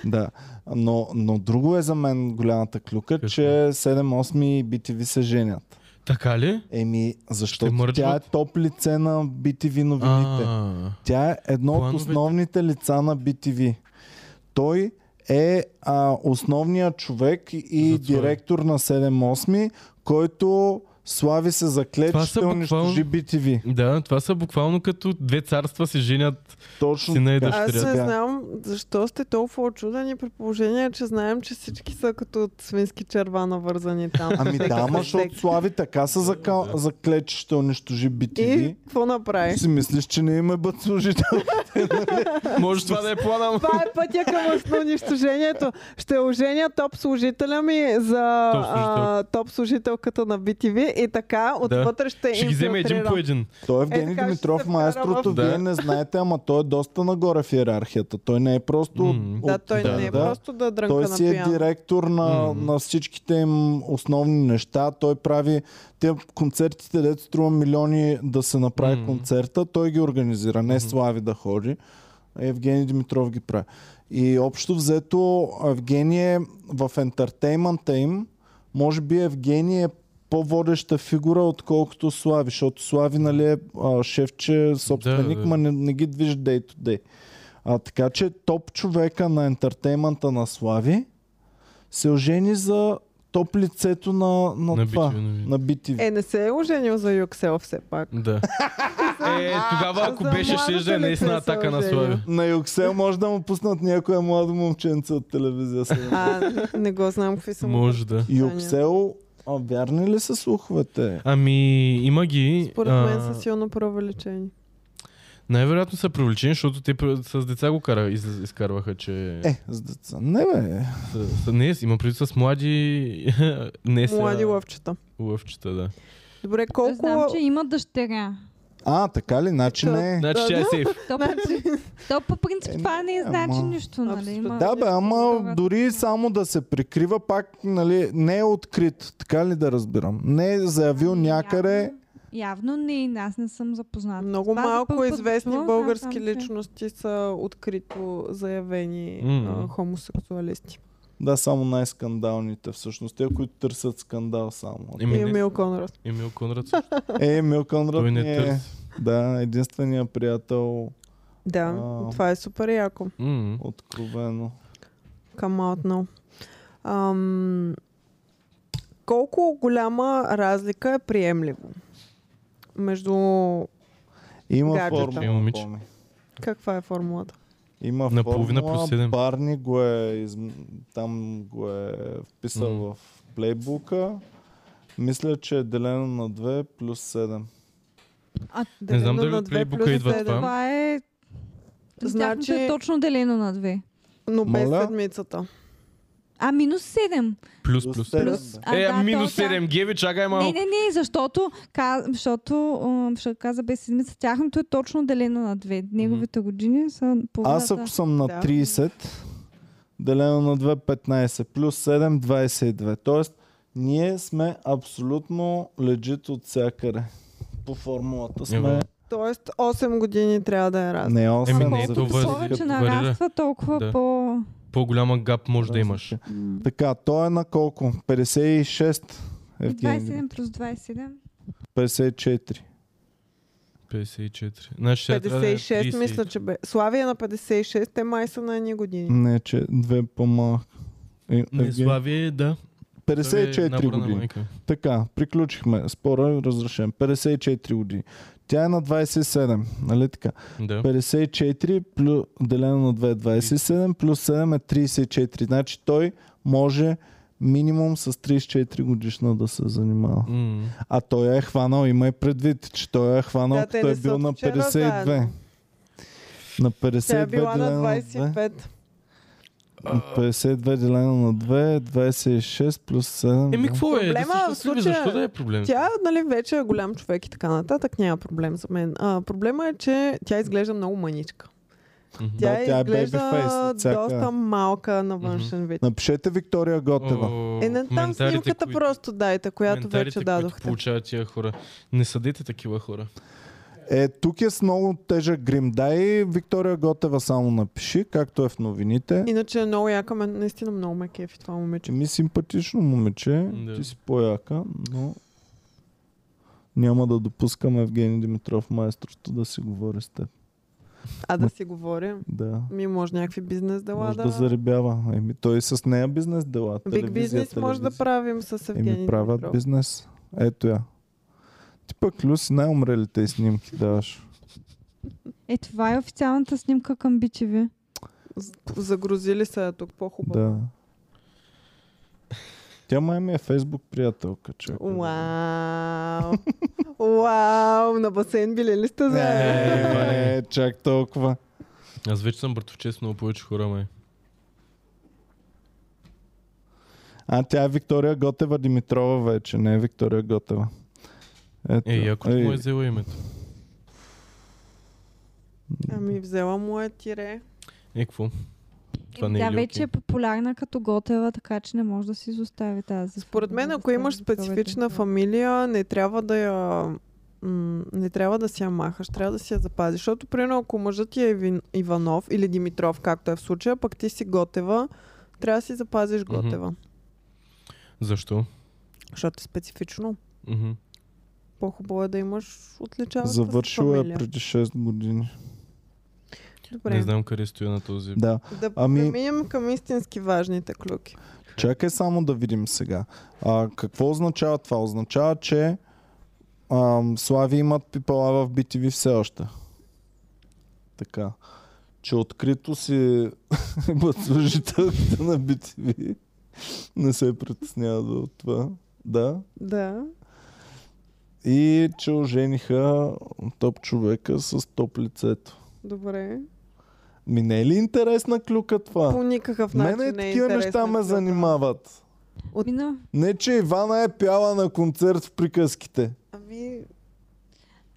Speaker 1: да. Но, но друго е за мен голямата клюка,
Speaker 2: Какво?
Speaker 1: че 7-8 и BTV се женят.
Speaker 2: Така ли?
Speaker 1: Еми, защото
Speaker 2: мърджват?
Speaker 1: тя е топ лице на BTV новините.
Speaker 2: А,
Speaker 1: Тя е едно от
Speaker 2: Плановете.
Speaker 1: основните лица на BTV. Той е а, основният човек и
Speaker 2: Затова е.
Speaker 1: директор на 7-8, който слави се заклет,
Speaker 2: Това
Speaker 1: ще
Speaker 2: са
Speaker 1: унищожи BTV.
Speaker 2: да, това са буквално като две царства се женят.
Speaker 1: Точно
Speaker 2: Сина и
Speaker 1: така.
Speaker 2: дъщеря.
Speaker 3: Аз не
Speaker 1: Сега.
Speaker 3: знам защо сте толкова очудени при положение, че знаем, че всички са като от свински черва навързани там.
Speaker 1: Ами
Speaker 3: Всеки
Speaker 1: да,
Speaker 3: със
Speaker 1: ама
Speaker 3: всеки.
Speaker 1: защото Слави така се зака... заклет, че ще унищожи BTV.
Speaker 3: И какво направи?
Speaker 1: Си мислиш, че не им е бъд
Speaker 3: <laughs>
Speaker 1: служител.
Speaker 2: Може това да е плана. ама-
Speaker 3: Това е пътя към унищожението. Ще оженя топ служителя ми за
Speaker 2: Топ служителка.
Speaker 3: а, топ служителката на BTV и така отвътре ще
Speaker 2: Ще ги вземе един
Speaker 3: инфилтрирам.
Speaker 2: по един.
Speaker 1: Той е Евгений
Speaker 3: така ще
Speaker 1: Димитров,
Speaker 3: се вкара
Speaker 1: маестрото.
Speaker 3: в-
Speaker 2: Да.
Speaker 1: Вие не знаете, ама той е доста нагоре в иерархията. Той не е просто...
Speaker 2: М.
Speaker 1: от-
Speaker 3: Да, той
Speaker 2: Да,
Speaker 3: не е
Speaker 1: да.
Speaker 3: просто да дрънка
Speaker 1: Той
Speaker 3: на
Speaker 1: си е
Speaker 3: пиян.
Speaker 1: директор на,
Speaker 2: Мгм.
Speaker 1: на всичките им основни неща. Той прави те концертите, дето струва милиони да се направи
Speaker 2: Мгм.
Speaker 1: концерта. Той ги организира, не
Speaker 2: Мгм.
Speaker 1: Слави да ходи. а Евгений Димитров ги прави. И общо взето Евгений е в ентертеймента им, може би Евгений е по-водеща фигура, отколкото Слави, защото Слави нали, е а, шефче, собственик, да,
Speaker 2: да.
Speaker 1: да. ма не, не ги движи day to day. А, така че топ човека на ентертеймента на Слави се ожени за топ лицето на, на,
Speaker 2: На
Speaker 1: това,
Speaker 2: BTV новини.
Speaker 1: на BTV.
Speaker 3: Е, не се е оженил за Юксел все пак. <laughs>
Speaker 2: Да. Е, тогава ако
Speaker 3: За
Speaker 2: беше,
Speaker 3: младото
Speaker 2: ще да е
Speaker 3: лице
Speaker 2: наистина
Speaker 3: са
Speaker 2: атака на
Speaker 3: ожени.
Speaker 2: Слави.
Speaker 1: На Юксел може да му пуснат някоя младо момченце от телевизия.
Speaker 3: <laughs>
Speaker 1: сега.
Speaker 3: А, не го знам какви са му
Speaker 2: Може да.
Speaker 1: Юксел, а, вярни ли са слуховете?
Speaker 2: Ами, има ги.
Speaker 3: Според
Speaker 2: а,
Speaker 3: мен са силно преувеличени.
Speaker 2: Най-вероятно са привлечени, защото те пр- с деца го кара, из, изкарваха, че...
Speaker 1: Е, с деца. Не бе.
Speaker 2: С, с, не, с- има преди с млади... <laughs> не е, са...
Speaker 3: Млади лъвчета.
Speaker 2: лъвчета, да.
Speaker 3: Добре, колко...
Speaker 4: Знам, че има дъщеря.
Speaker 1: А, така ли? Значи
Speaker 3: Да.
Speaker 1: не.
Speaker 2: Значи тя е сейф.
Speaker 4: То, по, прин- то по принцип
Speaker 1: Е,
Speaker 4: това не
Speaker 1: ама-
Speaker 4: значи нищо, нали?
Speaker 3: Абсолютно.
Speaker 4: Има...
Speaker 1: Да, бе, ама
Speaker 4: Добре.
Speaker 1: дори само да се прикрива, пак нали, не е открит. Така ли да разбирам? Не е заявил
Speaker 4: Ами,
Speaker 1: някъде.
Speaker 4: Явно, явно не, и аз не съм запозната.
Speaker 3: Много
Speaker 4: Това за първ
Speaker 3: малко
Speaker 4: път
Speaker 3: известни
Speaker 4: чувам,
Speaker 3: български
Speaker 4: знам само, че-
Speaker 3: личности са открито заявени
Speaker 2: М.
Speaker 3: а, хомосексуалисти.
Speaker 1: Да, само най-скандалните всъщност. Те, които търсят скандал само.
Speaker 2: Еми,
Speaker 3: И
Speaker 2: Ами не.
Speaker 3: Емил Конрад.
Speaker 2: Емил Конрад също.
Speaker 1: Е, Милкън Рът
Speaker 2: Той
Speaker 1: ни
Speaker 2: не
Speaker 1: е-
Speaker 2: търси.
Speaker 1: Да, единствения приятел
Speaker 3: Да,
Speaker 1: А.
Speaker 3: това е супер яко.
Speaker 2: М.
Speaker 1: откровено.
Speaker 3: Come out now. Ам, колко голяма разлика е приемливо? Между...
Speaker 1: Има
Speaker 3: Гаджета.
Speaker 1: формула.
Speaker 2: Има момиче.
Speaker 1: Боми.
Speaker 3: Каква е формулата?
Speaker 1: Има
Speaker 2: Наполовина
Speaker 1: формула,
Speaker 2: плюс седем.
Speaker 1: Барни го е, из... там го е вписал
Speaker 2: Мгм.
Speaker 1: в плейбука. Мисля, че е делено на 2 плюс 7.
Speaker 2: Не знам
Speaker 3: Делено
Speaker 2: дали
Speaker 3: на
Speaker 2: от
Speaker 3: две
Speaker 2: Playbook-а
Speaker 3: плюс
Speaker 2: идва
Speaker 3: седем.
Speaker 2: това.
Speaker 4: Това е...
Speaker 3: Значи-
Speaker 4: Значи... е точно делено на две.
Speaker 3: Но без
Speaker 1: Моля?
Speaker 3: седмицата.
Speaker 4: А, минус 7.
Speaker 2: Плюс, плюс.
Speaker 1: седем,
Speaker 4: Плюс.
Speaker 1: бе.
Speaker 4: А,
Speaker 2: Е,
Speaker 4: да, то
Speaker 2: минус
Speaker 4: тя-
Speaker 2: 7 геви, чакай
Speaker 4: Не,
Speaker 2: малко.
Speaker 4: не, не, защото, ка, защото, м, защото каза без седмица, тяхното е точно делено на две. Неговите години са по
Speaker 1: Аз ако съм на
Speaker 3: Да.
Speaker 1: 30, делено на 2, 15, плюс 7, 22. Тоест, ние сме абсолютно лежит от всякъде. По формулата сме.
Speaker 2: Ева.
Speaker 3: Тоест 8 години трябва да е разлика.
Speaker 1: Не 8,
Speaker 2: Еми, не,
Speaker 1: за-
Speaker 2: то
Speaker 4: Колкото
Speaker 2: вари-
Speaker 4: повече
Speaker 2: варира.
Speaker 4: нараства, толкова
Speaker 2: Да.
Speaker 4: по...
Speaker 2: По-голяма гап може да имаш.
Speaker 1: Така, той е на колко? 56. Евгений.
Speaker 4: 27 плюс 27.
Speaker 1: 54.
Speaker 2: 54. Значи тя трябва да е
Speaker 3: 56,
Speaker 2: 30.
Speaker 3: мисля, че бе. Славия е на 56, те май са на едни години.
Speaker 1: Не, че две по-малък. Е,
Speaker 2: Не,
Speaker 1: Евгений.
Speaker 2: Слави е, да. Слави е
Speaker 1: 54
Speaker 2: набора на
Speaker 1: години.
Speaker 2: майка.
Speaker 1: Така, приключихме. Спора е разрешен. 54 години. Тя е на 27, нали така?
Speaker 2: Да.
Speaker 1: 54 плюс, делено на 2 е 27, плюс 7 е 34. Значи той може минимум с 34 годишна да се занимава.
Speaker 2: М.
Speaker 1: А той я е хванал, има и предвид, че той я е хванал,
Speaker 3: Да,
Speaker 1: като
Speaker 3: те
Speaker 1: е
Speaker 3: не са
Speaker 1: бил
Speaker 3: от
Speaker 1: на
Speaker 3: вчера
Speaker 1: 52.
Speaker 3: заедно.
Speaker 1: На 52
Speaker 3: Тя е била на
Speaker 1: делено на 2.
Speaker 3: 25.
Speaker 1: 52 делено на 2 е 26 плюс 7.
Speaker 2: Еми, какво е? Да
Speaker 3: Проблема
Speaker 2: си
Speaker 3: в
Speaker 2: щастливи,
Speaker 3: случая-
Speaker 2: защо да е проблем?
Speaker 3: Тя, нали, вече е голям човек и така нататък, няма проблем за мен. А, проблема е, че тя изглежда много маничка.
Speaker 2: Мгм.
Speaker 3: Тя,
Speaker 1: Да, тя е babyface
Speaker 3: изглежда
Speaker 1: от всяка-
Speaker 3: доста малка на външен вид.
Speaker 1: Напишете Виктория Готева.
Speaker 2: О,
Speaker 3: Е, на там
Speaker 2: коментарите,
Speaker 3: снимката
Speaker 2: които-
Speaker 3: просто дайте, която
Speaker 2: коментарите,
Speaker 3: вече
Speaker 2: които
Speaker 3: дадохте.
Speaker 2: получават тия хора. Не съдете такива хора.
Speaker 1: Е, тук е с много тежък грим. Дай Виктория Готева само напиши, както е в новините.
Speaker 3: Иначе е много яка, ме, наистина много ме кефи това момиче.
Speaker 1: Ми е симпатично момиче,
Speaker 2: Да.
Speaker 1: ти си по-яка, но няма да допускам Евгений Димитров майсторството да си говори с теб.
Speaker 3: А да си говорим,
Speaker 1: Да.
Speaker 3: ми може някакви бизнес дела
Speaker 1: Може
Speaker 3: да...
Speaker 1: да заребява. Еми, той е с нея бизнес дела.
Speaker 3: Биг
Speaker 1: Телевизия,
Speaker 3: бизнес може да
Speaker 1: телевизия.
Speaker 3: правим с Евгений
Speaker 1: Еми, правят
Speaker 3: Димитров.
Speaker 1: бизнес. Ето я. Ти пък, Люси, най-умрелите й снимки даваш.
Speaker 4: Е, това е официалната снимка към бичеви.
Speaker 3: З- Загрузили са я тук по-хубаво.
Speaker 1: Да. Тя май ми е фейсбук приятелка, чакай. да видя.
Speaker 3: Уау! Уау! На басейн били ли сте за...
Speaker 1: Не, не, Е, чак толкова.
Speaker 2: Аз вече съм братовчет с много повече хора, май.
Speaker 1: А тя е Виктория Готева Димитрова вече, не е Виктория Готева. Ето.
Speaker 2: Е, якото му е взела името.
Speaker 3: Ами взела му е тире.
Speaker 2: Е, какво? Това
Speaker 4: Е,
Speaker 2: не е
Speaker 4: тя
Speaker 2: ли
Speaker 4: вече
Speaker 2: окей?
Speaker 4: е популярна като Готева, така че не може да си изостави тази.
Speaker 3: Според мен,
Speaker 4: форма,
Speaker 3: ако имаш
Speaker 4: тази повече.
Speaker 3: специфична фамилия, не трябва да я... м, Не трябва да си я махаш, трябва да си я запазиш. Защото, примерно, ако мъжът ти е Ивин- Иванов или Димитров, както е в случая, пък ти си Готева, трябва да си запазиш
Speaker 2: Мгм.
Speaker 3: Готева.
Speaker 2: Защо?
Speaker 3: Защото е специфично.
Speaker 2: Мгм.
Speaker 3: По-хубаво е да имаш отличаваща се
Speaker 1: Завършила е
Speaker 3: фамилия.
Speaker 1: преди 6 години.
Speaker 3: Добре.
Speaker 2: Не знам къде стоя на този...
Speaker 1: Да.
Speaker 3: Да
Speaker 1: Ами-
Speaker 3: преминем към истински важните клюки.
Speaker 1: Чакай само да видим сега. А, какво означава това? Означава, че ам, Слави имат пипала в BTV все още. Така. Че открито си <laughs> имат служителките на BTV. Не се притесняват от това. Да.
Speaker 3: Да.
Speaker 1: И че ожениха топ човека с топ лицето.
Speaker 3: Добре.
Speaker 1: Ми не е ли интересна клюка
Speaker 3: По
Speaker 1: това?
Speaker 3: никакъв начин
Speaker 1: Мене
Speaker 3: не е
Speaker 1: такива неща
Speaker 3: интересна
Speaker 1: ме
Speaker 3: клюка.
Speaker 1: занимават.
Speaker 4: Мина,
Speaker 1: Не, че Ивана е пяла на концерт в приказките.
Speaker 3: Ами,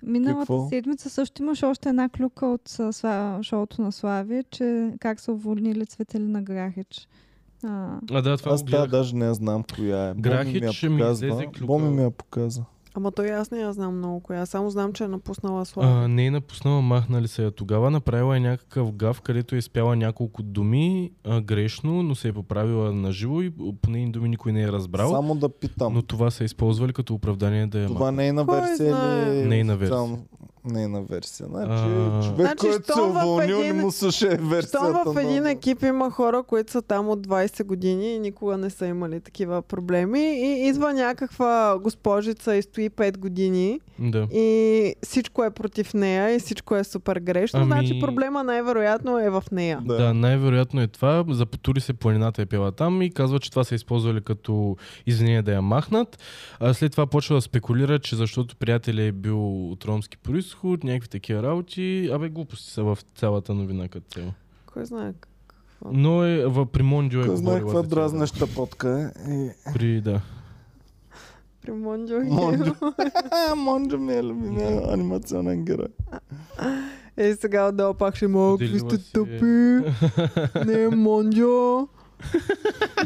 Speaker 4: Миналата
Speaker 1: Какво?
Speaker 4: седмица също имаше още една клюка от а, Сла- шоуто на Слави, че как са уволнили Цветелина Грахич. А,
Speaker 2: А, да, това
Speaker 1: Аз тази
Speaker 2: го гледах.
Speaker 1: даже не я знам коя е. Боми
Speaker 2: Грахич
Speaker 1: ми я
Speaker 2: ще ми
Speaker 1: показва.
Speaker 2: излезе клюка.
Speaker 1: Боми ми я показа.
Speaker 3: Ама той аз не я знам много коя. Само знам, че е напуснала слава.
Speaker 2: А, не е напуснала, махнали се я тогава. Направила е някакъв гав, където е изпяла няколко думи а, грешно, но се е поправила на живо и по нейни думи никой не е разбрал.
Speaker 1: Само да питам.
Speaker 2: Но това са използвали като оправдание да я
Speaker 1: Това
Speaker 2: махнат.
Speaker 1: не е на
Speaker 3: Кой
Speaker 1: версия
Speaker 3: знае?
Speaker 1: ли?
Speaker 2: Не е на версия.
Speaker 1: Там- Не е на версия. Значи,
Speaker 2: А.
Speaker 1: човек,
Speaker 3: Значи,
Speaker 1: който се
Speaker 3: щом в
Speaker 1: уволнил,
Speaker 3: един-
Speaker 1: не му слуша е версията.
Speaker 3: Щом в един
Speaker 1: на-
Speaker 3: екип има хора, които са там от 20 години и никога не са имали такива проблеми. И идва някаква госпожица и стои 5 години
Speaker 2: Да.
Speaker 3: и всичко е против нея и всичко е супер грешно.
Speaker 2: Ами-
Speaker 3: Значи проблема най-вероятно е в нея.
Speaker 1: Да.
Speaker 2: Да. да, най-вероятно е това. Запотури се планината е пела там и казва, че това са използвали като извинение да я махнат. А след това почва да спекулира, че защото приятелят е бил от ромски происход, някакви такива работи. Абе, глупости са в цялата новина като цяло.
Speaker 3: Кой знае какво?
Speaker 2: Но е, в, при Мондио е
Speaker 1: Кой знае
Speaker 2: говорила
Speaker 1: каква
Speaker 2: за тия
Speaker 1: дразнеща потка е. И...
Speaker 2: работи. При, да.
Speaker 3: При Монджо и-
Speaker 1: Монджо. А, <laughs> Монджо ми е любимия анимационен герой.
Speaker 3: Е, сега отдолу пак ще мога, какви
Speaker 2: Поделила
Speaker 3: сте
Speaker 2: си е.
Speaker 3: тъпи.
Speaker 2: <laughs>
Speaker 3: Не, е Монджо.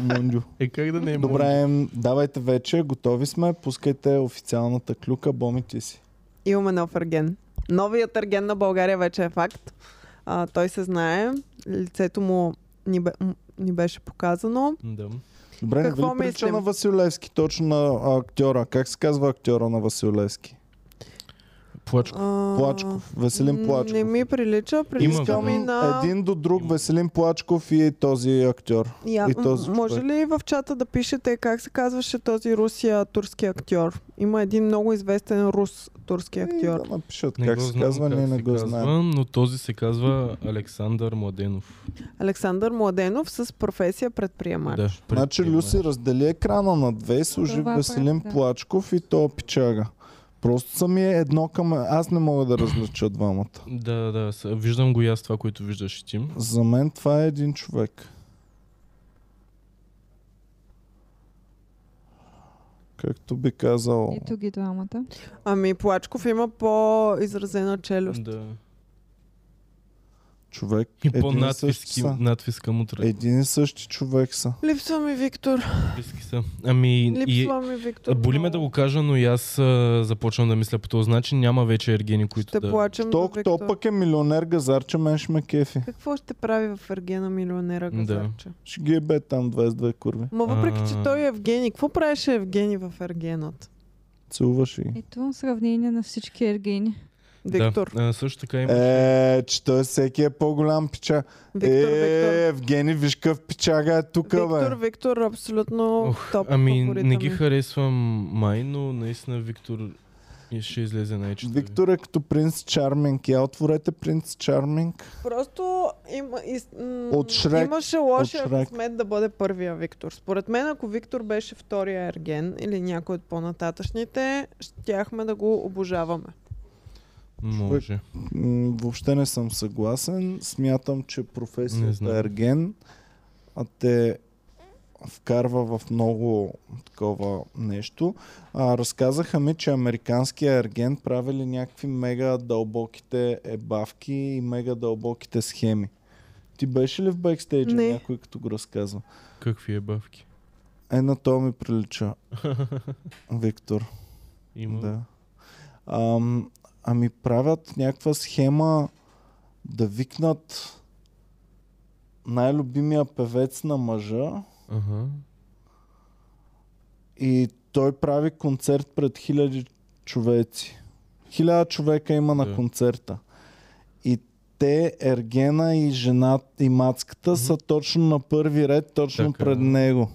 Speaker 1: Монджо.
Speaker 2: Е, как да не е Мондио?
Speaker 1: Добре, м, давайте вече, готови сме, пускайте официалната клюка, боми ти си.
Speaker 3: Имаме нов ерген. Новият ерген на България вече е факт. А, той се знае. Лицето му ни, бе, м- ни беше показано.
Speaker 2: Да.
Speaker 1: Добре, не ви
Speaker 3: Какво
Speaker 1: ли прилича
Speaker 3: мислим?
Speaker 1: на Василевски, точно на а, актьора? Как се казва актьора на Василевски?
Speaker 2: Плачко.
Speaker 3: А,
Speaker 1: Плачков, Веселин Плачков.
Speaker 3: Не ми прилича. Прилича
Speaker 2: Има
Speaker 3: ми
Speaker 1: Искам
Speaker 3: на...
Speaker 1: един до друг Веселин Плачков и този актьор.
Speaker 3: Я,
Speaker 1: и този
Speaker 3: м- може
Speaker 1: човек.
Speaker 3: ли в чата да пишете как се казваше този русия-турски актьор? Има един много известен рус-турски
Speaker 1: И
Speaker 3: актьор.
Speaker 1: Да напишат
Speaker 2: Не
Speaker 1: как
Speaker 2: го
Speaker 1: се
Speaker 2: знам
Speaker 1: казва,
Speaker 2: как
Speaker 1: ние не
Speaker 2: се
Speaker 1: го
Speaker 2: казва,
Speaker 1: знаем.
Speaker 2: Но този се казва Александър Младенов.
Speaker 3: Александър Младенов с професия предприемач.
Speaker 2: Да,
Speaker 1: Значи
Speaker 2: предприемач.
Speaker 1: Люси раздели екрана на две и служи
Speaker 4: Това
Speaker 1: Веселин
Speaker 4: прави, да.
Speaker 1: Плачков и то пичага. Просто са ми едно към... Аз не мога да различа двамата.
Speaker 2: Да, да, с- виждам го и аз това, което виждаш и ти.
Speaker 1: За мен това е един човек. Както би казал...
Speaker 4: ето ги двамата.
Speaker 3: Ами Плачков има по-изразена челюст.
Speaker 2: Да.
Speaker 1: човек.
Speaker 2: И
Speaker 1: един
Speaker 2: по-надписки
Speaker 1: същи са. Е.
Speaker 2: надписка му трябва.
Speaker 1: Един и същи човек са.
Speaker 3: Липсва ми Виктор.
Speaker 2: Надписки са. Ами, и,
Speaker 3: Липсва ми Виктор.
Speaker 2: боли ме да
Speaker 3: много.
Speaker 2: го кажа, но и аз а, започвам да мисля по този начин. Няма вече ергени, които
Speaker 3: Ще
Speaker 2: да...
Speaker 3: плачем за
Speaker 1: Толкова
Speaker 3: Виктор.
Speaker 1: то пък е милионер газарче, мен ще ме кефи.
Speaker 3: Какво ще прави в Ергена милионера
Speaker 2: Да.
Speaker 3: Газарче?
Speaker 1: Ще ги е бе там 22 курви.
Speaker 3: Ма въпреки, че
Speaker 2: А.
Speaker 3: той е Евгений, какво правеше Евгений в Ергенът?
Speaker 1: Целуваш ги.
Speaker 4: Ето сравнение на всички ергени.
Speaker 3: Виктор.
Speaker 2: Да. А, също така има...
Speaker 1: Е, че той всеки е по-голям пича.
Speaker 3: Виктор,
Speaker 1: е,
Speaker 3: Виктор.
Speaker 1: Евгений, виж какъв пичага е тук,
Speaker 3: Виктор,
Speaker 1: бе.
Speaker 3: Виктор, абсолютно
Speaker 2: Ох,
Speaker 3: топ
Speaker 2: ами,
Speaker 3: фаворита
Speaker 2: не ги
Speaker 3: ми.
Speaker 2: харесвам май, но наистина Виктор е- ще излезе най
Speaker 1: Виктор е като принц Чарминг. Я отворете принц Чарминг.
Speaker 3: Просто има, из, м-
Speaker 1: От Шрек,
Speaker 3: имаше лошия
Speaker 1: от Шрек.
Speaker 3: късмет да бъде първия Виктор. Според мен, ако Виктор беше втория Ерген или някой от по-нататъчните, щяхме да го обожаваме.
Speaker 2: Може.
Speaker 1: М, въобще не съм съгласен. Смятам, че
Speaker 2: Не
Speaker 1: професията е
Speaker 2: знам.
Speaker 1: Ерген а те вкарва в много такова нещо. А, разказаха ми, че американския ерген правили някакви мега дълбоките ебавки и мега дълбоките схеми. Ти беше ли в бекстейджа
Speaker 3: Не.
Speaker 1: някой, като го разказва?
Speaker 2: Какви е бавки?
Speaker 1: Е, на то ми
Speaker 2: <laughs>
Speaker 1: прилича. Виктор.
Speaker 2: Има.
Speaker 1: Да. Ам, ами правят някаква схема да викнат най-любимия певец на мъжа
Speaker 2: Ага.
Speaker 1: и той прави концерт пред хиляди човеци. Хиляда човека има на
Speaker 2: Да.
Speaker 1: концерта. И те, Ергена и жената и мацката са точно на първи ред, точно
Speaker 2: Така.
Speaker 1: пред него.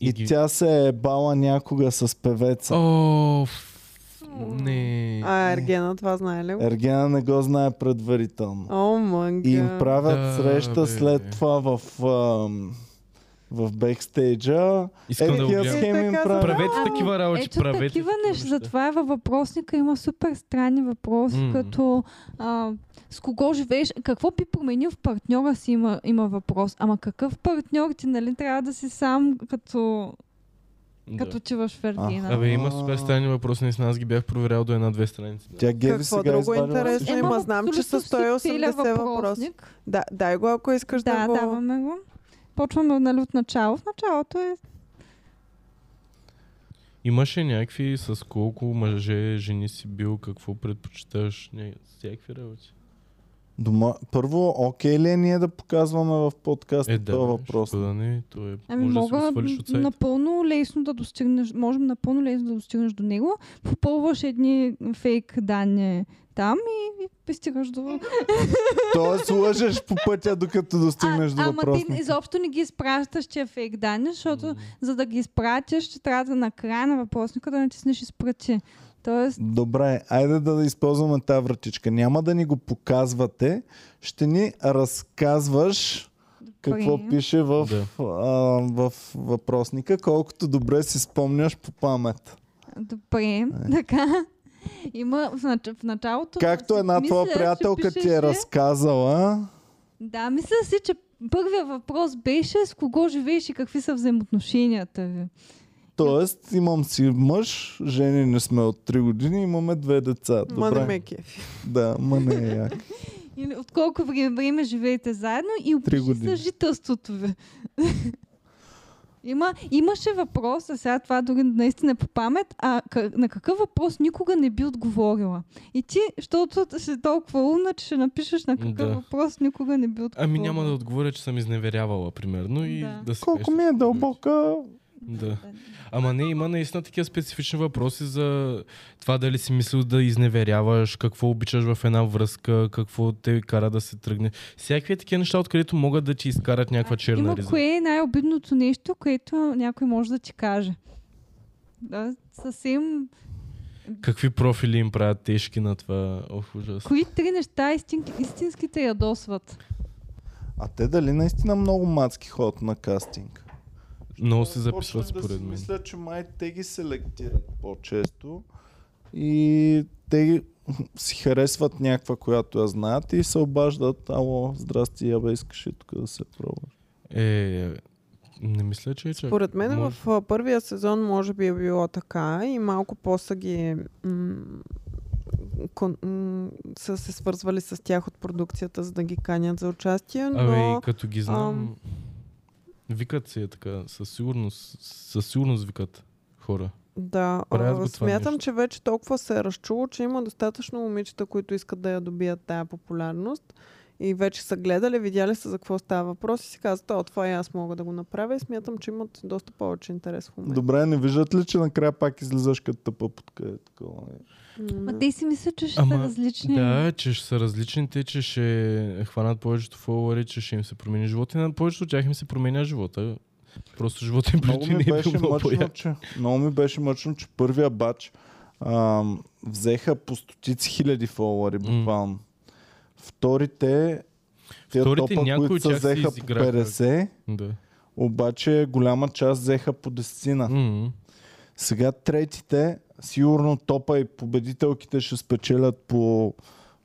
Speaker 1: И,
Speaker 2: И ги-
Speaker 1: тя се е бала някога с певеца.
Speaker 2: О, ф- не.
Speaker 3: А Ергена, това знае ли го?
Speaker 1: Ергена не го знае предварително.
Speaker 3: О, мънга.
Speaker 1: Е, И им правят
Speaker 2: Да,
Speaker 1: среща
Speaker 2: бе.
Speaker 1: след това в, ам, в бекстейджа.
Speaker 2: Искам
Speaker 1: Е,
Speaker 2: да го
Speaker 1: тия
Speaker 2: гледам.
Speaker 1: схеми им
Speaker 3: Е, така
Speaker 1: правят.
Speaker 2: Правете
Speaker 4: Ами,
Speaker 2: такива работи,
Speaker 4: Ето
Speaker 2: правете.
Speaker 4: такива неща.
Speaker 2: неща.
Speaker 4: Затова във въпросника има супер странни въпроси,
Speaker 2: М.
Speaker 4: като а, с кого живееш, какво би променил в партньора си има, има въпрос. Ама какъв партньор ти, нали, трябва да си сам като като чуваш Фердина.
Speaker 2: Абе, има супер странни въпроси, наистина аз ги бях проверял до една-две страници.
Speaker 1: Тя Геви
Speaker 3: Какво
Speaker 1: сега
Speaker 3: друго
Speaker 1: извадила
Speaker 3: интересно
Speaker 1: всичко.
Speaker 3: има? знам, че са 180 Да, дай го, ако искаш да,
Speaker 4: Да,
Speaker 3: го...
Speaker 4: даваме го. Почваме нали, от начало. В началото е
Speaker 2: Имаше някакви с колко мъже, жени си бил, какво предпочиташ, не, всякакви работи.
Speaker 1: Дома... Първо, окей ли е ние да показваме в подкаста
Speaker 2: Е, да,
Speaker 1: този въпрос?
Speaker 2: защо Да не, то е,
Speaker 4: Ами
Speaker 2: може
Speaker 4: мога
Speaker 2: да си го свалиш от сайта.
Speaker 4: напълно лесно да достигнеш, можем напълно лесно да достигнеш до него, попълваш едни фейк данни там и, и пристигаш до...
Speaker 1: Тоест е, лъжеш по пътя, докато достигнеш до
Speaker 4: а, ама ти
Speaker 1: въпроса.
Speaker 4: изобщо не ги изпращаш, че е фейк данни, защото
Speaker 2: М.
Speaker 4: за да ги изпратиш, ще трябва да на края на въпросника да натиснеш изпрати. Тоест,
Speaker 1: Добре, айде да използваме тази вратичка. Няма да ни го показвате, ще ни разказваш какво
Speaker 4: Добре.
Speaker 1: пише в,
Speaker 2: Да.
Speaker 1: а, в въпросника, колкото добре си спомняш по памет.
Speaker 4: добре,
Speaker 1: Е.
Speaker 4: така. Има в, нач... в началото...
Speaker 1: Както
Speaker 4: си
Speaker 1: една твоя
Speaker 4: мисля, че
Speaker 1: приятелка ти е
Speaker 4: пишеше-
Speaker 1: разказала,
Speaker 4: Да, мисля си, че първият въпрос беше с кого живееш и какви са взаимоотношенията ви.
Speaker 1: Тоест, имам си мъж, жени не сме от 3 години, имаме две деца.
Speaker 3: Ма не
Speaker 1: Добре.
Speaker 3: ме кефи.
Speaker 1: Да, ма не е як.
Speaker 4: Или от колко време, време живеете заедно и опиши
Speaker 1: години.
Speaker 4: съжителството ви. <laughs> Има, имаше въпрос, а сега това дори наистина е по памет, а къ- на какъв въпрос никога не би отговорила. И ти, защото си толкова умна, че ще напишеш на какъв
Speaker 2: Да.
Speaker 4: въпрос никога не би отговорила.
Speaker 2: Ами няма да отговоря, че съм изневерявала, примерно, и
Speaker 4: Да.
Speaker 2: да, да се
Speaker 1: Колко ми е дълбока...
Speaker 2: Да. Ама не, има наистина такива специфични въпроси за това дали си мислил да изневеряваш, какво обичаш в една връзка, какво те кара да се тръгне. Всякакви такива неща, откъдето могат да ти изкарат някаква черна
Speaker 4: Има
Speaker 2: риза.
Speaker 4: кое е най-обидното нещо, което някой може да ти каже. Да, съвсем...
Speaker 2: Какви профили им правят тежки на това? Ох, ужас.
Speaker 4: Кои три неща истин, истинските ядосват?
Speaker 1: А те дали наистина много мацки ходят на кастинг?
Speaker 2: Много се записват
Speaker 1: Започнах да
Speaker 2: според
Speaker 1: си
Speaker 2: мен.
Speaker 1: Мисля, че май те ги селектират по-често и те ги- <laughs> си харесват някаква, която я знаят и се обаждат. Ало, здрасти, я бе, искаш и тук да се пробваш.
Speaker 2: Е, не мисля, че е чак.
Speaker 3: Според мен
Speaker 2: Може.
Speaker 3: в а, първия сезон може би е било така и малко по-са ги м- кон- м- са се свързвали с тях от продукцията, за да ги канят за участие, но...
Speaker 2: Абе, и като ги знам...
Speaker 3: ам.
Speaker 2: Викат си е така, със сигурност, със сигурност викат хора.
Speaker 3: Да,
Speaker 2: Правят
Speaker 3: а,
Speaker 2: го това
Speaker 3: смятам,
Speaker 2: нещо.
Speaker 3: че вече толкова се е разчуло, че има достатъчно момичета, които искат да я добият тая популярност. И вече са гледали, видяли са за какво става въпрос и си казват, о, това и аз мога да го направя. И смятам, че имат доста повече интерес в момента.
Speaker 1: Добре, не виждат ли, че накрая пак излизаш като тъпа путка? Е, такова, е.
Speaker 4: Ма те си мислят, че ще
Speaker 2: Ама,
Speaker 4: са различни.
Speaker 2: Да, че ще са различни, те, че ще хванат повечето фолуари, че ще им се промени живота. И на повечето от тях им се променя живота. Просто живота им
Speaker 1: Много
Speaker 2: преди
Speaker 1: ми
Speaker 2: не е бил
Speaker 1: беше
Speaker 2: много
Speaker 1: мъчно,
Speaker 2: по-як.
Speaker 1: че, много ми беше мъчно, че първия бач ам, взеха по стотици хиляди фолуари,
Speaker 2: М.
Speaker 1: буквално. Вторите, тия
Speaker 2: Вторите
Speaker 1: топа,
Speaker 2: някои
Speaker 1: които
Speaker 2: от
Speaker 1: са
Speaker 2: тях си
Speaker 1: взеха по
Speaker 2: изиграха.
Speaker 1: 50,
Speaker 2: Да.
Speaker 1: обаче голяма част взеха по десетина.
Speaker 2: М.
Speaker 1: Сега третите, сигурно топа и победителките ще спечелят по,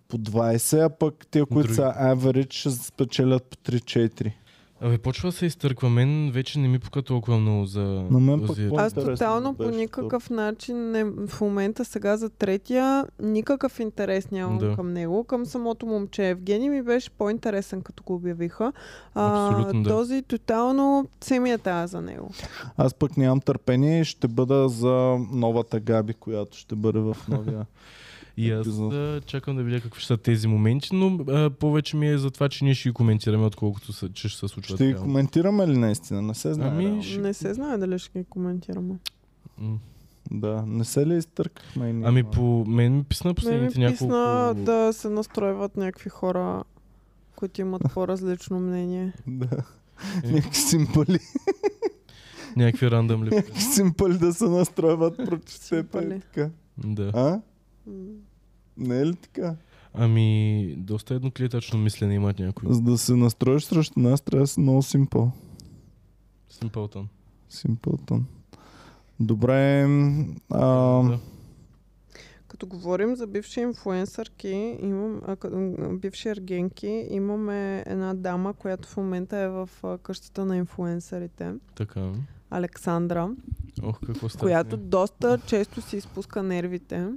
Speaker 1: по 20, а пък те, които
Speaker 2: Други.
Speaker 1: са average, ще спечелят по 3-4.
Speaker 2: Абе, почва да се изтърква. Мен вече не ми пука толкова много за
Speaker 1: На мен пък
Speaker 2: този...
Speaker 1: по-
Speaker 3: Аз
Speaker 1: Интересно
Speaker 3: тотално
Speaker 1: ми
Speaker 3: по
Speaker 1: беше
Speaker 3: никакъв начин, не, в момента сега за третия, никакъв интерес нямам
Speaker 2: Да.
Speaker 3: да. към него. Към самото момче Евгений ми беше по-интересен, като го обявиха. А,
Speaker 2: Абсолютно да.
Speaker 3: този тотално се ми е тая за него.
Speaker 1: Аз пък нямам търпение и ще бъда за новата Габи, която ще бъде в
Speaker 2: <laughs>
Speaker 1: новия.
Speaker 2: И аз
Speaker 1: епизод.
Speaker 2: да, чакам да видя какви ще са тези моменти, но а, повече ми е за това, че ние ще ги коментираме, отколкото са, че ще се случват.
Speaker 1: Ще ги
Speaker 2: реално.
Speaker 1: коментираме ли наистина? Не се знае.
Speaker 2: Ами,
Speaker 1: реално.
Speaker 2: ще-
Speaker 3: Не се знае дали ще ги коментираме.
Speaker 2: М.
Speaker 1: Да, не се ли изтъркахме? и ние?
Speaker 2: Ами по мен ми писна
Speaker 3: Ме ми
Speaker 2: последните
Speaker 3: Нали, писна
Speaker 2: няколко...
Speaker 3: да се настройват някакви хора, които
Speaker 2: <laughs>
Speaker 3: имат по-различно мнение.
Speaker 1: <laughs> Да.
Speaker 2: Е.
Speaker 1: Някакви симпали, <laughs>
Speaker 2: Някакви рандъм ли?
Speaker 1: някакви симпали да се настройват против теб. е
Speaker 3: Симпали.
Speaker 1: така.
Speaker 2: да.
Speaker 1: А?
Speaker 3: М.
Speaker 1: Не е ли така?
Speaker 2: Ами, доста едноклетъчно мислене имат някои.
Speaker 1: За да се настроиш срещу нас, трябва да си много симпъл.
Speaker 2: Симпълтън.
Speaker 1: Симпълтън. Добре. м, А,
Speaker 2: Да.
Speaker 3: Като говорим за бивши инфлуенсърки, имам, а, к- м, бивши аргенки, имаме една дама, която в момента е в а, къщата на инфлуенсърите.
Speaker 2: Така.
Speaker 3: Александра,
Speaker 2: Ох, какво става?
Speaker 3: която доста често си изпуска нервите.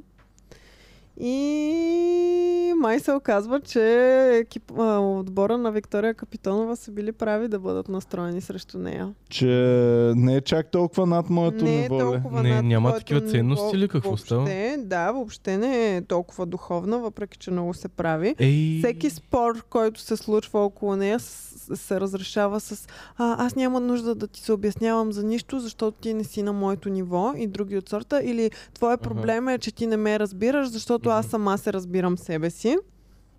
Speaker 3: И май се оказва, че екип, а, отбора на Виктория Капитонова са били прави да бъдат настроени срещу нея.
Speaker 1: Че не е чак толкова над моето
Speaker 3: не е
Speaker 1: ниво. ле.
Speaker 3: толкова
Speaker 2: Не,
Speaker 3: над
Speaker 2: няма
Speaker 3: твоето
Speaker 2: такива ценности
Speaker 3: ниво
Speaker 2: ли? Какво
Speaker 3: въобще,
Speaker 2: става?
Speaker 3: Да, въобще не е толкова духовна, въпреки че много се прави.
Speaker 2: Ей,
Speaker 3: Всеки спор, който се случва около нея, с- се разрешава с а, аз няма нужда да ти се обяснявам за нищо, защото ти не си на моето ниво и други от сорта. Или твоя
Speaker 2: Аха.
Speaker 3: проблем е, че ти не ме разбираш, защото
Speaker 2: Мгм.
Speaker 3: аз сама се разбирам себе си.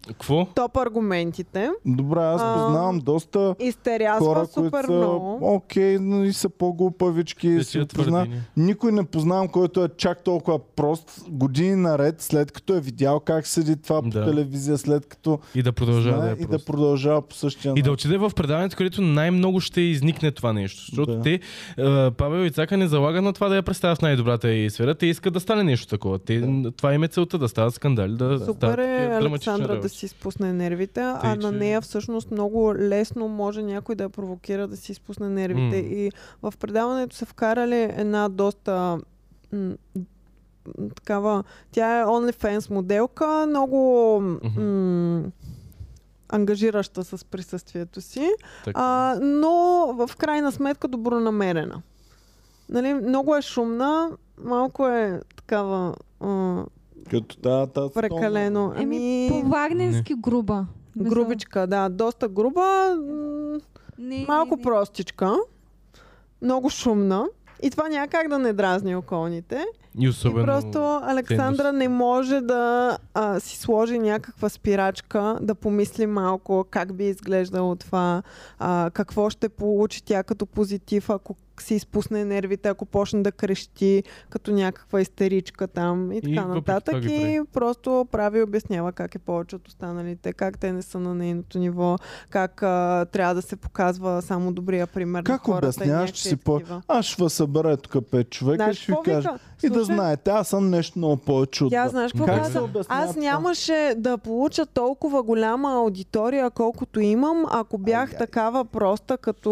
Speaker 2: Какво?
Speaker 3: Топ аргументите.
Speaker 1: Добре, аз
Speaker 3: А,
Speaker 1: познавам доста
Speaker 3: Изтерязва
Speaker 1: хора, които
Speaker 3: супер
Speaker 1: са
Speaker 3: много.
Speaker 1: окей, но и са по-глупавички. Си
Speaker 2: Такива
Speaker 1: познавам.
Speaker 2: твърдения.
Speaker 1: Никой не познавам, който е чак толкова прост години наред, след като е видял как седи това по
Speaker 2: Да.
Speaker 1: телевизия, след като
Speaker 2: И да продължава да
Speaker 1: знае
Speaker 2: е
Speaker 1: и
Speaker 2: прост.
Speaker 1: да продължава по същия
Speaker 2: И
Speaker 1: начин.
Speaker 2: да отиде в предаването, където най-много ще изникне това нещо. Защото
Speaker 1: Да.
Speaker 2: да. те, е, Павел и Цака не залагат на това да я представят в най-добрата и сфера. Те искат да стане нещо такова. Те,
Speaker 1: Да.
Speaker 2: да. Това им е целта, да стават скандали, да
Speaker 3: Супер
Speaker 2: стават
Speaker 3: е
Speaker 2: такива драматични
Speaker 3: Александра да
Speaker 2: работи.
Speaker 3: си изпусне нервите, а
Speaker 2: Тъй,
Speaker 3: на
Speaker 2: че-
Speaker 3: нея всъщност много лесно може някой да я провокира да си изпусне нервите.
Speaker 2: М.
Speaker 3: И в предаването са вкарали една доста м- м- такава... Тя е OnlyFans моделка, много м- ангажираща с присъствието си.
Speaker 2: Така.
Speaker 3: А, но в крайна сметка добронамерена. Нали, много е шумна, малко е такава а,
Speaker 1: Като да, тази
Speaker 3: прекалено.
Speaker 4: Еми,
Speaker 3: Ами,
Speaker 4: по-варненски груба. Мисля,
Speaker 3: грубичка, да, доста груба, м,
Speaker 4: не, не,
Speaker 3: малко
Speaker 4: не.
Speaker 3: простичка, много шумна. И това няма как да не дразни околните.
Speaker 2: И особено...
Speaker 3: И просто Александра
Speaker 2: ценност.
Speaker 3: не може да а, си сложи някаква спирачка, да помисли малко как би изглеждало това, а, какво ще получи тя като позитив, ако си изпусне нервите, ако почне да крещи като някаква истеричка там и
Speaker 2: И
Speaker 3: така
Speaker 2: въпреки това
Speaker 3: нататък.
Speaker 2: ги
Speaker 3: И
Speaker 2: прави.
Speaker 3: просто прави и обяснява как е повече от останалите, как те не са на нейното ниво, как а, трябва да се показва само добрия пример на
Speaker 1: Как
Speaker 3: хората. и
Speaker 1: обясняваш, че
Speaker 3: някакви
Speaker 1: си по...
Speaker 3: такива.
Speaker 1: Аз ще ви събера тук пет човека и
Speaker 3: Знаеш
Speaker 1: ще ви
Speaker 3: какво
Speaker 1: кажа.
Speaker 3: вика?
Speaker 1: И да
Speaker 3: Слушай,
Speaker 1: знаете, аз съм нещо много повече от
Speaker 3: Тя
Speaker 1: вас.
Speaker 3: знаеш какво
Speaker 1: Как
Speaker 2: каза?
Speaker 1: се обяснява
Speaker 3: Аз
Speaker 1: това?
Speaker 3: нямаше да получа толкова голяма аудитория, колкото имам, ако бях
Speaker 1: Ай, ай.
Speaker 3: такава проста като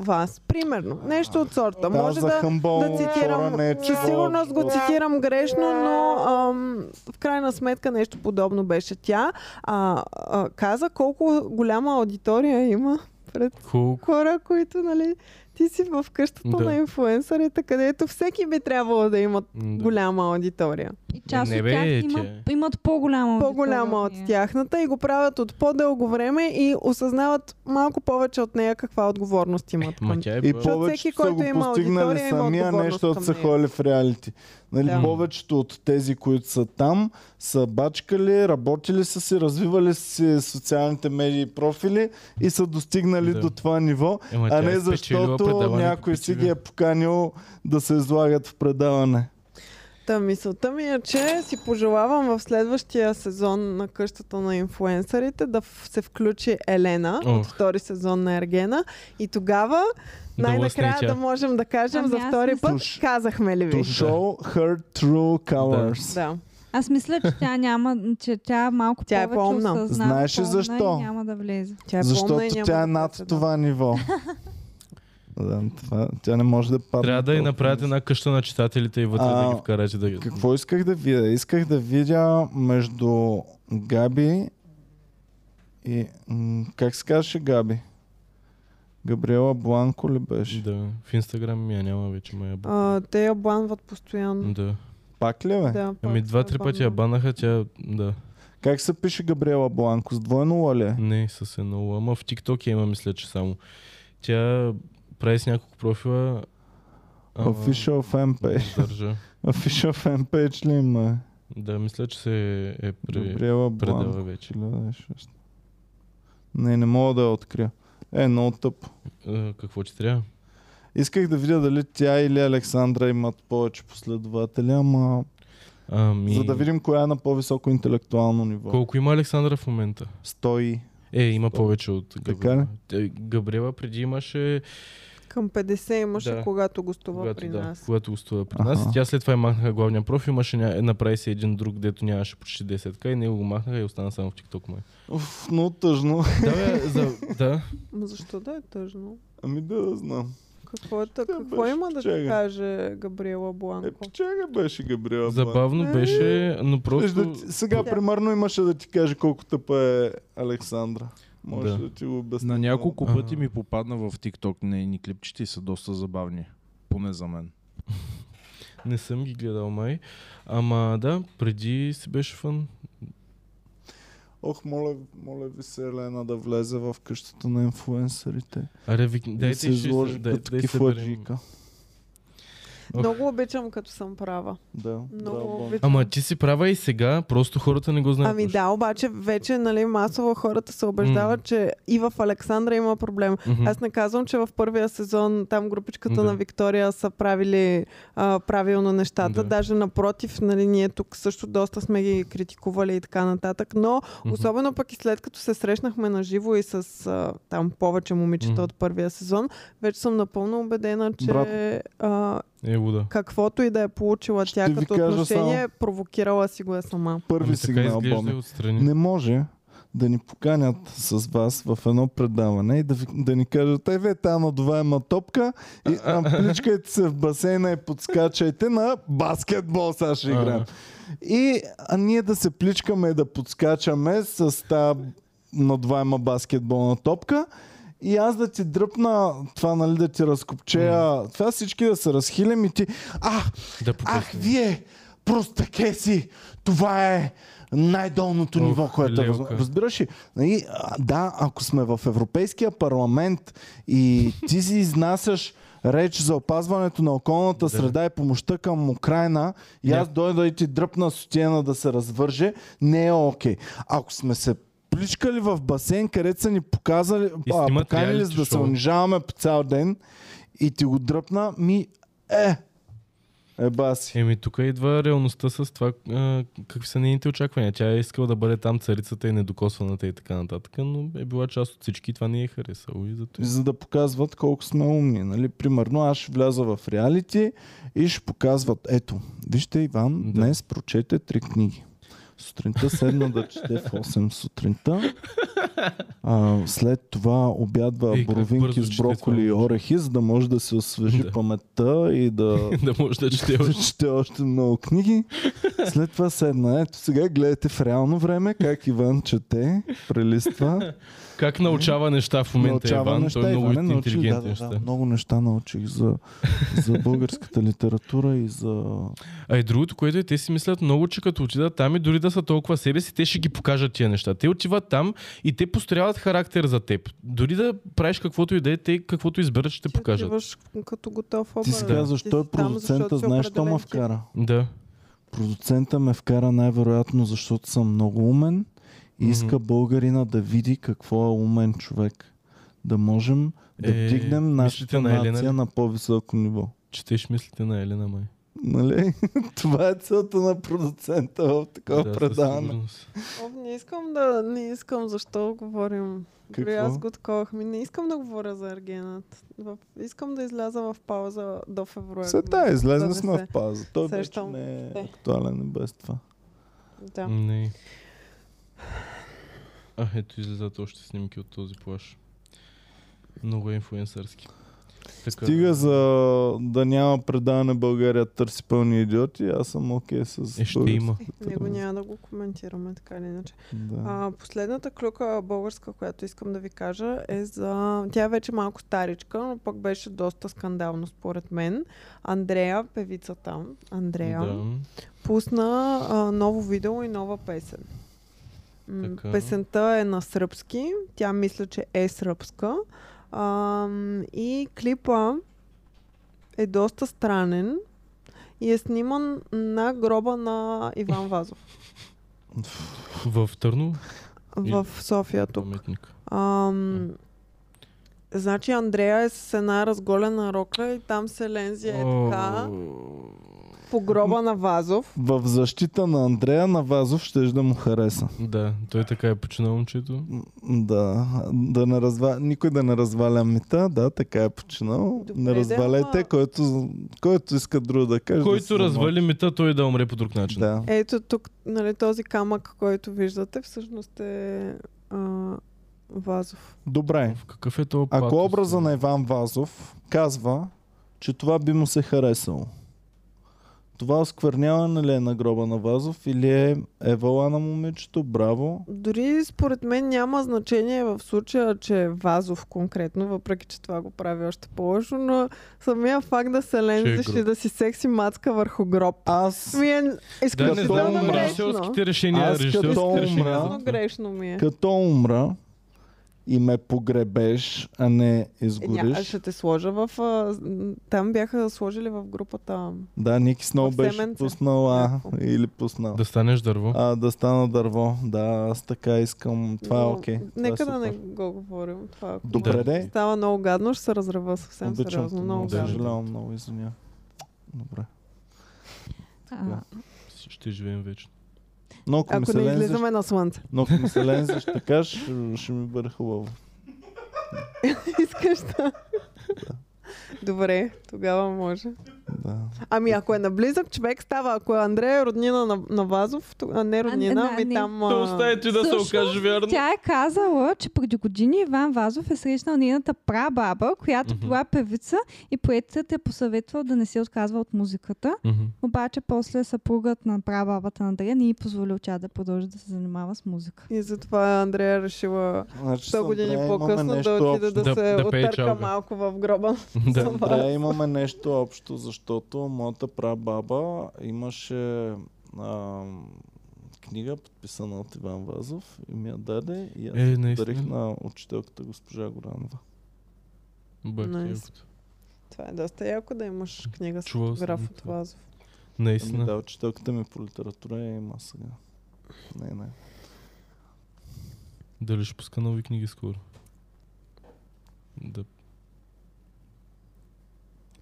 Speaker 3: вас. Примерно. Нещо от сорта.
Speaker 1: Да,
Speaker 3: Може
Speaker 1: за
Speaker 3: да,
Speaker 1: хъмбъл
Speaker 3: да цитирам.
Speaker 1: хора не е
Speaker 3: Със
Speaker 1: чувал,
Speaker 3: сигурност го
Speaker 1: защото-
Speaker 3: цитирам грешно, но ам, в крайна сметка нещо подобно беше тя. А, а, каза колко голяма аудитория има пред
Speaker 2: Колко?
Speaker 3: хора, които, нали, ти си в къщата
Speaker 2: Да.
Speaker 3: на инфуенсърите, където всеки би трябвало да имат
Speaker 2: М, да.
Speaker 3: голяма аудитория.
Speaker 4: И част
Speaker 2: Е, не
Speaker 4: от
Speaker 2: бе,
Speaker 4: тях
Speaker 2: е,
Speaker 4: имат,
Speaker 2: тя е.
Speaker 4: имат по-голяма
Speaker 3: по-голяма от
Speaker 4: аудитория нея.
Speaker 3: тяхната и го правят от по-дълго време и осъзнават малко повече от нея каква отговорност имат.
Speaker 2: Ма
Speaker 3: към
Speaker 2: тя е
Speaker 1: И
Speaker 2: била-
Speaker 3: по-
Speaker 1: повечето
Speaker 3: всеки,
Speaker 1: са
Speaker 3: който
Speaker 1: го
Speaker 3: има
Speaker 1: постигнали
Speaker 3: аудитория, има
Speaker 1: самия, не
Speaker 3: отговорност
Speaker 1: защото
Speaker 3: към
Speaker 1: са
Speaker 3: нея.
Speaker 1: ходили в реалити. Нали,
Speaker 3: Да.
Speaker 1: Повечето от тези, които са там, са бачкали, работили са си, развивали са си социалните медии и профили и са достигнали
Speaker 2: Да.
Speaker 1: до това ниво,
Speaker 2: Ема
Speaker 1: а
Speaker 2: тя
Speaker 1: не
Speaker 2: е спечелила
Speaker 1: защото
Speaker 2: предаването,
Speaker 1: някой си
Speaker 2: пичове.
Speaker 1: ги е поканил да се излагат в предаване.
Speaker 3: Та мисълта ми е, че си пожелавам в следващия сезон на къщата на инфуенсърите да в- се включи Елена от
Speaker 2: Ох.
Speaker 3: втори сезон на Ергена и тогава
Speaker 2: Да
Speaker 3: най-накрая
Speaker 2: лъсне и
Speaker 3: да
Speaker 2: тя.
Speaker 3: можем да кажем
Speaker 4: Ами
Speaker 3: за
Speaker 4: аз
Speaker 3: втори
Speaker 4: мисля-
Speaker 3: път
Speaker 1: Туш.
Speaker 3: казахме ли
Speaker 1: To
Speaker 3: ви.
Speaker 1: show her true colors.
Speaker 3: Да.
Speaker 4: Аз мисля, че тя няма, че тя малко
Speaker 3: Тя е
Speaker 4: повече
Speaker 3: по-умна.
Speaker 4: осъзнава,
Speaker 1: Знаеш ли
Speaker 4: по-умна
Speaker 1: защо?
Speaker 4: И няма да влезе.
Speaker 3: Тя е
Speaker 1: Защото
Speaker 3: помна и няма
Speaker 1: тя е
Speaker 3: да
Speaker 1: над
Speaker 3: се
Speaker 1: това
Speaker 3: <laughs>
Speaker 1: ниво. Да, това, тя не може да падне.
Speaker 2: Трябва да и
Speaker 1: толкова
Speaker 2: направят една къща на читателите и вътре
Speaker 1: А,
Speaker 2: да ги вкарате да ги...
Speaker 1: Какво исках да видя? Исках да видя между Габи и... м, Как се казваше Габи? Габриела Бланко ли беше?
Speaker 2: Да, в Инстаграм я няма вече, ма я б-
Speaker 3: А, те я банват постоянно.
Speaker 2: Да.
Speaker 1: Пак ли е, бе?
Speaker 3: Да,
Speaker 2: Ами
Speaker 3: пак
Speaker 2: два-три пъти я
Speaker 3: банват.
Speaker 2: банаха, тя... Да.
Speaker 1: Как се пише Габриела Бланко? С двойно Л ли? е?
Speaker 2: Не, с едно. Ама в TikTok я има, мисля, че само. Тя прави с няколко профила. ама-
Speaker 1: Official fanpage. <laughs>
Speaker 2: Държа.
Speaker 1: Official fanpage ли има?
Speaker 2: Да, мисля, че се е при...
Speaker 1: Габриела
Speaker 2: предава
Speaker 1: Бланко.
Speaker 2: вече.
Speaker 1: 1006. Не, не мога да я открия. Е, много тъпо.
Speaker 2: А, какво ти трябва?
Speaker 1: Исках да видя дали тя или Александра имат повече последователи, ама
Speaker 2: Ами...
Speaker 1: За да видим коя е на по-високо интелектуално ниво.
Speaker 2: Колко има Александра в момента?
Speaker 1: Стои.
Speaker 2: Е, има повече от
Speaker 1: Така ли?
Speaker 2: Габриела. Те- Габриела преди имаше,
Speaker 3: Към 50 имаше,
Speaker 2: Да.
Speaker 3: когато гостува
Speaker 2: когато,
Speaker 3: при
Speaker 2: да,
Speaker 3: нас.
Speaker 2: когато гостува при
Speaker 1: Аха.
Speaker 2: нас. И тя след това я махнаха главния профил, имаше, ня- направи се един друг, дето нямаше почти 10к и него го махнаха и остана само в TikTok май.
Speaker 1: Уф, но тъжно.
Speaker 2: Да, бе, за, да.
Speaker 3: Ма защо да е тъжно?
Speaker 1: Ами да, знам.
Speaker 3: Какво, е, та-
Speaker 1: Да,
Speaker 3: какво
Speaker 1: беше
Speaker 3: има да ти
Speaker 1: печага.
Speaker 3: каже Габриела
Speaker 1: Е,
Speaker 3: Бланко?
Speaker 1: печага беше Габриела. Бланко.
Speaker 2: Забавно беше, но
Speaker 1: Виж Да
Speaker 2: просто...
Speaker 1: ти, сега,
Speaker 3: Да.
Speaker 1: примерно, имаше да ти каже колко тъпа е Александра. Може да,
Speaker 2: Да.
Speaker 1: ти го обясня.
Speaker 5: На няколко
Speaker 2: А.
Speaker 5: пъти ми попадна в TikTok нейни клипчета и са доста забавни. Поне за мен.
Speaker 2: Не съм ги гледал май. Ама да, преди си беше фън.
Speaker 1: Ох, моля, моля ви се Елена да влезе в къщата на инфуенсърите.
Speaker 2: Аре, ви,
Speaker 1: И
Speaker 2: дайте
Speaker 1: да се изложи като кифладжика.
Speaker 2: Ох.
Speaker 3: Много обичам, като съм права.
Speaker 1: Да,
Speaker 3: Много
Speaker 1: браво.
Speaker 3: обичам.
Speaker 2: Ама ти си права и сега, просто хората не го знаят.
Speaker 3: Ами
Speaker 2: още.
Speaker 3: да, обаче вече нали, масово хората се убеждават,
Speaker 2: М.
Speaker 3: че и в Александра има проблем.
Speaker 2: Мгм.
Speaker 3: Аз не казвам, че в първия сезон там групичката
Speaker 2: Да.
Speaker 3: на Виктория са правили а, правилно нещата.
Speaker 2: Да.
Speaker 3: Даже напротив, нали, ние тук също доста сме ги критикували и така нататък. Но
Speaker 2: Мгм.
Speaker 3: особено пък и след като се срещнахме на живо и с а, там повече момичета
Speaker 2: Мгм.
Speaker 3: от първия сезон, вече съм напълно убедена,
Speaker 1: Брат.
Speaker 3: че а,
Speaker 2: Е, вода.
Speaker 3: каквото и да е получила
Speaker 1: Ще
Speaker 3: тя
Speaker 1: ви
Speaker 3: като
Speaker 1: кажа
Speaker 3: отношение,
Speaker 1: само-
Speaker 3: провокирала си го е сама.
Speaker 1: Първи
Speaker 2: Ами така
Speaker 1: сигнал,
Speaker 2: изглежда и
Speaker 1: Боми.
Speaker 2: отстрани.
Speaker 1: Не може да ни поканят с вас в едно предаване и да, ви, да ни кажат, е, ве, там надуваема топка и а, пличкайте се в басейна и подскачайте на баскетбол, сега ще
Speaker 2: А.
Speaker 1: играем. И а ние да се пличкаме и да подскачаме с тази надуваема баскетболна топка и аз да ти дръпна това, нали, да ти разкопчея, това всички да се разхилим и ти, ах,
Speaker 2: Да
Speaker 1: Ах,
Speaker 2: покъсне.
Speaker 1: вие, простакеси, това е най-долното
Speaker 2: Ох,
Speaker 1: ниво, което е. възможно.
Speaker 2: лелка.
Speaker 1: Разбираш ли? Нали, а, Да, ако сме в Европейския парламент и ти си изнасяш реч за опазването на околната
Speaker 2: Да.
Speaker 1: среда и помощта към Украина и аз
Speaker 2: Ня-
Speaker 1: дойда и ти дръпна сутиена да се развърже, не е окей. Ако сме се пличкали в басейн, където са ни показали,
Speaker 2: И
Speaker 1: а,
Speaker 2: снимат
Speaker 1: поканили
Speaker 2: реалити
Speaker 1: за да се
Speaker 2: шоу.
Speaker 1: унижаваме по цял ден и ти го дръпна, ми е, еба си.
Speaker 2: Еми, тук идва реалността с това а, какви са нейните очаквания. Тя е искала да бъде там царицата и недокосваната и така нататък, но е била част от всички и това не е харесало и зато. <laughs>
Speaker 1: за да показват колко сме умни. Нали? Примерно аз ще вляза в реалити и ще показват, ето, вижте Иван, да.
Speaker 2: Да.
Speaker 1: днес прочете три книги. Сутринта седна да чете в 8
Speaker 2: <laughs>
Speaker 1: сутринта. А, след това обядва
Speaker 2: Ей, как
Speaker 1: боровинки
Speaker 2: бързо
Speaker 1: с
Speaker 2: чете
Speaker 1: броколи и
Speaker 2: това момиче.
Speaker 1: орехи, за да може да се освежи
Speaker 2: Да.
Speaker 1: паметта и да
Speaker 2: да може <laughs>
Speaker 1: <laughs>
Speaker 2: да чете още.
Speaker 1: чете още много книги. След това седна. Ето сега гледате в реално време как Иван чете, прелиства.
Speaker 2: Как научава неща в момента
Speaker 1: Научава
Speaker 2: Иван? Той е много
Speaker 1: Иване, научи- да, да,
Speaker 2: интелигентен.
Speaker 1: да,
Speaker 2: Да,
Speaker 1: много неща научих за, за българската литература и за...
Speaker 2: А и другото, което е, те си мислят много, че като отидат там и дори да са толкова себе си, те ще ги покажат тия неща. Те отиват там и те построяват характер за теб. Дори да правиш каквото и да е, те каквото изберат ще
Speaker 3: Ти
Speaker 2: покажат.
Speaker 3: отиваш като готов образ.
Speaker 1: Ти си
Speaker 2: Да.
Speaker 1: казваш, той е
Speaker 3: си там,
Speaker 1: продуцента,
Speaker 3: защото си
Speaker 1: знаеш, що ме
Speaker 3: определен тип.
Speaker 1: вкара.
Speaker 2: Да.
Speaker 1: Продуцента ме вкара най-вероятно, защото съм много умен и иска българина да види какво е умен човек. Да можем да
Speaker 2: Е,
Speaker 1: вдигнем нашата
Speaker 2: мислите на Елена
Speaker 1: нация
Speaker 2: ли?
Speaker 1: на по-високо ниво.
Speaker 2: Четеш мислите на Елена Май.
Speaker 1: Нали? <laughs> Това е целта на продуцента в такова
Speaker 2: да, със
Speaker 1: предаване.
Speaker 2: сигурност.
Speaker 3: О, не искам да, не искам, защо говорим. Дори
Speaker 1: Какво?
Speaker 3: Аз го таковах. Ми не искам да говоря за Аргенът. В... Искам да изляза в пауза до февруари.
Speaker 1: След да,
Speaker 3: да
Speaker 1: е, излезли
Speaker 3: не
Speaker 1: сме
Speaker 3: се
Speaker 1: в пауза. Той вече
Speaker 3: сещам.
Speaker 1: не е
Speaker 3: Е.
Speaker 1: актуален и без това.
Speaker 3: Да.
Speaker 2: Не. А, ето излизат още снимки от този плаш. Много е инфуенсърски. Така,
Speaker 1: Стига за да няма предаване България търси пълни идиоти, аз съм окей okay с...
Speaker 2: Е, ще
Speaker 1: българската
Speaker 2: има.
Speaker 3: Него
Speaker 1: телевизия.
Speaker 3: няма да го коментираме така или иначе.
Speaker 1: Да.
Speaker 3: А, последната клюка българска, която искам да ви кажа е за... Тя е вече малко старичка, но пък беше доста скандално според мен. Андрея, певицата Андрея,
Speaker 2: Да.
Speaker 3: пусна а, ново видео и нова песен. М,
Speaker 2: Така.
Speaker 3: Песента е на сръбски. Тя мисля, че е сръбска. А, и клипа е доста странен и е сниман на гроба на Иван Вазов
Speaker 2: В Търно,
Speaker 3: в София тук.
Speaker 2: паметник.
Speaker 3: Ам... Значи Андрея е с една разголена рокля и там се лензи е така по гроба на Вазов.
Speaker 1: В защита на Андрея Навазов ще да му хареса.
Speaker 2: Да, той така е починал момчето.
Speaker 1: М, Да, да не разва... никой да не разваля мита, да, така е починал.
Speaker 3: Добре,
Speaker 1: Не
Speaker 3: да,
Speaker 1: развалете,
Speaker 3: ама-
Speaker 1: който, който иска друго да каже. да се
Speaker 2: Който развали
Speaker 1: замълчи.
Speaker 2: мита, той да умре по друг начин.
Speaker 1: Да.
Speaker 3: Ето тук, нали, този камък, който виждате, всъщност е а, Вазов.
Speaker 1: Добре.
Speaker 2: В Какъв е този
Speaker 1: Ако
Speaker 2: патос,
Speaker 1: образа
Speaker 2: бе?
Speaker 1: на Иван Вазов казва, че това би му се харесало, това оскверняване ли е на гроба на Вазов или е евала на момичето? Браво!
Speaker 3: Дори според мен няма значение в случая, че е Вазов конкретно, въпреки че това го прави още по-лошо, но самия факт да
Speaker 2: е
Speaker 3: се лензиш
Speaker 2: гроб.
Speaker 3: и да си секси мацка върху гроб.
Speaker 1: Аз,
Speaker 3: Ми е
Speaker 2: Да, не
Speaker 1: Като
Speaker 2: знам,
Speaker 3: изключително
Speaker 1: умра.
Speaker 2: умра.
Speaker 3: грешно.
Speaker 2: режисьорските решения,
Speaker 1: Аз като
Speaker 2: режисьорските
Speaker 1: умра-
Speaker 2: решения. за
Speaker 3: Изключително
Speaker 2: това.
Speaker 3: грешно ми е.
Speaker 1: като умра и ме погребеш, а не
Speaker 3: Е, ня-
Speaker 1: изгориш.
Speaker 3: ще те сложа в... А, м, там бяха сложили в групата...
Speaker 1: Да, Ники Сноу
Speaker 3: в
Speaker 1: беше
Speaker 3: семенце.
Speaker 1: пуснала
Speaker 3: Някакво.
Speaker 1: или пуснала.
Speaker 2: Да станеш дърво.
Speaker 1: А, да стана дърво. Да, аз така искам. Това е
Speaker 3: но
Speaker 1: окей. Това е
Speaker 3: Нека да
Speaker 1: супер.
Speaker 3: не го говорим. Това, ако
Speaker 1: Добре,
Speaker 2: Да.
Speaker 1: де.
Speaker 3: Става много гадно, ще се разрева съвсем
Speaker 1: Обичам
Speaker 3: сериозно.
Speaker 1: те,
Speaker 3: Много
Speaker 2: да.
Speaker 3: гадно.
Speaker 1: Съжалявам много, извиня. Добре.
Speaker 4: А,
Speaker 2: Ще живеем вечно.
Speaker 1: Но ако, ми
Speaker 3: Ако
Speaker 1: се
Speaker 3: не
Speaker 1: лензиш,
Speaker 3: излизаме на слънце. <laughs>
Speaker 1: но ако ми се лензиш така, ще, ще ми бъде хубаво.
Speaker 3: Искаш да... Добре, тогава може.
Speaker 1: Да.
Speaker 3: Ами ако е наблизък, човек става. Ако е Андрея е роднина на, на Вазов, то- а не роднина,
Speaker 4: да,
Speaker 3: ами
Speaker 4: не.
Speaker 3: там...
Speaker 2: Да
Speaker 3: а,
Speaker 2: оставите да се
Speaker 4: всъщност,
Speaker 2: окаже вярно.
Speaker 4: Тя е казала, че преди години Иван Вазов е срещнал нейната прабаба, която
Speaker 2: Мгм.
Speaker 4: била певица и поетът е посъветвал да не се отказва от музиката.
Speaker 2: Мгм.
Speaker 4: Обаче после съпругът на прабабата на Андрея не й позволил тя да продължи да се занимава с музика.
Speaker 3: И затова Андрея решила
Speaker 1: Значи,
Speaker 3: 100 години
Speaker 1: Андрея
Speaker 3: по-късно да отиде да,
Speaker 2: Да-
Speaker 3: се
Speaker 2: да пее
Speaker 3: отърка
Speaker 2: чалга.
Speaker 3: малко в гроба.
Speaker 2: Да.
Speaker 1: С Андрея имаме нещо общо, защото моята прабаба имаше ам, книга, подписана от Иван Вазов и ми я даде и аз
Speaker 2: Е,
Speaker 1: я
Speaker 2: наистина.
Speaker 1: подарих на учителката госпожа Горанова. Ами
Speaker 2: Бах,
Speaker 3: Nice.
Speaker 2: елкото.
Speaker 3: Това е доста яко да имаш книга с
Speaker 2: Чувал съм
Speaker 3: граф от
Speaker 2: това.
Speaker 3: Вазов.
Speaker 1: Ами, да,
Speaker 2: Наистина.
Speaker 1: учителката ми по литература я има сега. Не, не.
Speaker 2: Дали ще пуска нови книги скоро? Да.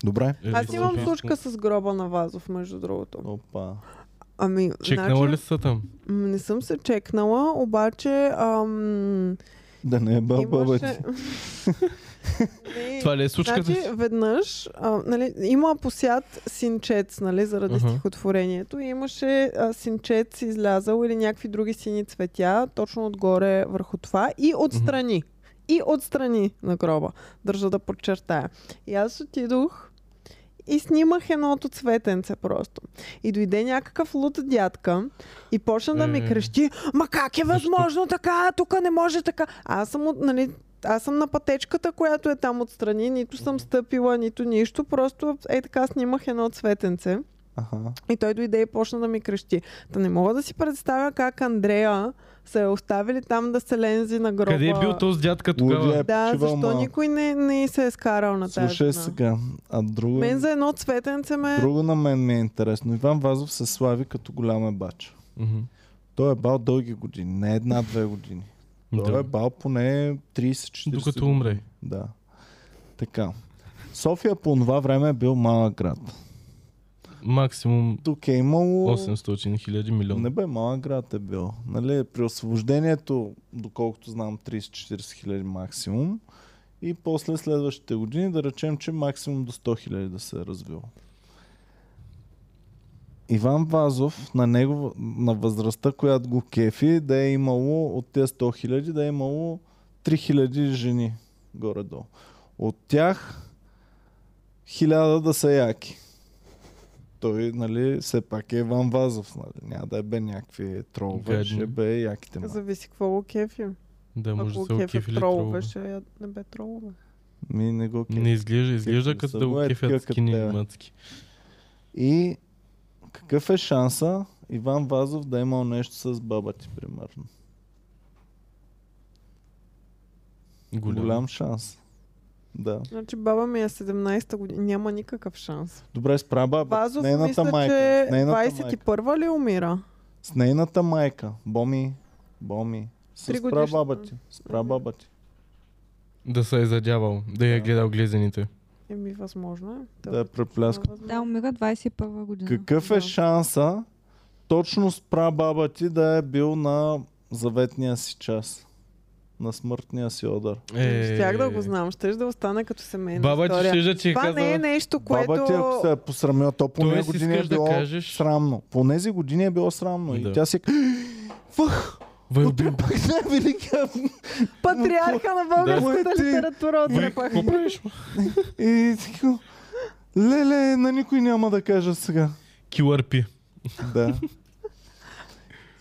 Speaker 1: Добре.
Speaker 2: Е,
Speaker 3: Аз
Speaker 2: да
Speaker 3: имам
Speaker 2: се-
Speaker 3: случка с гроба на Вазов, между другото.
Speaker 1: Опа.
Speaker 3: Ами,
Speaker 2: Чекнала ли са там?
Speaker 3: м, не съм се чекнала, обаче... Ам,
Speaker 1: Да не е баба ти.
Speaker 3: имаше... <laughs> Не,
Speaker 2: Това ли е случката?
Speaker 3: Значи,
Speaker 2: ти?
Speaker 3: веднъж, а, нали, има посят синчец, нали, заради
Speaker 2: Аха.
Speaker 3: uh-huh. стихотворението. И имаше а, синчец излязъл или някакви други сини цветя, точно отгоре върху това. И отстрани. И отстрани на гроба. Държа да подчертая. И аз отидох и снимах едното цветенце просто. И дойде някакъв луд дядка и почна да ми
Speaker 2: Е.
Speaker 3: крещи, ма как е възможно така, тук не може така. Аз съм, от- нали, аз съм на пътечката, която е там отстрани, нито съм стъпила, нито нищо, просто е така снимах едно цветенце.
Speaker 1: Аха.
Speaker 3: И той дойде и почна да ми крещи. Та не мога да си представя как Андрея са я оставили там да се лензи на гроба.
Speaker 2: Къде е бил този дядка
Speaker 1: Лудия е
Speaker 2: тогава?
Speaker 3: Да,
Speaker 1: пчела, ма.
Speaker 3: защо никой не, не се е скарал на тази
Speaker 1: Слушай
Speaker 3: жена?
Speaker 1: сега. А друго,
Speaker 3: Мен за едно цветенце ме...
Speaker 1: друго на мен ми е интересно. Иван Вазов се слави като голям ебач.
Speaker 2: Мгм.
Speaker 1: Той е бал дълги години, не една-две години. Той е
Speaker 2: Да.
Speaker 1: бал поне 30-40
Speaker 2: Докато
Speaker 1: години.
Speaker 2: умре.
Speaker 1: Да. Така. София по това време е бил малък град.
Speaker 2: Максимум
Speaker 1: Тук е имало...
Speaker 2: 800 хиляди
Speaker 1: Не
Speaker 2: милиона.
Speaker 1: бе, малък град е бил. Нали, при освобождението, доколкото знам, 30-40 хиляди максимум. И после следващите години да речем, че максимум до 100 хиляди да се е развил. Иван Вазов на, него, на възрастта, която го кефи, да е имало от тези 100 хиляди, да е имало 3 хиляди жени горе-долу. От тях хиляда да са яки той, нали, все пак е Иван Вазов, нали? Няма да е бе някакви тролове,
Speaker 2: Гадни.
Speaker 1: ще бе яките му.
Speaker 3: Зависи какво го кефи.
Speaker 2: Да, може да
Speaker 3: Ако
Speaker 2: се
Speaker 3: го кефи
Speaker 2: окефили
Speaker 3: тролове,
Speaker 2: тролове.
Speaker 3: ще я- не бе тролове.
Speaker 1: Ми не го
Speaker 2: Не
Speaker 1: не...
Speaker 2: изглежда, изглежда
Speaker 1: Кефи
Speaker 2: като
Speaker 1: са,
Speaker 2: да го
Speaker 1: бе,
Speaker 2: кефят
Speaker 1: такива като е
Speaker 2: скини
Speaker 1: тебе.
Speaker 2: мацки.
Speaker 1: И какъв е шанса Иван Вазов да е имал нещо с баба ти, примерно? Голям,
Speaker 2: Голям.
Speaker 1: шанс. Да.
Speaker 3: Значи баба ми е 17-та година, няма никакъв шанс.
Speaker 1: Добре, с прабаба.
Speaker 3: Вазов
Speaker 1: с нейната
Speaker 3: мисля,
Speaker 1: майка.
Speaker 3: че
Speaker 1: С нейната майка.
Speaker 3: 21-ва ли умира?
Speaker 1: С нейната майка. Боми. Боми. С
Speaker 3: Тригодишна.
Speaker 1: прабаба ти. С прабаба ти.
Speaker 2: Да се е задявал, да я е
Speaker 1: Да.
Speaker 2: гледал глезените.
Speaker 3: Еми, възможно е.
Speaker 1: Да е препляска.
Speaker 3: Възможно.
Speaker 4: Да, умира 21 година.
Speaker 1: Какъв е
Speaker 3: Да.
Speaker 1: шанса точно с прабаба ти да е бил на заветния си час? На смъртния си удар.
Speaker 3: Е... Щях да го знам, щеш да остане като семейна
Speaker 2: Баба ти
Speaker 3: история.
Speaker 2: ще да ти е
Speaker 3: Това не е
Speaker 2: казала.
Speaker 3: нещо, което...
Speaker 1: Баба ти, ако се е посрамила, то по
Speaker 2: Тоест,
Speaker 1: тези години е
Speaker 2: искаш да
Speaker 1: било <gasps>
Speaker 2: кажеш-
Speaker 1: срамно. По тези години е било срамно. И
Speaker 2: Да.
Speaker 1: тя си е, Фах! Утре
Speaker 2: Вълбим.
Speaker 1: пак <laughs> най-великия
Speaker 3: Патриарха на българската
Speaker 1: Да.
Speaker 3: литература от
Speaker 2: Вик, какво правиш? ма?
Speaker 1: И така, леле, на никой няма да кажа сега.
Speaker 2: QRP.
Speaker 1: Да.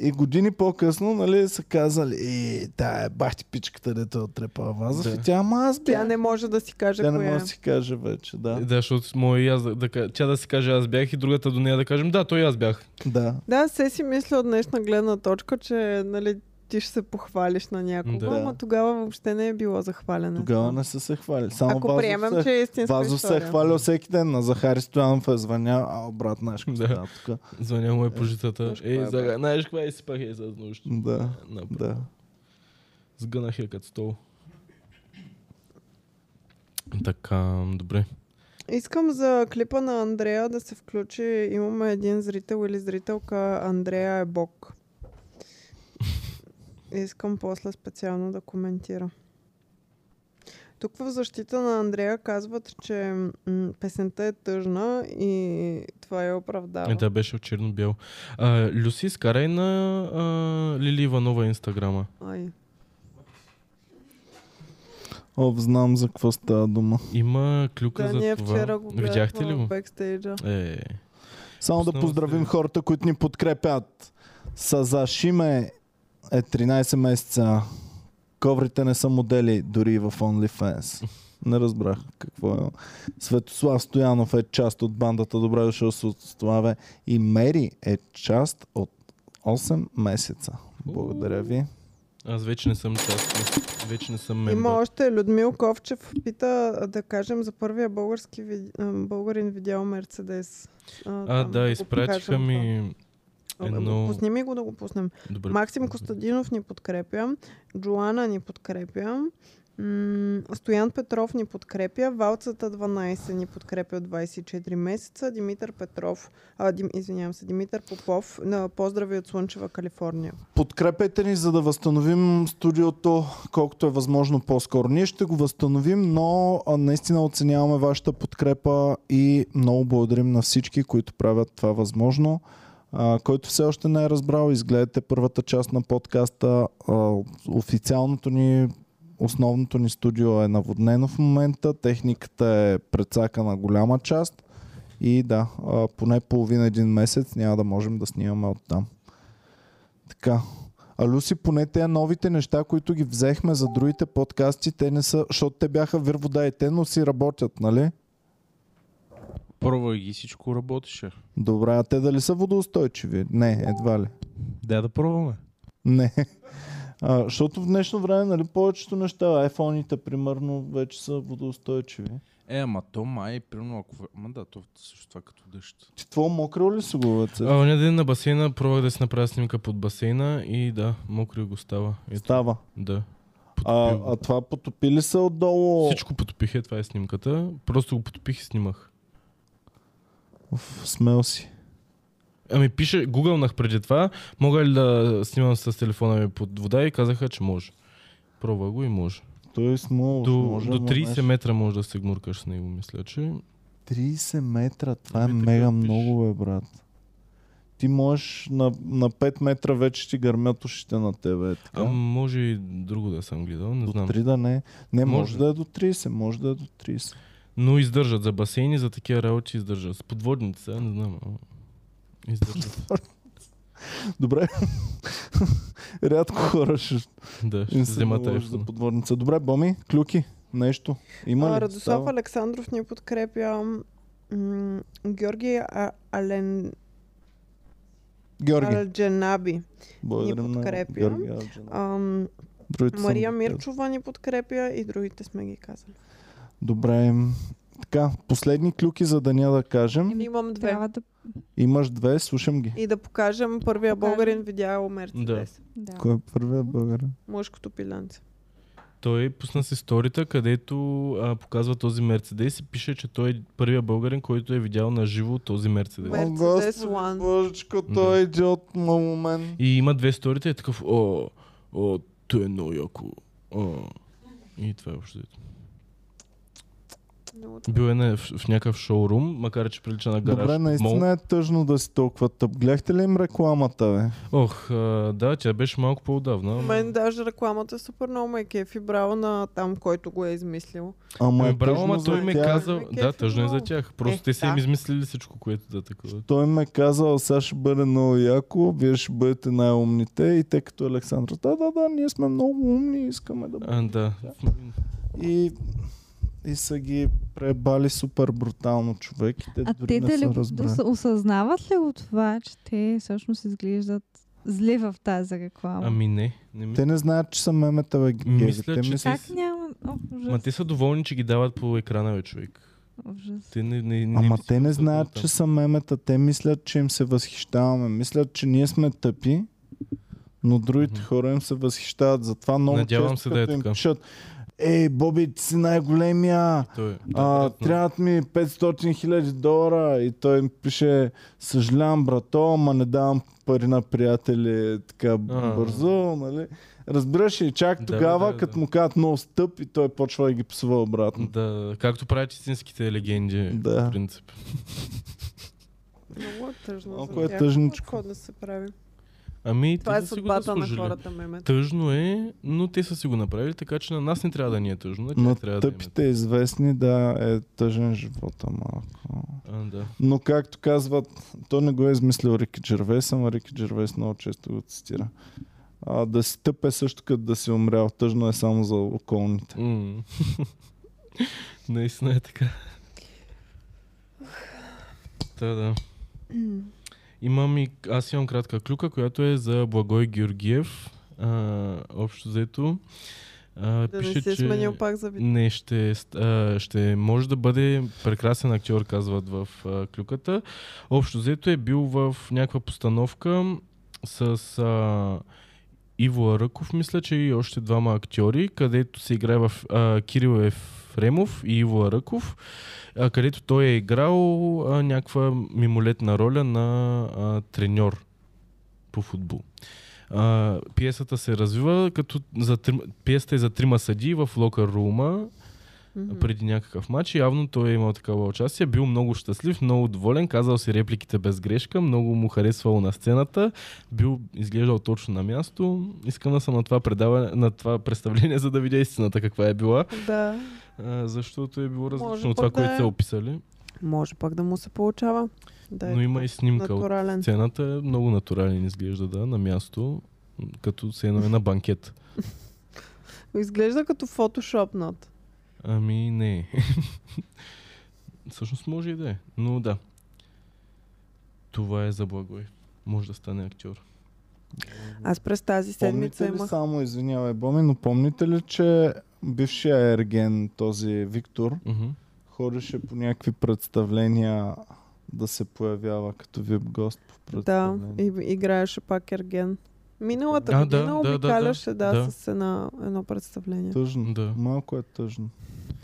Speaker 1: И години по-късно, нали, са казали, и тая е бахти пичката, дето е отрепа Вазов.
Speaker 2: Да.
Speaker 1: И тя, ама аз бях.
Speaker 3: Тя не може да си каже
Speaker 1: Тя не
Speaker 3: коя е.
Speaker 1: може да си каже вече, да.
Speaker 2: Да, защото моя и аз да, да, ка- тя да си каже аз бях и другата до нея да кажем да, той и аз бях.
Speaker 1: Да.
Speaker 3: Да, се си мисля от днешна гледна точка, че нали, ти ще се похвалиш на някого,
Speaker 2: Да.
Speaker 3: да. ама тогава въобще не е било за хвалене.
Speaker 1: Тогава не са се хвали. Само
Speaker 3: Ако
Speaker 1: Вазов
Speaker 3: приемем,
Speaker 1: се...
Speaker 3: че е истинска
Speaker 1: Вазов се е
Speaker 3: история.
Speaker 1: хвалил всеки ден. На Захари Стоянов е звъня, а брат, знаеш какво
Speaker 2: Да.
Speaker 1: става тук.
Speaker 2: Звъня му е по житата.
Speaker 1: знаеш каква
Speaker 2: Е,
Speaker 1: е,
Speaker 2: зага,
Speaker 1: брат.
Speaker 2: знаеш каква е си пак е за нощ.
Speaker 1: Да,
Speaker 2: Направо.
Speaker 1: да.
Speaker 2: Сгънах я като стол. Така, добре.
Speaker 3: Искам за клипа на Андрея да се включи. Имаме един зрител или зрителка. Андрея е бог. Искам после специално да коментира. Тук в защита на Андрея казват, че м- песента е тъжна и това я оправдава.
Speaker 2: Е, да, беше в черно-бяло. А, Люси, скарай на а, Лили Иванова инстаграма.
Speaker 3: Ай.
Speaker 1: О, знам за какво става дума.
Speaker 2: Има клюка
Speaker 3: Да, ние
Speaker 2: за това.
Speaker 3: вчера го гледахме
Speaker 2: Видяхте ли
Speaker 3: в
Speaker 2: го?
Speaker 3: бекстейджа.
Speaker 2: Е,
Speaker 1: Само да
Speaker 2: Пуснала
Speaker 1: поздравим
Speaker 2: се.
Speaker 1: хората, които ни подкрепят. Сазашиме е 13 месеца. Коврите не са модели, дори и в OnlyFans. Не разбрах какво е. Светослав Стоянов е част от бандата Добре дошъл Светославе. И Мери е част от 8 месеца. Благодаря ви.
Speaker 2: аз вече не съм част. Вече не съм мембър.
Speaker 3: Има още Людмил Ковчев пита а, да кажем за първия български ви- а, българин видял Мерцедес.
Speaker 2: А,
Speaker 3: там да
Speaker 2: да,
Speaker 3: го
Speaker 2: изпратиха
Speaker 3: покажем това.
Speaker 2: ми
Speaker 3: А,
Speaker 2: едно...
Speaker 3: Пусни ми го да го пуснем.
Speaker 2: Добре.
Speaker 3: Максим Костадинов ни подкрепя. Джоана ни подкрепя. М, Стоян Петров ни подкрепя. Валцата 12 ни подкрепя от 24 месеца. Димитър Петров, а, Дим, извинявам се, Димитър Попов. На поздрави от Слънчева, Калифорния.
Speaker 1: Подкрепете ни, за да възстановим студиото колкото е възможно по-скоро. Ние ще го възстановим, но а, наистина оценяваме вашата подкрепа и много благодарим на всички, които правят това възможно. А, който все още не е разбрал, изгледайте първата част на подкаста. А, официалното ни, основното ни студио е наводнено в момента. Техниката е прецакана голяма част. И да, а, поне половина-един месец няма да можем да снимаме оттам. Така. А Люси, поне тези новите неща, които ги взехме за другите подкасти, те не са, защото те бяха вир, вода и те, но си работят, нали?
Speaker 5: Пробвай ги, всичко работеше.
Speaker 1: Добре, а те дали са водоустойчиви? Не, едва ли.
Speaker 5: Да, да пробваме.
Speaker 1: Не. А, защото в днешно време, нали, повечето неща, айфоните, примерно, вече са водоустойчиви.
Speaker 5: Е, ама то май, примерно, ако... Ама да, то също това като дъжд.
Speaker 1: Ти това мокрил ли си го, бе,
Speaker 2: А, оня ден на басейна пробвах да си направя снимка под басейна и да, мокро го става. Ето,
Speaker 1: Става.
Speaker 2: Да.
Speaker 1: А,
Speaker 2: Потопил го.
Speaker 1: а това потопили са отдолу.
Speaker 2: Всичко потопих, е, това е снимката. Просто го потопих и снимах.
Speaker 1: Уф, смел си.
Speaker 2: Ами пише, гугълнах преди това, мога ли да снимам с телефона ми под вода и казаха, че може. Пробва го и може.
Speaker 1: Той е смел.
Speaker 2: До,
Speaker 1: може,
Speaker 2: до
Speaker 1: ама
Speaker 2: 30
Speaker 1: нещо.
Speaker 2: метра може да се гмуркаш с него, мисля, че.
Speaker 1: 30 метра, това е
Speaker 2: Ами, така
Speaker 1: мега
Speaker 2: пише.
Speaker 1: много, бе, брат. Ти можеш на, на 5 метра вече ти гърмят ушите на тебе. Е, така.
Speaker 2: А, може и друго да съм гледал, не
Speaker 1: до
Speaker 2: знам.
Speaker 1: 3 да не. Не, може,
Speaker 2: Може.
Speaker 1: да е до 30, може да е до 30.
Speaker 2: Но издържат за басейни, за такива работи издържат. С подводници, а, не знам. ама
Speaker 1: <laughs>
Speaker 2: Издържат.
Speaker 1: Добре. <laughs> Рядко хора ще,
Speaker 2: да, е ще
Speaker 1: им се
Speaker 2: вземат
Speaker 1: наложи за
Speaker 2: айфона.
Speaker 1: подводница. Добре, Боми, клюки, нещо. Има ли?
Speaker 3: А, Радослав
Speaker 1: Става?
Speaker 3: Александров ни подкрепя. М, Георги а, Ален...
Speaker 1: Георги.
Speaker 3: Алдженаби.
Speaker 1: Благодарим на
Speaker 3: подкрепя.
Speaker 1: Георги Алджан.
Speaker 3: Ам,
Speaker 1: Другите са
Speaker 3: Мария
Speaker 1: ми-
Speaker 3: Мирчова ни подкрепя и другите сме ги казали.
Speaker 1: Добре. Така, последни клюки за деня да кажем.
Speaker 4: Еми,
Speaker 3: Имам две.
Speaker 4: Трябва да...
Speaker 1: Имаш две, слушам ги.
Speaker 3: И да покажем първия
Speaker 4: Покажем.
Speaker 3: българин видял Мерцедес.
Speaker 4: да.
Speaker 1: Кой е първият българин?
Speaker 3: Мъжкото пилянце.
Speaker 2: Той пусна си сторията, където а, показва този Мерцедес и пише, че той е първия българин, който е видял на живо този Мерцедес.
Speaker 3: Мер-
Speaker 1: О,
Speaker 3: Mercedes
Speaker 1: Господи,
Speaker 3: One.
Speaker 1: Божечко,
Speaker 2: Да.
Speaker 1: той е идиот на момент.
Speaker 2: И има две сторите и е такъв, о, о, той е много яко. О. И това е общо. взето.
Speaker 3: Много тъпо.
Speaker 2: Бил е на, в, в някакъв шоурум, макар че прилича на гараж.
Speaker 1: Добре,
Speaker 2: в
Speaker 1: наистина
Speaker 2: мол.
Speaker 1: е тъжно да си толкова тъп. Гледахте ли им рекламата, бе?
Speaker 2: Ох, а, да, тя беше малко по-отдавна. ама-
Speaker 3: Мен даже рекламата е супер много ме кефи. Браво на там, който го е измислил.
Speaker 1: Ама е
Speaker 2: Ами, браво,
Speaker 1: тъжно
Speaker 2: ама
Speaker 1: за
Speaker 2: той ми
Speaker 1: тях.
Speaker 2: каза.
Speaker 3: Ме кефи
Speaker 2: Да, тъжно е за
Speaker 3: много.
Speaker 2: тях. Просто
Speaker 3: Е,
Speaker 2: те са им
Speaker 3: да.
Speaker 2: измислили всичко, което да такова.
Speaker 1: Той ме е казал, сега ще бъде много яко, вие ще бъдете най-умните и те като Александра. Да, да, да, ние сме много умни, искаме да бъдем.
Speaker 2: А, да.
Speaker 1: И, и са ги пребали супер брутално човек. И те
Speaker 4: А
Speaker 1: е дори
Speaker 4: те
Speaker 1: не
Speaker 4: да ли
Speaker 1: са
Speaker 4: го-
Speaker 1: разбрали.
Speaker 4: да се осъзнават ли го това, че те всъщност изглеждат зле в тази реклама?
Speaker 2: Ами не. не ми...
Speaker 1: Те не знаят, че са мемета, бе, геви.
Speaker 2: Мисля,
Speaker 1: те
Speaker 2: че-
Speaker 1: мислят,
Speaker 4: как
Speaker 2: си-
Speaker 4: няма? О, ужас,
Speaker 2: Ма те са доволни, че ги дават по екрана, бе, човек.
Speaker 4: ужас.
Speaker 2: Те не, не, не
Speaker 1: Ама
Speaker 2: им
Speaker 1: те
Speaker 2: стига
Speaker 1: не
Speaker 2: да
Speaker 1: знаят,
Speaker 2: оттам.
Speaker 1: че са мемета. Те мислят, че им се възхищаваме. Мислят, че ние сме тъпи, но другите
Speaker 2: Мгм.
Speaker 1: хора им се възхищават. Затова много
Speaker 2: Надявам
Speaker 1: често,
Speaker 2: се да е
Speaker 1: като им
Speaker 2: така.
Speaker 1: пишат, Ей, Боби, ти си най-големия!
Speaker 2: Той, е-
Speaker 1: А,
Speaker 2: да,
Speaker 1: трябват ми 500 хиляди долара и той им пише съжалявам брато, ама не давам пари на приятели така
Speaker 2: А.
Speaker 1: бързо, нали? Разбираш ли, чак
Speaker 2: Да,
Speaker 1: тогава,
Speaker 2: да, да.
Speaker 1: като му казват много стъп и той почва да ги псува обратно.
Speaker 2: да, както правят истинските легенди,
Speaker 1: Да.
Speaker 2: в принцип.
Speaker 3: Много е тъжно
Speaker 1: Малко
Speaker 3: за
Speaker 1: е
Speaker 3: тях.
Speaker 1: тъжничко.
Speaker 3: Какво да се прави?
Speaker 2: Ами,
Speaker 3: Това
Speaker 2: те
Speaker 3: е
Speaker 2: са си го
Speaker 3: съдбата на
Speaker 2: заслужили.
Speaker 3: хората, мемета.
Speaker 2: Тъжно е, но те са си го направили, така че на нас не трябва да ни е тъжно. На тях
Speaker 1: На
Speaker 2: трябва да им е
Speaker 1: тъпите известни, да, е тъжен живота малко.
Speaker 2: тъжно. А, да.
Speaker 1: Но както казват, то не го е измислил Рики Джервес, ама Рики Джервес много често го цитира. А, да си тъп е също като да си умрял. Тъжно е само за околните.
Speaker 2: М. <laughs> Наистина е така. Та, да. Имам и, аз имам кратка клюка, която е за Благой Георгиев. А, общо взето. А,
Speaker 3: Да
Speaker 2: пише,
Speaker 3: не си е
Speaker 2: че...
Speaker 3: сменил пак за вид.
Speaker 2: Не, ще, ст- а, ще може да бъде прекрасен актьор, казват в а, клюката. Общо взето е бил в някаква постановка с а, Иво Ръков, мисля, че и още двама актьори, където се играе в а, Кирил Ефремов и Иво Ръков, а, където той е играл а, някаква мимолетна роля на а, треньор по футбол. А, пиесата се развива като за три, пиесата е за трима съди в локър рума
Speaker 3: Мгм.
Speaker 2: преди някакъв матч. Явно той е имал такава участие. Бил много щастлив, много доволен, казал си репликите без грешка, много му харесвало на сцената, бил изглеждал точно на място. Искам да съм на това, предаване, на това представление, за да видя истината каква е била,
Speaker 3: Да.
Speaker 2: а, защото е било различно
Speaker 3: Може
Speaker 2: от това,
Speaker 3: пък да
Speaker 2: което
Speaker 3: е.
Speaker 2: са описали.
Speaker 3: Може пък да му се получава. Да е
Speaker 2: Но има и снимка от
Speaker 3: натурален.
Speaker 2: Сцената е много натурален изглежда, да, на място, м, като се едно е на банкет.
Speaker 3: Изглежда като фотошопнат.
Speaker 2: Ами не. <laughs> Всъщност може и да е, но да. Това е за Благой. Може да стане актьор.
Speaker 3: Аз през тази седмица
Speaker 1: Помните ли
Speaker 3: имах...
Speaker 1: само, извинявай, Боми, но помните ли, че бившия ерген, този Виктор,
Speaker 2: Мгм.
Speaker 1: ходеше по някакви представления да се появява като вип гост по
Speaker 3: Да,
Speaker 1: представление?
Speaker 3: и играеше пак Ерген. Миналата
Speaker 2: А, да,
Speaker 3: година
Speaker 2: да, да, да,
Speaker 3: обикаляше, да,
Speaker 2: да.
Speaker 3: с една, едно представление.
Speaker 1: Тъжно.
Speaker 2: Да.
Speaker 1: Малко е тъжно.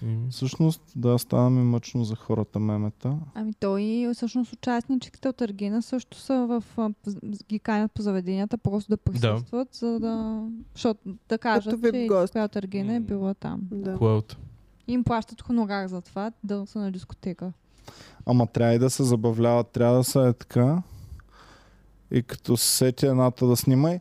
Speaker 1: Ами.
Speaker 2: Еми,
Speaker 1: Всъщност, да, ставаме мъчно за хората мемета.
Speaker 4: Ами той и всъщност участничките от Аргина също са в... а, з- ги канят по заведенията просто да присъстват, за да... Защото да кажат,
Speaker 3: вип
Speaker 4: че
Speaker 3: гост.
Speaker 4: която Аргина е
Speaker 2: М.
Speaker 4: била там.
Speaker 3: Да.
Speaker 2: Коя от?
Speaker 4: Им плащат хонорар за това, да са на дискотека.
Speaker 1: Ама трябва и да се забавляват, трябва да са е така. И като се сети едната да снимай,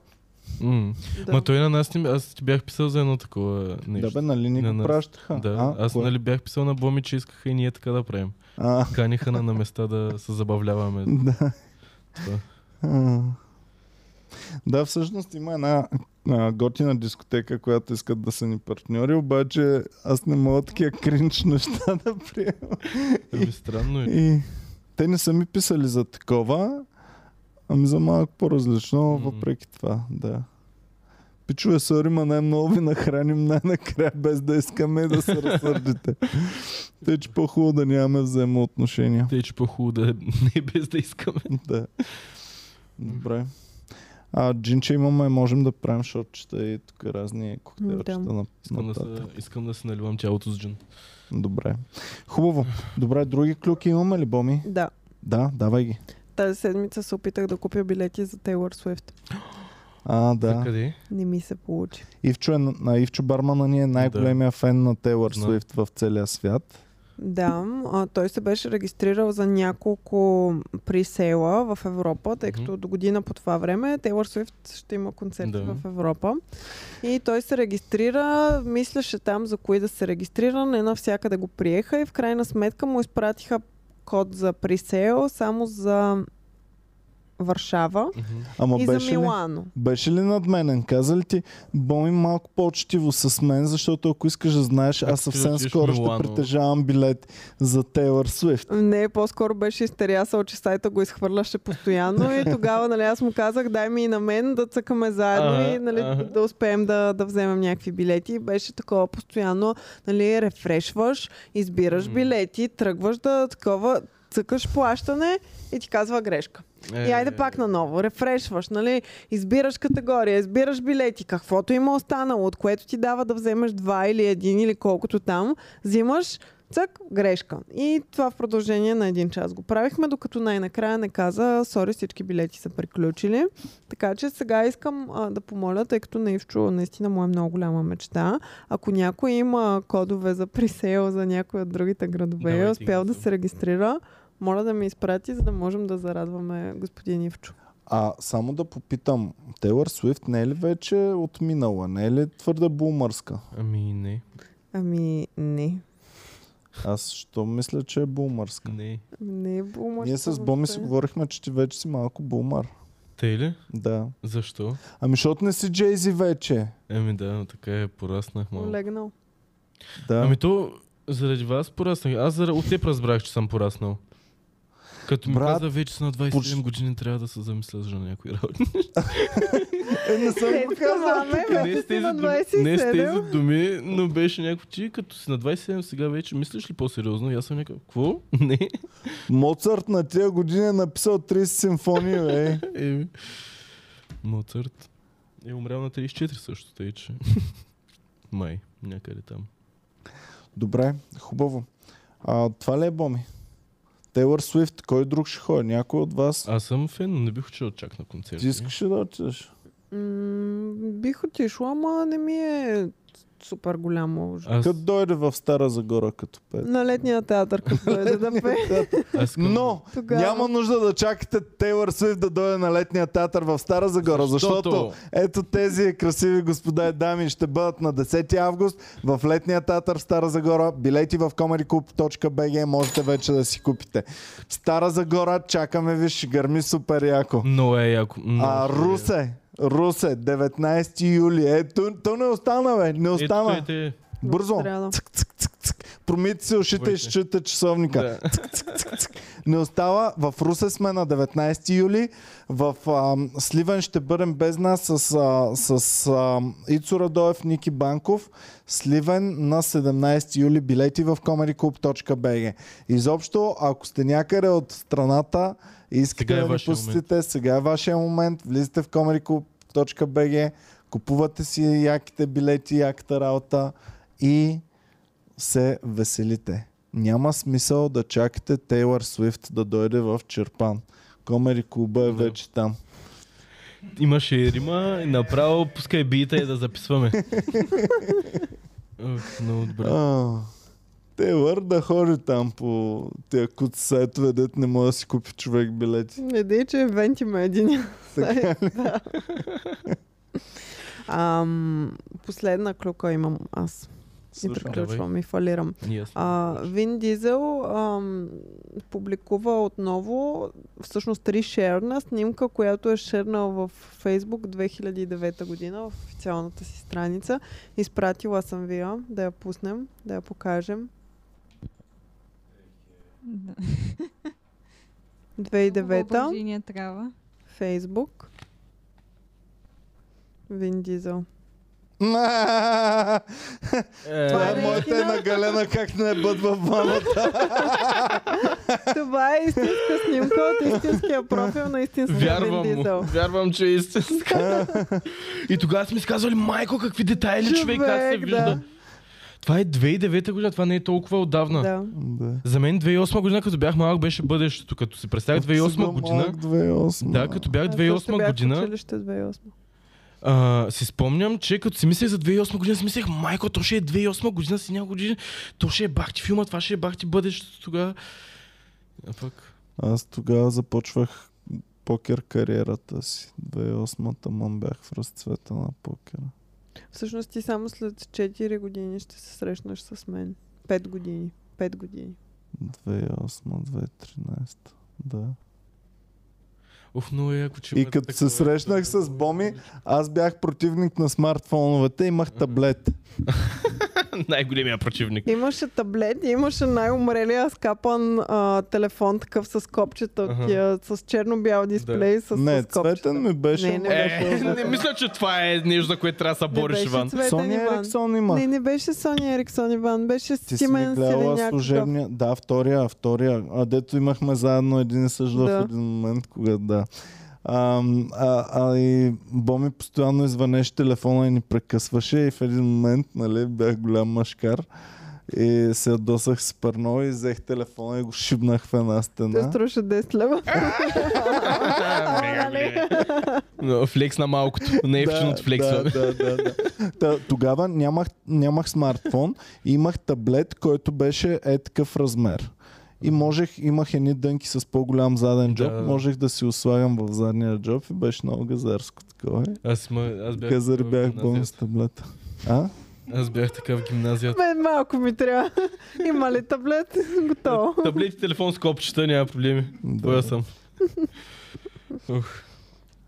Speaker 2: М.
Speaker 3: Да.
Speaker 2: Ма той на нас, не- аз ти бях писал за едно такова
Speaker 1: да
Speaker 2: нещо.
Speaker 1: бе, нали ни
Speaker 2: На
Speaker 1: го
Speaker 2: нас.
Speaker 1: пращаха?
Speaker 2: Да, аз
Speaker 1: кое?
Speaker 2: нали бях писал на Боми, че искаха и ние така да правим.
Speaker 1: А, <laughs>
Speaker 2: Каниха на, на места да се забавляваме.
Speaker 1: да.
Speaker 2: Това.
Speaker 1: А. Да, всъщност има една а, готина дискотека, която искат да са ни партньори, обаче аз не мога такива кринч неща <laughs> да приема.
Speaker 2: Ами странно е.
Speaker 1: И те не са ми писали за такова, ами за малко по-различно,
Speaker 2: Мгм.
Speaker 1: въпреки това, да. Пичове, сори, ма най-много ви нахраним най-накрая, без да искаме и да се разсърдите. Тъй, че по-хубаво да нямаме взаимоотношения.
Speaker 2: Те, че по-хубаво да е- не без да искаме.
Speaker 1: Да. Добре. А, джинче имаме, можем да правим шотчета и тук разни коктейлчета
Speaker 3: Да.
Speaker 1: на,
Speaker 2: Искам да,
Speaker 1: нататък.
Speaker 2: се, искам да се наливам тялото с джин.
Speaker 1: Добре. Хубаво. Добре, други клюки имаме ли, Боми?
Speaker 3: да.
Speaker 1: Да, давай ги.
Speaker 3: Тази седмица се опитах да купя билети за Тейлор Суифт.
Speaker 1: А,
Speaker 2: За
Speaker 1: да.
Speaker 2: къде?
Speaker 3: Не ми се получи.
Speaker 1: Ивчо, е, на Ивчо Бармана ни е най-големия фен на Тейлор
Speaker 2: Знам.
Speaker 1: Суифт в целия свят.
Speaker 3: Да, а, той се беше регистрирал за няколко присела в Европа, тъй
Speaker 2: Мгм.
Speaker 3: като до година по това време Тейлор Свифт ще има концерти
Speaker 2: Да.
Speaker 3: в Европа. И той се регистрира, мислеше там за кои да се регистрира, не навсякъде го приеха и в крайна сметка му изпратиха код за присел само за Варшава
Speaker 2: Мгм.
Speaker 1: Ама
Speaker 3: и за
Speaker 1: беше ли,
Speaker 3: Милано.
Speaker 1: беше ли надменен? Каза ли ти, боми малко по-учтиво с мен, защото ако искаш да знаеш,
Speaker 2: Ако
Speaker 1: аз
Speaker 2: ти
Speaker 1: съвсем
Speaker 2: отидеш в
Speaker 1: скоро
Speaker 2: Милано.
Speaker 1: ще притежавам билет за Тейлър Свифт.
Speaker 3: Не, по-скоро беше изтерясал, че сайта го изхвърляше постоянно и тогава нали, аз му казах, дай ми и на мен да цъкаме заедно
Speaker 2: Ага,
Speaker 3: и нали,
Speaker 2: ага.
Speaker 3: да успеем да, да вземем някакви билети. И Беше такова постоянно, нали, рефрешваш, избираш
Speaker 2: М.
Speaker 3: билети, тръгваш да такова, цъкаш плащане и ти казва грешка. И айде
Speaker 2: Е.
Speaker 3: пак наново, рефрешваш, нали? Избираш категория, избираш билети, каквото има останало, от което ти дава да вземеш два или един или колкото там, взимаш цък, грешка. И това в продължение на един час го правихме, докато най-накрая не каза, сори, всички билети са приключили. Така че сега искам а, да помоля, тъй като Наивчо наистина му е много голяма мечта. Ако някой има кодове за присейл за някой от другите градове и е
Speaker 2: Давайте ги
Speaker 3: успял да
Speaker 2: съм.
Speaker 3: се регистрира, моля да ми изпрати, за да можем да зарадваме господин Ивчо.
Speaker 1: А само да попитам, Тейлър Свифт не е ли вече отминала? Не е ли твърде бумърска?
Speaker 2: Ами не,
Speaker 3: Ами, не.
Speaker 1: Аз що мисля, че е бумърска?
Speaker 2: не.
Speaker 3: Не е бумър.
Speaker 1: Ние с Боми си говорихме, че ти вече си малко бумър.
Speaker 2: Те ли?
Speaker 1: Да.
Speaker 2: Защо?
Speaker 1: Ами защото не си Джейзи вече.
Speaker 2: Еми да, но така е, пораснах малко.
Speaker 3: Легнал.
Speaker 1: Да.
Speaker 2: Ами то, заради вас пораснах. Аз зара... от теб разбрах, че съм пораснал. Като ми
Speaker 1: Брат,
Speaker 2: каза вече са на 27
Speaker 1: почти-
Speaker 2: години трябва да се замисля за някои
Speaker 1: <laughs>
Speaker 2: работи.
Speaker 1: Е, не съм го казал.
Speaker 2: не,
Speaker 3: Не
Speaker 2: с тези
Speaker 3: на
Speaker 2: думи, не с
Speaker 3: 27.
Speaker 2: тези думи, но беше някакво, че като си на 27 сега вече мислиш ли по-сериозно? И аз съм някакъв, какво? <laughs> Не.
Speaker 1: Моцарт на тия години е написал 30 симфонии, бе.
Speaker 2: Еми. Моцарт е умрял на 34 също, тъй че. <laughs> Май, някъде там.
Speaker 1: Добре, хубаво. А, това ли е Боми? Тейлър Свифт, кой друг ще ходи? Някой от вас?
Speaker 2: Аз съм фен, но не бих учил чак на концерт.
Speaker 1: Ти искаш ли да отидеш?
Speaker 3: М, Бих отишла, ама не ми е супер голямо.
Speaker 2: Аз,
Speaker 1: Като дойде в Стара Загора като пет.
Speaker 3: На летния театър, като дойде да пее.
Speaker 2: аз искам-
Speaker 1: Но
Speaker 3: Тогава...
Speaker 1: няма нужда да чакате Тейлър Свифт да дойде на летния театър в Стара Загора, защото,
Speaker 2: Защото-
Speaker 1: ето тези красиви господа и дами ще бъдат на 10 август в летния театър в Стара Загора. Билети в comedyclub.bg можете вече да си купите. В Стара Загора чакаме ви, ще гърми супер яко.
Speaker 2: Но е яко. много
Speaker 1: А
Speaker 2: ще е.
Speaker 1: Русе, Русе, 19 юли. Е, то, то не остана, бе. Не
Speaker 2: Ето,
Speaker 1: остана.
Speaker 2: ето,
Speaker 1: <laughs> Бързо.
Speaker 3: Трябва.
Speaker 1: Цък, цък, цък, цък. Промите се ушите и
Speaker 2: Бойте.
Speaker 1: счита часовника.
Speaker 2: Да.
Speaker 1: Не остава. В Русе сме на 19 юли. В ам, Сливен ще бъдем без нас с, а, с ам, Ицо Радоев, Ники Банков. Сливен на 17 юли. Билети в comedyclub.bg Изобщо, ако сте някъде от страната и искате
Speaker 2: Сега е
Speaker 1: да ни
Speaker 2: вашия момент.
Speaker 1: посетите, сега е вашия момент. Влизате в comedyclub.bg купувате си яките билети, яката работа и се веселите. Няма смисъл да чакате Тейлър Свифт да дойде в Черпан. Комери клуба е
Speaker 2: Да.
Speaker 1: вече там.
Speaker 2: Имаше и Рима, и направо пускай бита и да записваме. Ох, много добре.
Speaker 1: А, Тейлър да ходи там по тия куци сайтове, дет не може да си купи човек билети.
Speaker 3: Не дей, че евент има един. <laughs> Да. Ам, последна клюка имам аз. И
Speaker 1: Слушам.
Speaker 3: приключвам и фалирам.
Speaker 2: И аз.
Speaker 3: А, Вин Дизел ам, публикува отново, всъщност решерна снимка, която е шернал в Facebook 2009 година в официалната си страница. Изпратила съм ви я, да я пуснем, да я покажем.
Speaker 4: Да. Много
Speaker 3: 2009
Speaker 4: въображение трябва.
Speaker 3: Facebook. Вин Дизел.
Speaker 1: Ма, Това
Speaker 2: Е,
Speaker 3: Това
Speaker 1: е
Speaker 3: е
Speaker 1: моята
Speaker 3: наистина.
Speaker 1: една галена, как не е бъд в ваната.
Speaker 3: Това е истинска снимка от истинския профил на истинския Вин
Speaker 2: Вярвам му.
Speaker 3: е Дизел.
Speaker 2: Вярвам, че е истинска. И тогава сме си казвали, майко, какви детайли, човек, как се
Speaker 3: Човек, да.
Speaker 2: вижда. Това е 2009 година, това не е толкова отдавна.
Speaker 3: Да.
Speaker 1: Да.
Speaker 2: За мен 2008 година, като бях малък, беше бъдещето. Като си представях
Speaker 1: Като си бил
Speaker 2: 2008 година,
Speaker 1: малък, 2008.
Speaker 2: е да, като бях
Speaker 3: Аз също
Speaker 2: 2008
Speaker 3: бях в
Speaker 2: година,
Speaker 3: Училище 2008.
Speaker 2: А, си спомням, че като си мислех за 2008 година, си мислех, майко, то ще е 2008 година, си няколко години, то ще е бахти филма, това ще е бахти бъдещето тогава. А пък...
Speaker 1: Аз тогава започвах покер кариерата си. 2008-та мам бях в разцвета на покера.
Speaker 3: Всъщност ти само след 4 години ще се срещнеш с мен. 5 години. 5 години.
Speaker 1: 2008-2013. Да.
Speaker 2: Оф, много е, ако че...
Speaker 1: И
Speaker 2: има
Speaker 1: като се
Speaker 2: такова-
Speaker 1: срещнах с Боми, аз бях противник на смартфоновете, имах таблет.
Speaker 2: Най-големия противник.
Speaker 3: Имаше таблет и имаше най-умрелия скапан а, телефон, такъв с копчета,
Speaker 2: Аха.
Speaker 3: uh-huh. тия, с черно-бял дисплей, с,
Speaker 1: Не,
Speaker 3: с копчета.
Speaker 1: цветен ми беше.
Speaker 3: Не, не
Speaker 1: ама
Speaker 3: беше.
Speaker 1: беше
Speaker 2: Е, не мисля, че това е нещо, за което трябва да се
Speaker 3: Не
Speaker 2: бориш,
Speaker 3: беше
Speaker 2: Иван.
Speaker 3: цветен,
Speaker 1: Сони
Speaker 3: Иван.
Speaker 1: Ериксон има.
Speaker 3: Не, не беше Сони Ериксон Иван, беше
Speaker 1: Ти си ми
Speaker 3: Стимен
Speaker 1: гледала
Speaker 3: Селеняк.
Speaker 1: служебния... Да, втория, втория. А дето имахме заедно един и същ в
Speaker 3: Да.
Speaker 1: един момент, когато да. А, а, а и Боми постоянно извънеше телефона и ни прекъсваше и в един момент, нали, бях голям машкар и се ядосах супер много и взех телефона и го шибнах в една
Speaker 3: Той
Speaker 1: стена.
Speaker 3: струваше 10 лева.
Speaker 2: Мега големи. Флекс на малкото. Не е
Speaker 1: да,
Speaker 2: от флексове.
Speaker 1: да, да, да, да. Та, тогава нямах, нямах смартфон, имах таблет, който беше е такъв размер. И можех, имах едни дънки с по-голям заден джоб,
Speaker 2: Да.
Speaker 1: можех да си ослагам в задния джоб и беше много газарско такова. е.
Speaker 2: Аз, ма, аз бях
Speaker 1: Газар
Speaker 2: такъв в
Speaker 1: бях
Speaker 2: гимназията.
Speaker 1: болен с таблета. А?
Speaker 2: Аз бях така в гимназията.
Speaker 3: Мен малко ми трябва. <laughs> Има ли таблет? <laughs> Готово.
Speaker 2: Таблет и телефон с копчета, няма проблеми. Боя
Speaker 1: Да. <laughs>
Speaker 2: съм. Ух,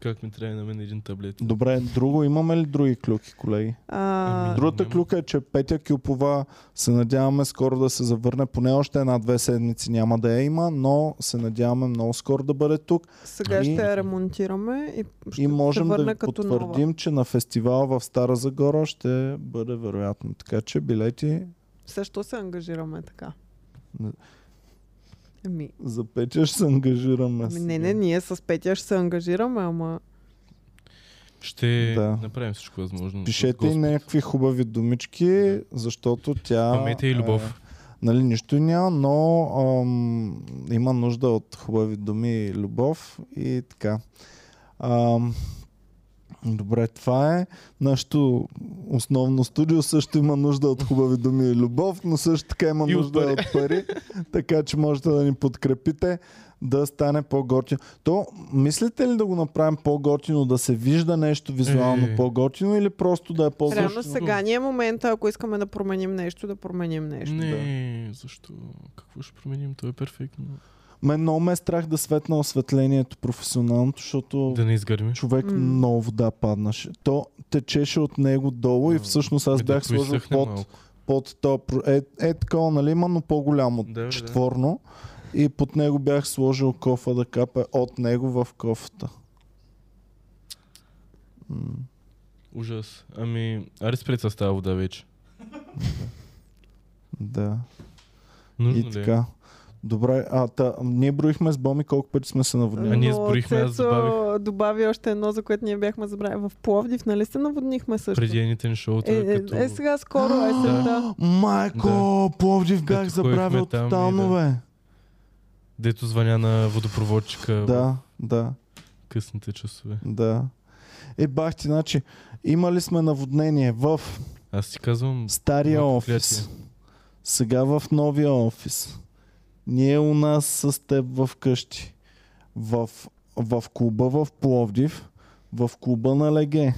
Speaker 2: как ми трябва на мен един таблет.
Speaker 1: Добре, друго имаме ли други клюки, колеги?
Speaker 3: А,
Speaker 2: Ами,
Speaker 1: Другата
Speaker 2: няма.
Speaker 1: клюка е, че Петя Кюпова се надяваме скоро да се завърне, поне още една-две седмици няма да я има, но се надяваме много скоро да бъде тук.
Speaker 3: сега
Speaker 1: И-
Speaker 3: ще я ремонтираме и ще
Speaker 1: и можем
Speaker 3: се
Speaker 1: да
Speaker 3: върне
Speaker 1: ви
Speaker 3: като
Speaker 1: потвърдим,
Speaker 3: нова.
Speaker 1: че на фестивал в Стара Загора ще бъде вероятно. Така че билети
Speaker 3: Също се ангажираме така.
Speaker 1: Не.
Speaker 3: Ами,
Speaker 1: за Петя ще се ангажираме.
Speaker 3: ами
Speaker 1: сега.
Speaker 3: не, не, ние с Петя ще се ангажираме, ама
Speaker 2: Ще
Speaker 1: Да.
Speaker 2: направим всичко възможно.
Speaker 1: Пишете и
Speaker 2: Господ.
Speaker 1: някакви хубави думички, защото тя...
Speaker 2: Памет и любов.
Speaker 1: Е, нали, нищо и няма, но ам, има нужда от хубави думи и любов и така. Ам, добре, това е. Нашето основно студио също има нужда от хубави думи и любов, но също така има
Speaker 2: И от
Speaker 1: нужда
Speaker 2: пари.
Speaker 1: от пари, <laughs> така че можете да ни подкрепите да стане по-готино. То, мислите ли да го направим по-готино, да се вижда нещо визуално
Speaker 2: Е.
Speaker 1: по-готино или просто да е по-готино?
Speaker 3: реално сега ни е момента, ако искаме да променим нещо, да променим нещо.
Speaker 2: Не, защо? Какво ще променим? То е перфектно.
Speaker 1: Мен много ме е страх да светна осветлението професионалното, защото
Speaker 2: Да не изгърми.
Speaker 1: човек
Speaker 3: М.
Speaker 1: много вода паднаше. То течеше от него долу и
Speaker 2: Да.
Speaker 1: всъщност аз
Speaker 2: Ми, Ами, да
Speaker 1: бях сложил
Speaker 2: поизсъхне
Speaker 1: под,
Speaker 2: малко.
Speaker 1: под то. Е, е такова, нали, има, но по-голямо,
Speaker 2: Да, бе, да.
Speaker 1: четворно. И под него бях сложил кофа да капе от него в кофата. М.
Speaker 2: Ужас. Ами, аре спрет с тази вода вече.
Speaker 1: Да.
Speaker 2: Нужно
Speaker 1: и
Speaker 2: ли? е?
Speaker 1: така. Добре, а та, ние броихме с Боми колко пъти сме се
Speaker 2: А
Speaker 1: наводнили.
Speaker 2: ние
Speaker 3: Но
Speaker 2: сброихме, аз
Speaker 3: Цецо
Speaker 2: добавих.
Speaker 3: добави още едно, за което ние бяхме забравили. В Пловдив, нали се наводнихме също?
Speaker 2: Преди едните ни шоута,
Speaker 3: е, е,
Speaker 2: като...
Speaker 3: е, сега
Speaker 2: <gasps>
Speaker 3: скоро, есента.
Speaker 1: Майко, Пловдив бях
Speaker 2: Като ходихме
Speaker 1: забравил
Speaker 2: там и
Speaker 1: тотално,
Speaker 2: да.
Speaker 1: бе.
Speaker 2: Дето звъня на водопроводчика в
Speaker 1: Да, да,
Speaker 2: късните часове.
Speaker 1: да. Е, бахти, значи, имали сме наводнение в
Speaker 2: Аз си казвам,
Speaker 1: стария
Speaker 2: Моето
Speaker 1: офис,
Speaker 2: проклятие.
Speaker 1: сега в новия офис, ние у нас с теб в къщи, в, в клуба в Пловдив, в клуба на Леге,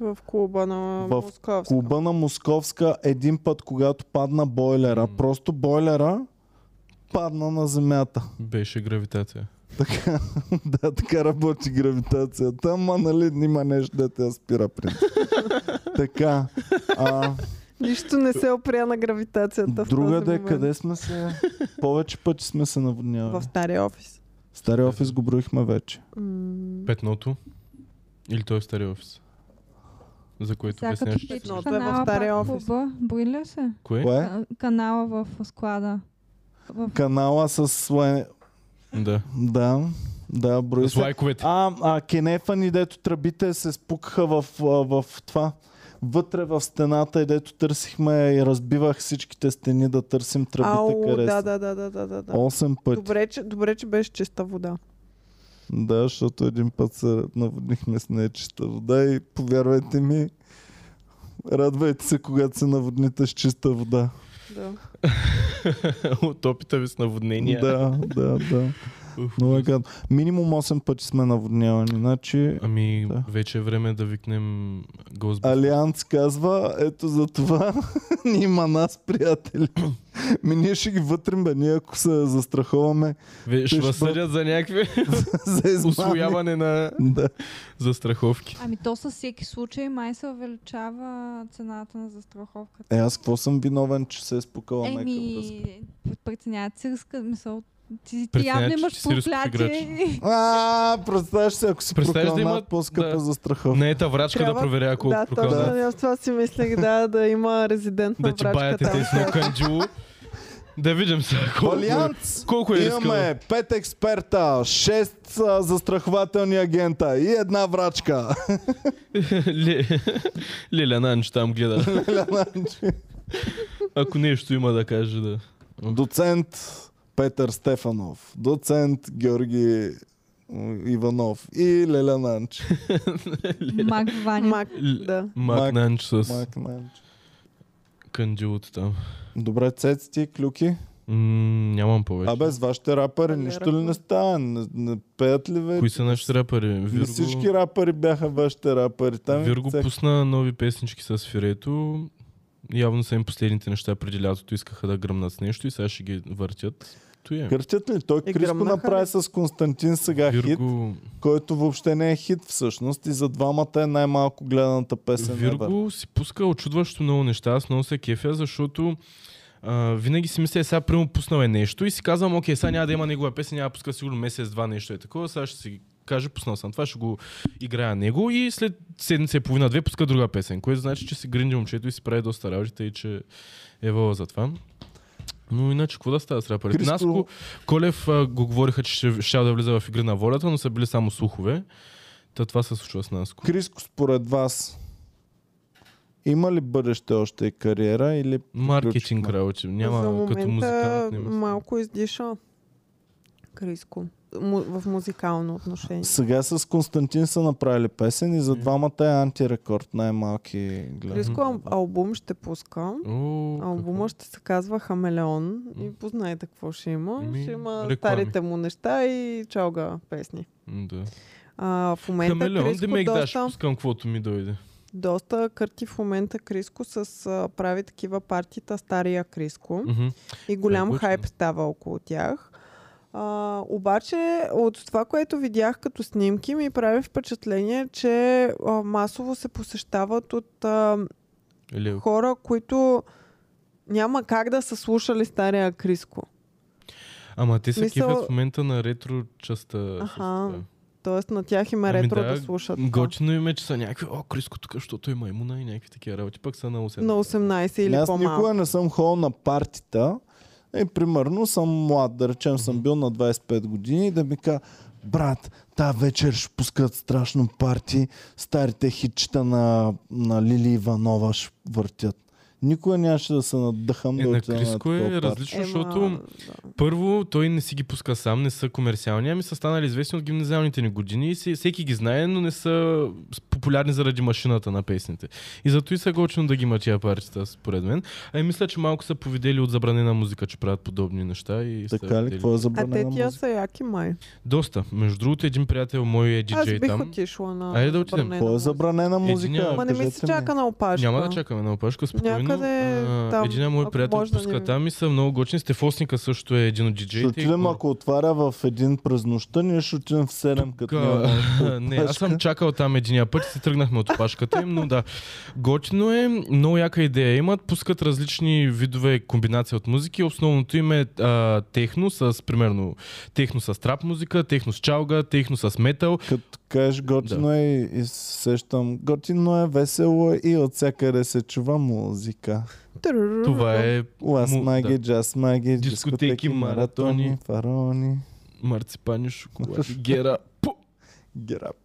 Speaker 3: В клуба на
Speaker 1: В
Speaker 3: Московска.
Speaker 1: клуба на Московска, един път, когато падна бойлера.
Speaker 2: М.
Speaker 1: Просто бойлера падна на земята. <laughs>
Speaker 2: беше гравитация.
Speaker 1: Така, да, така работи гравитацията, ама нали има нещо да те спира при Така. А,
Speaker 3: Нищо не се опря на гравитацията. в този
Speaker 1: другаде,
Speaker 3: момент.
Speaker 1: къде сме се... Повече пъти сме се наводнявали.
Speaker 3: В стария офис.
Speaker 1: Стария офис го броихме вече.
Speaker 3: М,
Speaker 2: Петното. Или той е в стария офис. За което
Speaker 4: Сега като
Speaker 2: обясняваш, че... е?
Speaker 4: пишеш
Speaker 3: Едното е в
Speaker 4: канала
Speaker 3: стария
Speaker 4: пак
Speaker 3: офис.
Speaker 4: клуба, брои ли се?
Speaker 2: Кое?
Speaker 1: Кое?
Speaker 4: Ка- Канала в склада. В...
Speaker 1: Канала с... лай-
Speaker 2: Да.
Speaker 1: Да, да, брои
Speaker 2: С
Speaker 1: се.
Speaker 2: лайковете.
Speaker 1: А, а Кенефа ни, дето тръбите се спукаха в, а, в това. Вътре в стената и дето търсихме и разбивах всичките стени да търсим тръбите
Speaker 3: Ау,
Speaker 1: къде
Speaker 3: да,
Speaker 1: са.
Speaker 3: да, да, да, да, да. да.
Speaker 1: 8 пъти.
Speaker 3: Добре че, добре, че беше чиста вода.
Speaker 1: Да, защото един път се наводнихме с нечиста вода и повярвайте ми, радвайте се, когато се наводните с чиста вода.
Speaker 3: Да.
Speaker 2: <laughs> От опита ви с наводнения.
Speaker 1: Да, да, да.
Speaker 2: Уф.
Speaker 1: Много е гадно. Минимум 8 пъти сме наводнявани. Значи
Speaker 2: Ами,
Speaker 1: Да.
Speaker 2: вече е време да викнем Ghostbusters.
Speaker 1: Алианс казва, ето за това <laughs> има нас, приятели. <clears throat> Ми ние ще ги вътрим, бе. Ние ако се застраховаме <laughs>
Speaker 2: Ве- Ще
Speaker 1: Тъж
Speaker 2: възсъдят за някакви <laughs>
Speaker 1: за измами.
Speaker 2: освояване на
Speaker 1: Да.
Speaker 2: застраховки.
Speaker 4: Ами то със всеки случай май се увеличава цената на застраховката.
Speaker 1: Е, аз какво съм виновен, че се е спукала нека връзка?
Speaker 4: Еми, преценяват си риска, мисъл, ти, ти
Speaker 2: Преценяват,
Speaker 4: явно
Speaker 2: че
Speaker 4: имаш
Speaker 2: си рисков
Speaker 4: проклятие.
Speaker 1: А, представяш се, ако си
Speaker 2: Представяш да
Speaker 1: прокалнат
Speaker 2: има-
Speaker 1: по-скъпа
Speaker 2: да.
Speaker 1: застраховка.
Speaker 2: Не е та врачка
Speaker 3: Трябва-
Speaker 2: да проверя колко
Speaker 3: да,
Speaker 2: прокална.
Speaker 1: прокалнат.
Speaker 3: точно. Аз това си мислех, да, да има резидент на
Speaker 2: Да ти
Speaker 3: врачка
Speaker 2: баяте
Speaker 3: там.
Speaker 2: те с едно канджило. Да видим сега колко, е-
Speaker 1: Алианс!
Speaker 2: колко е рискава.
Speaker 1: Имаме 5 експерта, 6 а, застрахователни агента и една врачка.
Speaker 2: Ли- Лиля Нанч там гледа.
Speaker 1: <laughs> Леля Нанчи.
Speaker 2: Ако нещо има да каже да.
Speaker 1: Доцент Петър Стефанов. Доцент Георги м, Иванов и Леля Нанч.
Speaker 4: <laughs> Мак Ваня.
Speaker 3: Мак,
Speaker 2: Л-
Speaker 3: да.
Speaker 2: Мак,
Speaker 1: Мак.
Speaker 2: Нанч с
Speaker 1: Мак Нанч.
Speaker 2: канджилото там.
Speaker 1: Добре, цеци ти, клюки.
Speaker 2: М, нямам повече.
Speaker 1: Абе, с вашите рапъри
Speaker 3: А, не,
Speaker 1: нищо ли
Speaker 3: рапъри.
Speaker 1: не става? Не, не пеят ли вече?
Speaker 2: Кои са нашите рапъри?
Speaker 1: Не всички рапъри бяха вашите рапъри. Там им
Speaker 2: Вирго
Speaker 1: цех-
Speaker 2: пусна нови песнички с фирето. Явно са им последните неща преди лятото. Искаха да гръмнат с нещо и сега ще ги въртят. Той е.
Speaker 1: Кърчат ли? Той
Speaker 3: И
Speaker 1: Криско
Speaker 3: гръмнаха
Speaker 1: направи
Speaker 3: ли?
Speaker 1: с Константин сега хит,
Speaker 2: Вирго,
Speaker 1: който въобще не е хит всъщност и за двамата е най-малко гледаната песен. ever.
Speaker 2: Вирго си пуска очудващо много неща. Аз много се кефя, защото а, винаги си мисля, сега прямо пуснал е нещо и си казвам, окей, сега няма да има негова песен, няма да пуска сигурно месец-два нещо е такова, сега ще си каже, пуснал съм това, ще го играя него и след седмица и половина-две пуска друга песен, което значи, че си гринди момчето и си прави доста работите и че е вала за това. Но иначе, какво да става с рапърите?
Speaker 1: Христо-
Speaker 2: Наско Колев а, го говориха, че ще, ще да влиза в игри на волята, но са били само слухове. Та това се случва с Наско.
Speaker 1: Криско, според вас, има ли бъдеще още и кариера или
Speaker 2: Маркетинг
Speaker 1: приключихме?
Speaker 2: работи. Няма
Speaker 3: За момента
Speaker 2: като музикант. Не мисля.
Speaker 3: малко издиша Криско му, в музикално отношение.
Speaker 1: Сега с Константин са направили песен и за
Speaker 2: Е.
Speaker 1: двамата е антирекорд най-малки гледани.
Speaker 3: Криско ал- албум ще пуска.
Speaker 2: О, какво?
Speaker 3: Албума ще се казва Хамелеон и познаете какво ще има.
Speaker 2: Ми,
Speaker 3: ще има
Speaker 2: Ами, реклами.
Speaker 3: старите му неща и чалга песни.
Speaker 2: М, Да.
Speaker 3: А, в момента
Speaker 2: Хамелеон,
Speaker 3: Криско
Speaker 2: демек, да, ще
Speaker 3: доста,
Speaker 2: пускам каквото ми дойде.
Speaker 3: доста кърти в момента Криско с а, прави такива партита стария Криско.
Speaker 2: Мгм.
Speaker 3: И голям
Speaker 2: Най-гучно.
Speaker 3: хайп става около тях. А, обаче от това, което видях като снимки, ми прави впечатление, че а, масово се посещават от а,
Speaker 2: Или-
Speaker 3: хора, които няма как да са слушали стария Криско.
Speaker 2: Ама те се
Speaker 3: Мисъл-
Speaker 2: кефят в момента на ретро частта. с
Speaker 3: Аха,
Speaker 2: това.
Speaker 3: Тоест на тях им е
Speaker 2: Ами
Speaker 3: ретро
Speaker 2: да,
Speaker 3: да, слушат. това.
Speaker 2: Готино им е, че са някакви, о, Криско тук, защото е маймуна и някакви такива работи. Пък са на 8.
Speaker 3: На 18 е или
Speaker 1: Ами Аз
Speaker 3: по-малко.
Speaker 1: никога не съм ходил на партита. Е, примерно съм млад, да речем съм бил на 25 години и да ми кажа, брат, та вечер ще пускат страшно парти, старите хитчета на, на Лили Иванова ще въртят. Никога нямаше да се надъхам
Speaker 2: Е,
Speaker 1: да
Speaker 2: на
Speaker 1: отида на
Speaker 2: Криско е
Speaker 1: такова парти.
Speaker 2: различно,
Speaker 3: Ема,
Speaker 2: защото
Speaker 3: да.
Speaker 2: Първо, той не си ги пуска сам, не са комерциални, ами са станали известни от гимназиалните ни години и се- всеки ги знае, но не са с- популярни заради машината на песните. И зато и са гочно да ги има тия парчета, според мен. А и мисля, че малко са повидели от забранена музика, че правят подобни неща и са
Speaker 1: Така ли?
Speaker 2: видели.
Speaker 1: Какво е
Speaker 3: А те
Speaker 1: забранено?
Speaker 3: тия са яки май.
Speaker 2: Доста. Между другото, един приятел мой е
Speaker 3: Аз
Speaker 2: диджей
Speaker 3: бих
Speaker 2: там.
Speaker 3: отишла на...
Speaker 2: Айде да отидем.
Speaker 3: забранена
Speaker 1: Какво е
Speaker 3: музика.
Speaker 1: забранена музика?
Speaker 2: Единия-
Speaker 3: Ма не ми се
Speaker 1: Кажете ми.
Speaker 3: чака на опашка.
Speaker 2: Няма да чакаме на опашка, спокойно.
Speaker 3: Някъде
Speaker 2: А,
Speaker 3: там,
Speaker 2: Един мой
Speaker 3: ако
Speaker 2: приятел
Speaker 3: може да ни-
Speaker 2: пуска там и са много гочни. Стефосника също е един от
Speaker 1: Ще
Speaker 2: диджеите.
Speaker 1: отидем,
Speaker 2: И-
Speaker 1: ако отваря в един през нощта, ние ще отидем в 7, като
Speaker 2: <laughs> Ка-
Speaker 1: няма.
Speaker 2: не, аз съм чакал там единия път и си тръгнахме от опашката им, но да. Готино е, много яка идея имат, пускат различни видове комбинация от музики. Основното им е а, техно с, примерно, техно с трап музика, техно с чалга, техно с метал.
Speaker 1: Като кажеш готино е и, и се сещам, готино е, весело е и от всякъде се чува музика.
Speaker 3: Трррррр.
Speaker 2: Това е
Speaker 1: Лас
Speaker 2: Му-
Speaker 1: маги,
Speaker 2: да.
Speaker 1: джаз маги,
Speaker 2: Дискотеки,
Speaker 1: дискотеки, маратони,
Speaker 2: маратони.
Speaker 1: фараони,
Speaker 2: марципани, шоколад, гера. Пу!
Speaker 1: герап.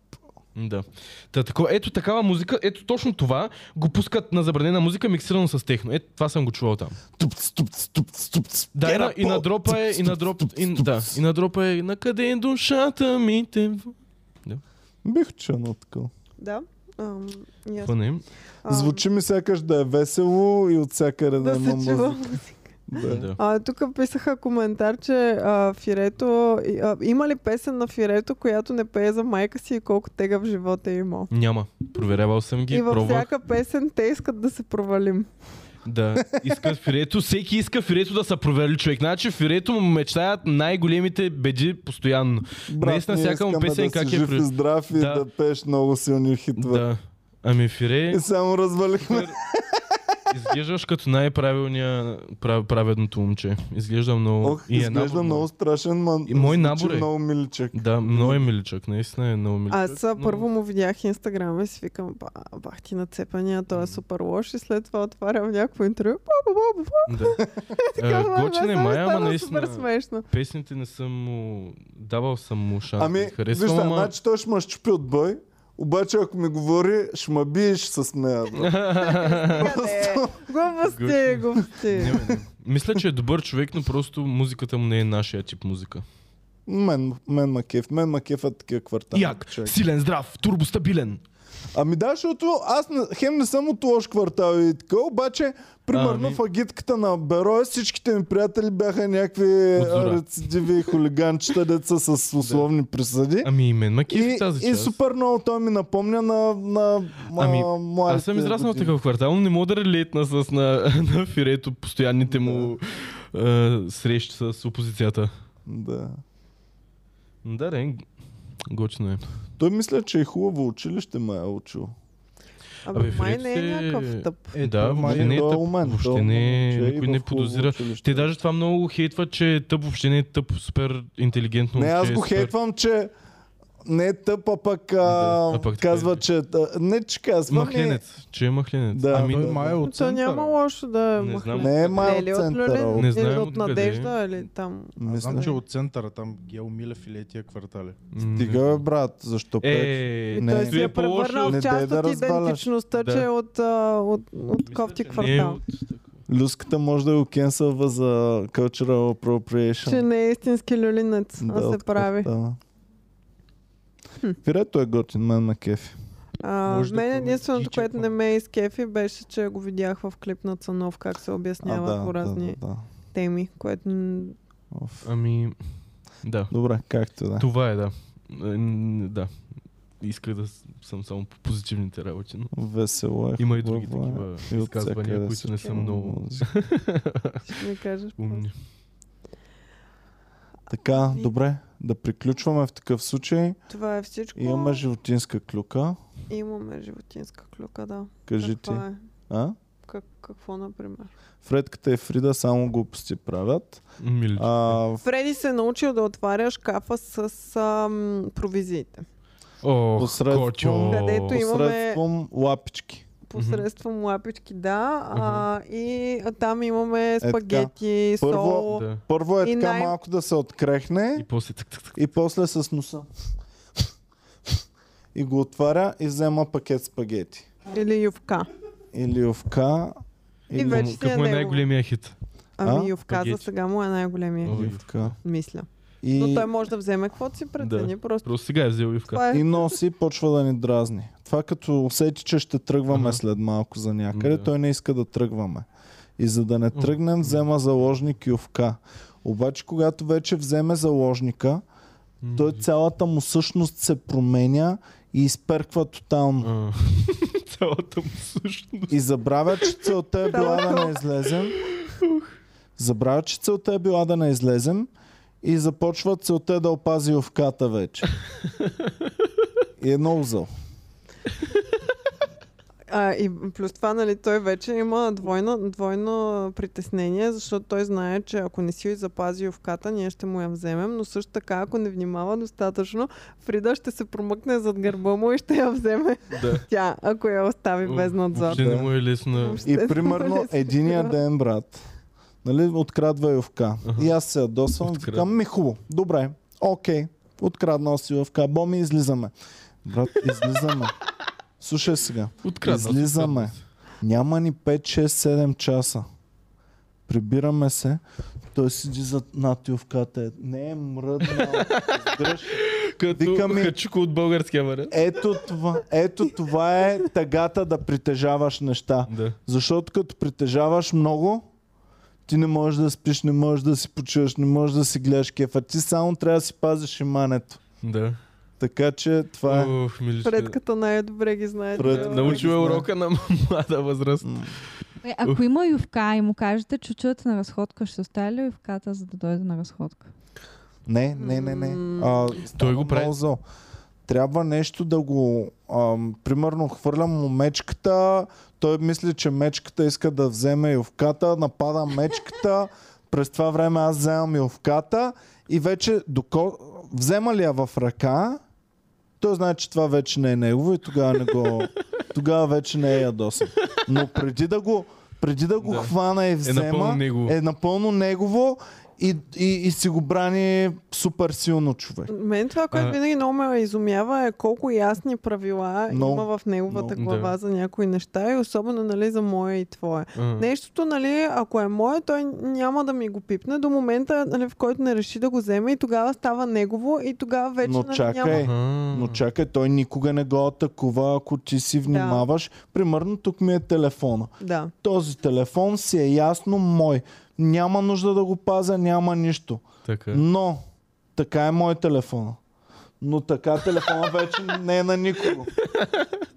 Speaker 2: Да. Та, тако, ето такава музика, ето точно това го пускат на забранена музика, миксирано с техно. Ето това съм го чувал там.
Speaker 1: Тупц, тупц, тупц, тупц.
Speaker 2: Да, и на,
Speaker 1: Get
Speaker 2: и на
Speaker 1: up,
Speaker 2: дропа е, и на дроп, и, да, и на дропа е, на къде душата ми те... в-»
Speaker 1: Бих че едно такова.
Speaker 3: Да. Ам, и аз-
Speaker 2: Фънем.
Speaker 3: ам,
Speaker 1: Звучи ми сякаш да е весело и от всякъде да,
Speaker 3: да
Speaker 1: има
Speaker 3: се чува.
Speaker 1: музика. Да.
Speaker 2: Да.
Speaker 3: А, тук писаха коментар, че а, Фирето... и, А, има ли песен на Фирето, която не пее за майка си и колко тега в живота е имал?
Speaker 2: Няма. Проверявал съм ги,
Speaker 3: и във
Speaker 2: пробвах.
Speaker 3: всяка песен те искат да се провалим.
Speaker 2: Да, искат фирето. Всеки иска фирето да са проверили човек. Значи фирето му мечтаят най-големите беди постоянно.
Speaker 1: Брат,
Speaker 2: Наистина,
Speaker 1: ние
Speaker 2: всяка му
Speaker 1: искаме
Speaker 2: песен
Speaker 1: да
Speaker 2: как
Speaker 1: си
Speaker 2: е
Speaker 1: жив
Speaker 2: при-
Speaker 1: и здрав и
Speaker 2: Да.
Speaker 1: да пееш много силни хитове.
Speaker 2: Да. Ами фире,
Speaker 1: И само развалихме.
Speaker 2: изглеждаш като най-правилния, прав, праведното момче. Изглежда много.
Speaker 1: Ох,
Speaker 2: и е
Speaker 1: изглежда
Speaker 2: набор,
Speaker 1: много страшен, ма
Speaker 2: И мой
Speaker 1: звучи
Speaker 2: набор е.
Speaker 1: много миличък.
Speaker 2: Да, много е миличък, наистина е много миличък.
Speaker 3: Аз а, първо му видях инстаграма и си викам, «Ба, бах ти нацепания, той е супер лош и след това отварям някакво интервю. ба, ба, ба, ба, ба,
Speaker 2: Да.
Speaker 3: <laughs> така,
Speaker 2: Е, Гочен
Speaker 3: ме
Speaker 2: е мая, ама
Speaker 3: стана супер
Speaker 2: наистина.
Speaker 3: смешно.
Speaker 2: Песните не съм му... Давал съм му шанс. да
Speaker 1: Ами,
Speaker 2: ги харесвам,
Speaker 1: вижте,
Speaker 2: ама-
Speaker 1: значи той ще ме щупи от бой, обаче ако ми говори, ще ме биеш с нея.
Speaker 2: <laughs>
Speaker 1: брат.
Speaker 3: Къде? Глупости,
Speaker 2: Гочен. Не,
Speaker 3: глупости.
Speaker 2: бе, не. Мисля, че е добър човек, но просто музиката му не е нашия тип музика.
Speaker 1: Мен, мен макеф, мен макеф е такива квартали. човек.
Speaker 2: силен, здрав, турбостабилен.
Speaker 1: Ами да, защото аз не, хем не съм от лош квартал и така, обаче, примерно
Speaker 2: Ами.
Speaker 1: в агитката на Бероя всичките ми приятели бяха някакви
Speaker 2: От Зора.
Speaker 1: а, рецидиви и хулиганчета, деца с условни присъди.
Speaker 2: Ами и мен ма кефи
Speaker 1: И,
Speaker 2: тази
Speaker 1: и
Speaker 2: част.
Speaker 1: супер много той ми напомня на, на
Speaker 2: Ами,
Speaker 1: а, младите
Speaker 2: Аз съм израснал в
Speaker 1: години.
Speaker 2: такъв квартал, но не мога да релейтна с на, <laughs> на фирето постоянните му е, срещи с опозицията.
Speaker 1: Да.
Speaker 2: Да, не, гочно е.
Speaker 1: Той мисля, че е хубаво училище ме е учил.
Speaker 3: Абе, май
Speaker 2: Филип
Speaker 3: не
Speaker 2: се-
Speaker 3: е някакъв тъп.
Speaker 2: Е, да,
Speaker 5: той
Speaker 2: въобще
Speaker 5: май-
Speaker 2: не е
Speaker 1: той е
Speaker 2: тъп,
Speaker 1: умен, той
Speaker 2: въобще
Speaker 1: е
Speaker 2: не е,
Speaker 1: момче,
Speaker 2: никой
Speaker 1: има
Speaker 2: не
Speaker 1: в хубаво
Speaker 2: подозира.
Speaker 1: училище.
Speaker 2: Те даже това много го хейтват, че е тъп, въобще не е тъп, супер интелигентно.
Speaker 1: Не, аз
Speaker 2: момче,
Speaker 1: го
Speaker 2: е супер-
Speaker 1: хейтвам, че не е тъп, а пък, а,
Speaker 2: Да, а пък така
Speaker 1: казва,
Speaker 2: е.
Speaker 1: че... е тъп. не, че казва, ми,
Speaker 2: Махленец, че е махленец.
Speaker 1: Да,
Speaker 2: ами,
Speaker 5: Той май е от
Speaker 3: То няма
Speaker 5: центъра.
Speaker 3: лошо да
Speaker 2: Не
Speaker 3: е
Speaker 2: знам.
Speaker 1: не е
Speaker 3: Не
Speaker 1: май
Speaker 3: е ли
Speaker 1: от
Speaker 3: от
Speaker 1: центъра.
Speaker 3: Люлин?
Speaker 2: Не
Speaker 3: Или
Speaker 2: знаем
Speaker 3: от
Speaker 2: откъде е.
Speaker 3: Надежда, или там.
Speaker 5: Знам,
Speaker 1: Мисля,
Speaker 5: че е от центъра, там Гел Милев и летия квартали.
Speaker 2: м,
Speaker 1: Стига, бе, брат, защо пееш?
Speaker 2: Е,
Speaker 3: И
Speaker 1: не.
Speaker 3: той си
Speaker 2: Стои
Speaker 3: е
Speaker 2: по-лошо
Speaker 3: превърнал
Speaker 1: от-
Speaker 3: в
Speaker 1: Не
Speaker 3: част
Speaker 1: дай да
Speaker 3: от
Speaker 1: разваляш.
Speaker 3: идентичността,
Speaker 2: Да.
Speaker 3: че е от, а, от, от кофти
Speaker 2: не е
Speaker 3: квартал.
Speaker 2: от-
Speaker 1: Люската може да го кенсълва за cultural
Speaker 3: Че
Speaker 1: appropriation.
Speaker 3: не е истински люлинец,
Speaker 1: Да,
Speaker 3: а се
Speaker 1: от
Speaker 3: прави.
Speaker 1: квартала. Фирето е готин, мен ме кефи.
Speaker 3: А,
Speaker 5: Може да
Speaker 3: мен
Speaker 5: промениш
Speaker 3: единственото,
Speaker 5: DJ
Speaker 3: което не ме изкефи, беше, че го видях в клип на Цанов, как се
Speaker 1: А,
Speaker 3: обяснява по
Speaker 1: да, да,
Speaker 3: разни
Speaker 1: да, да.
Speaker 3: теми, което... м,
Speaker 1: Оф.
Speaker 2: Ами, да.
Speaker 1: Добре, както да.
Speaker 2: Това е, да. Е, н- Да. Исках да с- съм само по позитивните работи, но
Speaker 1: Весело е.
Speaker 2: има и други
Speaker 1: хубаво е. И
Speaker 2: такива
Speaker 1: от всякъде
Speaker 2: изказвания, които не
Speaker 1: се
Speaker 2: са
Speaker 1: чува
Speaker 2: много
Speaker 1: музика.
Speaker 3: Ще ми кажеш.
Speaker 2: умни.
Speaker 1: Така,
Speaker 3: Ами-
Speaker 1: добре, да приключваме в такъв случай.
Speaker 3: Това е всичко.
Speaker 1: Имаме животинска клюка.
Speaker 3: Имаме животинска клюка, да.
Speaker 1: Кажи ти.
Speaker 3: Каква е?
Speaker 1: А?
Speaker 3: Как, какво, например?
Speaker 1: Фредката и Фрида само глупости правят.
Speaker 2: Мили.
Speaker 1: А, в-
Speaker 3: Фреди се е научил да отваря шкафа с ам, провизиите.
Speaker 2: О,
Speaker 1: посредством-
Speaker 2: Кочо.
Speaker 3: Където има- имаме-
Speaker 1: посредством лапички.
Speaker 3: Посредством лапички, да. А, и а, там имаме
Speaker 1: Е, така.
Speaker 3: спагети,
Speaker 1: Първо-
Speaker 3: сол.
Speaker 2: Да.
Speaker 1: Първо е
Speaker 3: И
Speaker 1: така
Speaker 3: най-
Speaker 1: малко да се открехне
Speaker 2: И после так, так, так.
Speaker 1: и после с носа. и го отваря и взема пакет спагети.
Speaker 3: Или ювка.
Speaker 1: Или овка.
Speaker 3: И
Speaker 1: или-
Speaker 3: вече си е
Speaker 2: Какво е
Speaker 3: негово.
Speaker 2: най-големия хит?
Speaker 3: Ами
Speaker 1: А?
Speaker 3: ювка за
Speaker 2: Спагети.
Speaker 3: сега му е най-големия,
Speaker 2: О,
Speaker 1: или овка.
Speaker 3: мисля.
Speaker 1: И,
Speaker 3: Но той може да вземе каквото си прецени, просто
Speaker 2: Просто сега е взел Ивка.
Speaker 3: това е.
Speaker 1: и носи, почва да ни дразни. Това като усети, че ще тръгваме
Speaker 2: Ага.
Speaker 1: след малко за някъде,
Speaker 2: Да.
Speaker 1: той не иска да тръгваме. И за да не тръгнем, взема заложник Ювка. Обаче, когато вече вземе заложника, той цялата му същност се променя и изперква
Speaker 3: е-
Speaker 1: тотално.
Speaker 2: А, <laughs> Цялата му всъщност.
Speaker 1: И забравя, че целта е била да не излезем. Забравя, че целта е била да не излезем и започва целта е да опази овката вече. И е едно узъл.
Speaker 3: А, и плюс това, нали, той вече има двойно, двойно притеснение, защото той знае, че ако не си запази овката, ние ще му я вземем, но също така, ако не внимава достатъчно, Фрида ще се промъкне зад гърба му и ще я вземе
Speaker 2: Да.
Speaker 3: <laughs> тя, ако я остави Е, без надзор.
Speaker 2: Въобще не му е лесно.
Speaker 1: И
Speaker 3: Ще
Speaker 1: примерно
Speaker 3: се
Speaker 1: единия
Speaker 3: разбира.
Speaker 1: ден, брат, нали, открадва Йовка.
Speaker 2: Аха.
Speaker 1: И аз се ядосвам,
Speaker 2: Открадва.
Speaker 1: викам, ми хубаво, добре, окей, откраднал си Йовка, бо ми излизаме. Брат,
Speaker 2: <laughs>
Speaker 1: излизаме. Слушай сега.
Speaker 2: Откраднат.
Speaker 1: Излизаме.
Speaker 2: откраднат.
Speaker 1: Няма ни 5, 6, 7 часа. Прибираме се. Той седи зад натиовката. Не е
Speaker 2: <laughs>
Speaker 1: мръднал. разбираш ли? Вика
Speaker 2: Като
Speaker 1: ми-
Speaker 2: хачуко от българския вариант.
Speaker 1: Ето това, ето това е тъгата да притежаваш неща.
Speaker 2: Да.
Speaker 1: Защото като притежаваш много, ти не можеш да спиш, не можеш да си почиваш, не можеш да си гледаш кефа. Ти само трябва да си пазиш имането.
Speaker 2: Да.
Speaker 1: Така че това е.
Speaker 2: Уф, миличка.
Speaker 3: Предката най-добре ги знае.
Speaker 1: Пред-
Speaker 3: Да.
Speaker 2: Научил е
Speaker 1: Знае.
Speaker 2: урока на <laughs> млада възраст.
Speaker 1: М.
Speaker 4: Е, ако има ювка и му кажете, че чуете на разходка, ще остави ли ювката, за да дойде на разходка?
Speaker 1: Не, не, не, не.
Speaker 3: М.
Speaker 1: А, става
Speaker 2: го прави.
Speaker 1: много зло. Трябва нещо да го... Ам, примерно хвърлям му мечката, той мисли, че мечката иска да вземе ювката, напада мечката, през това време аз вземам ювката и вече доко... взема ли я в ръка, той знае, че това вече не е негово и тогава не го... Тогава вече не е ядосан. Но преди да го, преди да го
Speaker 2: Да. Е,
Speaker 1: хвана и взема,
Speaker 2: напълно негово.
Speaker 1: е напълно негово и, и, и си го брани супер силно човек.
Speaker 3: Мен това, което
Speaker 2: А.
Speaker 3: винаги много ме изумява е колко ясни правила
Speaker 1: Много,
Speaker 3: има в неговата
Speaker 2: много.
Speaker 3: глава
Speaker 2: Да.
Speaker 3: за някои неща и особено нали, за моя и твоя.
Speaker 2: А.
Speaker 3: Нещото, нали, ако е мое, той няма да ми го пипне до момента, нали, в който не реши да го вземе и тогава става негово и тогава вече
Speaker 1: Но
Speaker 3: нали,
Speaker 1: чакай.
Speaker 3: няма...
Speaker 2: Аха.
Speaker 1: Но чакай, той никога не го атакува, ако ти си внимаваш. Примерно тук ми е телефона.
Speaker 3: Да.
Speaker 1: Този телефон си е ясно мой. Няма нужда да го пазя, няма нищо.
Speaker 2: Така.
Speaker 1: Но, така е мой телефон. Но така телефона вече не е на никого.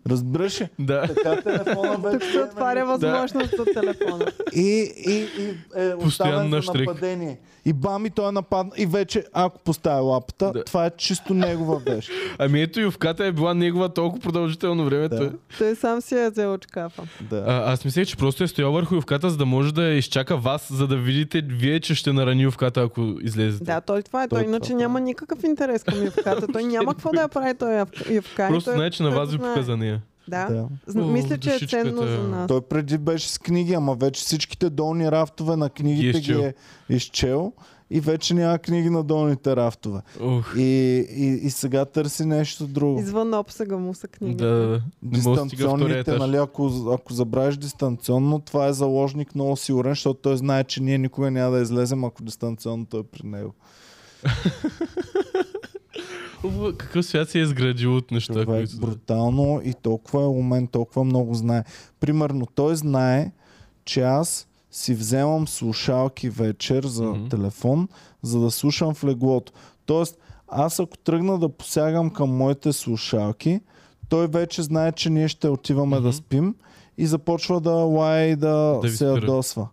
Speaker 1: Разбираш ли?
Speaker 2: Да.
Speaker 1: Така телефона
Speaker 3: Тук
Speaker 1: вече
Speaker 3: се
Speaker 1: не е на
Speaker 3: отваря възможност за телефона.
Speaker 1: И, и, и е оставен
Speaker 2: Постоянна
Speaker 1: за
Speaker 2: щрик.
Speaker 1: нападение. И бами той е нападна. И вече, ако поставя лапата,
Speaker 2: Да.
Speaker 1: това е чисто негова вещ.
Speaker 2: Ами ето Ювката е била негова толкова продължително време.
Speaker 1: Да.
Speaker 2: той-
Speaker 3: Той сам си е взел от шкафа.
Speaker 1: Да.
Speaker 2: А, аз мислех, че просто е стоял върху Ювката, за да може да я изчака вас, за да видите вие, че ще нарани Ювката, ако излезете.
Speaker 3: Да, той това е. Той,
Speaker 1: Той това
Speaker 3: иначе
Speaker 1: прави.
Speaker 3: няма никакъв интерес към явката. Той няма какво да я прави той яв- явка. и
Speaker 2: Просто
Speaker 3: е той,
Speaker 2: знае, че на
Speaker 3: той
Speaker 2: вас ви
Speaker 3: знае.
Speaker 2: пука за нея.
Speaker 3: Да.
Speaker 1: да.
Speaker 3: Зна-
Speaker 2: О,
Speaker 3: Мисля, че е
Speaker 2: душичката.
Speaker 3: ценно за нас.
Speaker 1: Той преди беше с книги, ама вече всичките долни рафтове на книгите ги
Speaker 2: изчел.
Speaker 1: е изчел и вече няма книги на долните рафтове.
Speaker 2: Ох,
Speaker 1: И, и, и сега търси нещо друго.
Speaker 3: Извън обсъга му са книги.
Speaker 2: да, да, да. Не мога да стига втория
Speaker 1: Дистанционните,
Speaker 2: етаж.
Speaker 1: нали, ако, ако забравиш дистанционно, това е заложник много сигурен, защото той знае, че ние никога няма да излезем, ако дистанционното е при него.
Speaker 2: О, Какъв свят се е изградил от неща,
Speaker 1: човек,
Speaker 2: които...
Speaker 1: е брутално и толкова е умен, толкова много знае. Примерно, той знае, че аз си вземам слушалки вечер за
Speaker 2: Мгм.
Speaker 1: mm-hmm. телефон, за да слушам в леглото. Тоест, аз ако тръгна да посягам към моите слушалки, той вече знае, че ние ще отиваме
Speaker 2: Мгм.
Speaker 1: да спим и започва да лае и да,
Speaker 2: Да ви
Speaker 1: се
Speaker 2: спира.
Speaker 1: ядосва.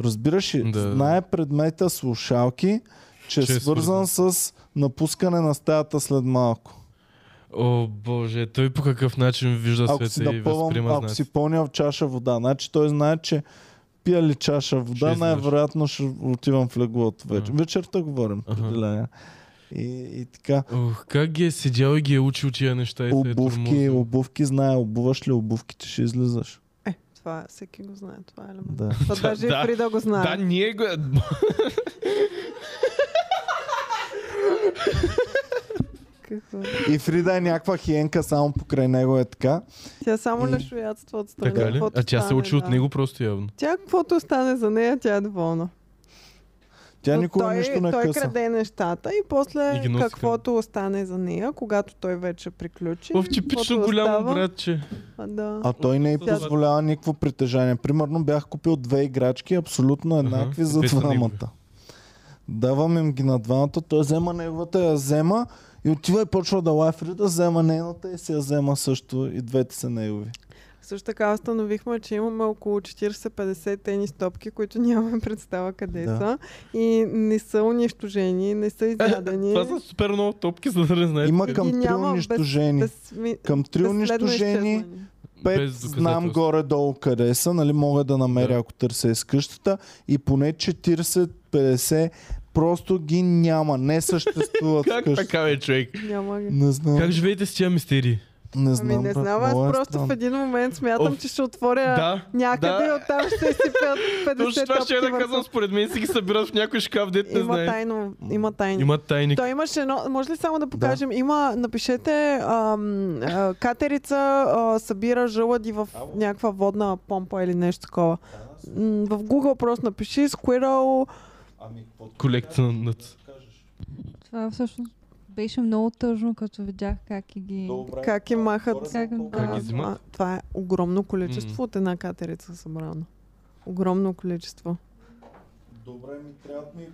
Speaker 1: Разбираш ли?
Speaker 2: Да.
Speaker 1: Знае предмета слушалки, че,
Speaker 2: Че
Speaker 1: е
Speaker 2: е
Speaker 1: свързан с напускане на стаята след малко.
Speaker 2: О, боже, той по какъв начин вижда
Speaker 1: ако си
Speaker 2: света и
Speaker 1: напълвам,
Speaker 2: възприема
Speaker 1: ако си
Speaker 2: знаци.
Speaker 1: пълня в чаша вода, значи той знае, че пия ли чаша вода,
Speaker 2: излизаш.
Speaker 1: най-вероятно ще отивам в леглото вече.
Speaker 2: Ага.
Speaker 1: Вечерта говорим,
Speaker 2: Ага.
Speaker 1: определено. И, и така.
Speaker 2: Ох, как ги е седял и ги е учил тия неща и се е
Speaker 1: Обувки,
Speaker 2: тормозил.
Speaker 1: обувки знае, обуваш ли обувките, ще излизаш.
Speaker 3: Е, това всеки го знае. Това е елемент.
Speaker 2: <laughs>
Speaker 1: Да.
Speaker 3: Това даже и
Speaker 2: да.
Speaker 3: Фрида го знае.
Speaker 2: Да, ние го...
Speaker 3: Какво?
Speaker 1: И Фрида е някаква хиенка, само покрай него е така.
Speaker 3: Тя само
Speaker 1: И-
Speaker 3: лешоядства от страна.
Speaker 2: Така ли?
Speaker 3: каквото
Speaker 2: А тя се
Speaker 3: стане,
Speaker 2: учи от
Speaker 3: е, да.
Speaker 2: него просто явно.
Speaker 3: Тя каквото стане за нея, тя е доволна.
Speaker 1: Тя
Speaker 3: Но
Speaker 1: никога
Speaker 3: той,
Speaker 1: нищо не
Speaker 3: той е
Speaker 1: къса.
Speaker 3: краде нещата и после
Speaker 2: И ги носи
Speaker 3: каквото остане за нея, когато той вече приключи.
Speaker 2: О, в типично
Speaker 3: каквото
Speaker 2: голямо
Speaker 3: остава,
Speaker 2: братче.
Speaker 3: а, Да.
Speaker 1: А той не й
Speaker 2: Тя-
Speaker 1: позволява никакво притежание. Примерно бях купил две играчки, абсолютно еднакви за
Speaker 2: две са
Speaker 1: двамата.
Speaker 2: негови.
Speaker 1: Давам им ги на двамата, той взема неговата, я взема и отива и почва да лайфри да взема нейната и се я взема също и двете са негови.
Speaker 3: Също така установихме, че имаме около 40-50 тенис топки, които нямаме <laughs> представа къде
Speaker 1: Да.
Speaker 3: са и не са унищожени, не са изядени.
Speaker 2: Това са супер много топки, за да не знаете.
Speaker 1: Има
Speaker 2: къде-
Speaker 1: към
Speaker 3: И
Speaker 1: три
Speaker 3: няма без-
Speaker 1: унищожени.
Speaker 3: Безсми-
Speaker 1: Ами, Към три
Speaker 3: безследно
Speaker 1: унищожени,
Speaker 3: изчезнали.
Speaker 1: пет
Speaker 2: Без
Speaker 1: знам
Speaker 2: доказателства.
Speaker 1: горе-долу къде са, нали мога да намеря,
Speaker 2: Да.
Speaker 1: ако търся из къщата и поне 40-50 просто ги няма, не съществуват в
Speaker 2: <laughs> Как
Speaker 1: къщата.
Speaker 2: така е, човек?
Speaker 3: Няма ги.
Speaker 1: Не знам.
Speaker 2: Как живеете с тия мистерии?
Speaker 1: Не
Speaker 3: Ами
Speaker 1: знам.
Speaker 3: не
Speaker 1: брат,
Speaker 3: знам,
Speaker 1: много е
Speaker 3: аз просто
Speaker 1: странно.
Speaker 3: в един момент смятам,
Speaker 2: Оф.
Speaker 3: че ще отворя
Speaker 2: Да,
Speaker 3: някъде
Speaker 2: да.
Speaker 3: и оттам ще си пият 50
Speaker 2: <laughs> Точно това ще я
Speaker 3: топки
Speaker 2: да казвам,
Speaker 3: върху.
Speaker 2: според мен си ги събират в някой шкаф, дете не
Speaker 3: Има
Speaker 2: знае.
Speaker 3: тайно, има тайни.
Speaker 2: Има тайник.
Speaker 3: Той имаше едно. Може ли само да покажем? Има, напишете, ам, а, катерица а, събира жълъди в някаква водна помпа или нещо такова. М, В Google просто напиши Squirrel.
Speaker 1: Ами,
Speaker 2: Колекция на нъц.
Speaker 4: Това всъщност беше много тъжно, като видях как и ги...
Speaker 3: Как ги махат?
Speaker 2: Как
Speaker 4: Как,
Speaker 2: ги
Speaker 4: да,
Speaker 2: взимат?
Speaker 3: а, това е огромно количество
Speaker 2: М.
Speaker 3: от една катерица събрано. Огромно количество.
Speaker 1: Добре, ми трябва ми...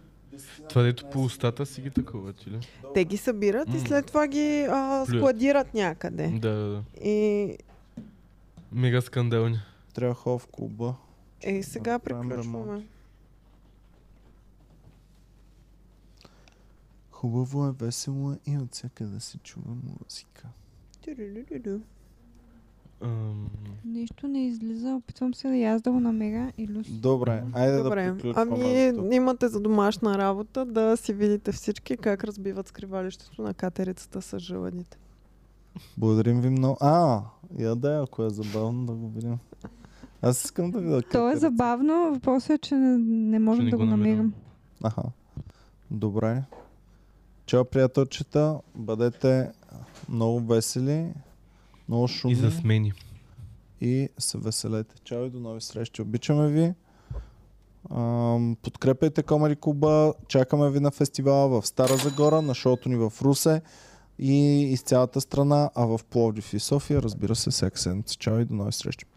Speaker 2: Това дето по устата си ги такова, че ли?
Speaker 3: Те ги събират и
Speaker 2: М.
Speaker 3: след това ги а,
Speaker 2: Плюят.
Speaker 3: складират някъде.
Speaker 2: Да, да, да.
Speaker 3: И,
Speaker 2: Мега скандални.
Speaker 1: Трябва хол в клуба.
Speaker 3: и е, сега
Speaker 1: Направим ремонт.
Speaker 3: приключваме.
Speaker 1: Хубаво е, весело е и от всякъде се чува музика.
Speaker 3: Тю-рю-рю-рю-рю.
Speaker 2: Ам,
Speaker 4: Нищо не излиза, опитвам се да и аз да го намеря и Люси.
Speaker 1: Добре, айде да
Speaker 3: Добре,
Speaker 1: приключваме.
Speaker 3: ами
Speaker 1: до тук.
Speaker 3: имате за домашна работа да си видите всички как разбиват скривалището на катерицата с жълъдите.
Speaker 1: Благодарим ви много. А, я да, ако е забавно да го видим. Аз искам да видя.
Speaker 4: То е
Speaker 1: катерица.
Speaker 4: забавно, въпросът е, че не, не можем
Speaker 2: не
Speaker 4: да
Speaker 2: го
Speaker 4: го намерим.
Speaker 2: намирам.
Speaker 1: Аха. Добре. Чао, приятелчета. Бъдете много весели, много шумни
Speaker 2: и за смени.
Speaker 1: и се веселете. Чао и до нови срещи. Обичаме ви. Ам, подкрепяйте Комари Куба. Чакаме ви на фестивала в Стара Загора, на шоуто ни в Русе и из цялата страна, а в Пловдив и София, разбира се, всяка седмица. Чао и до нови срещи.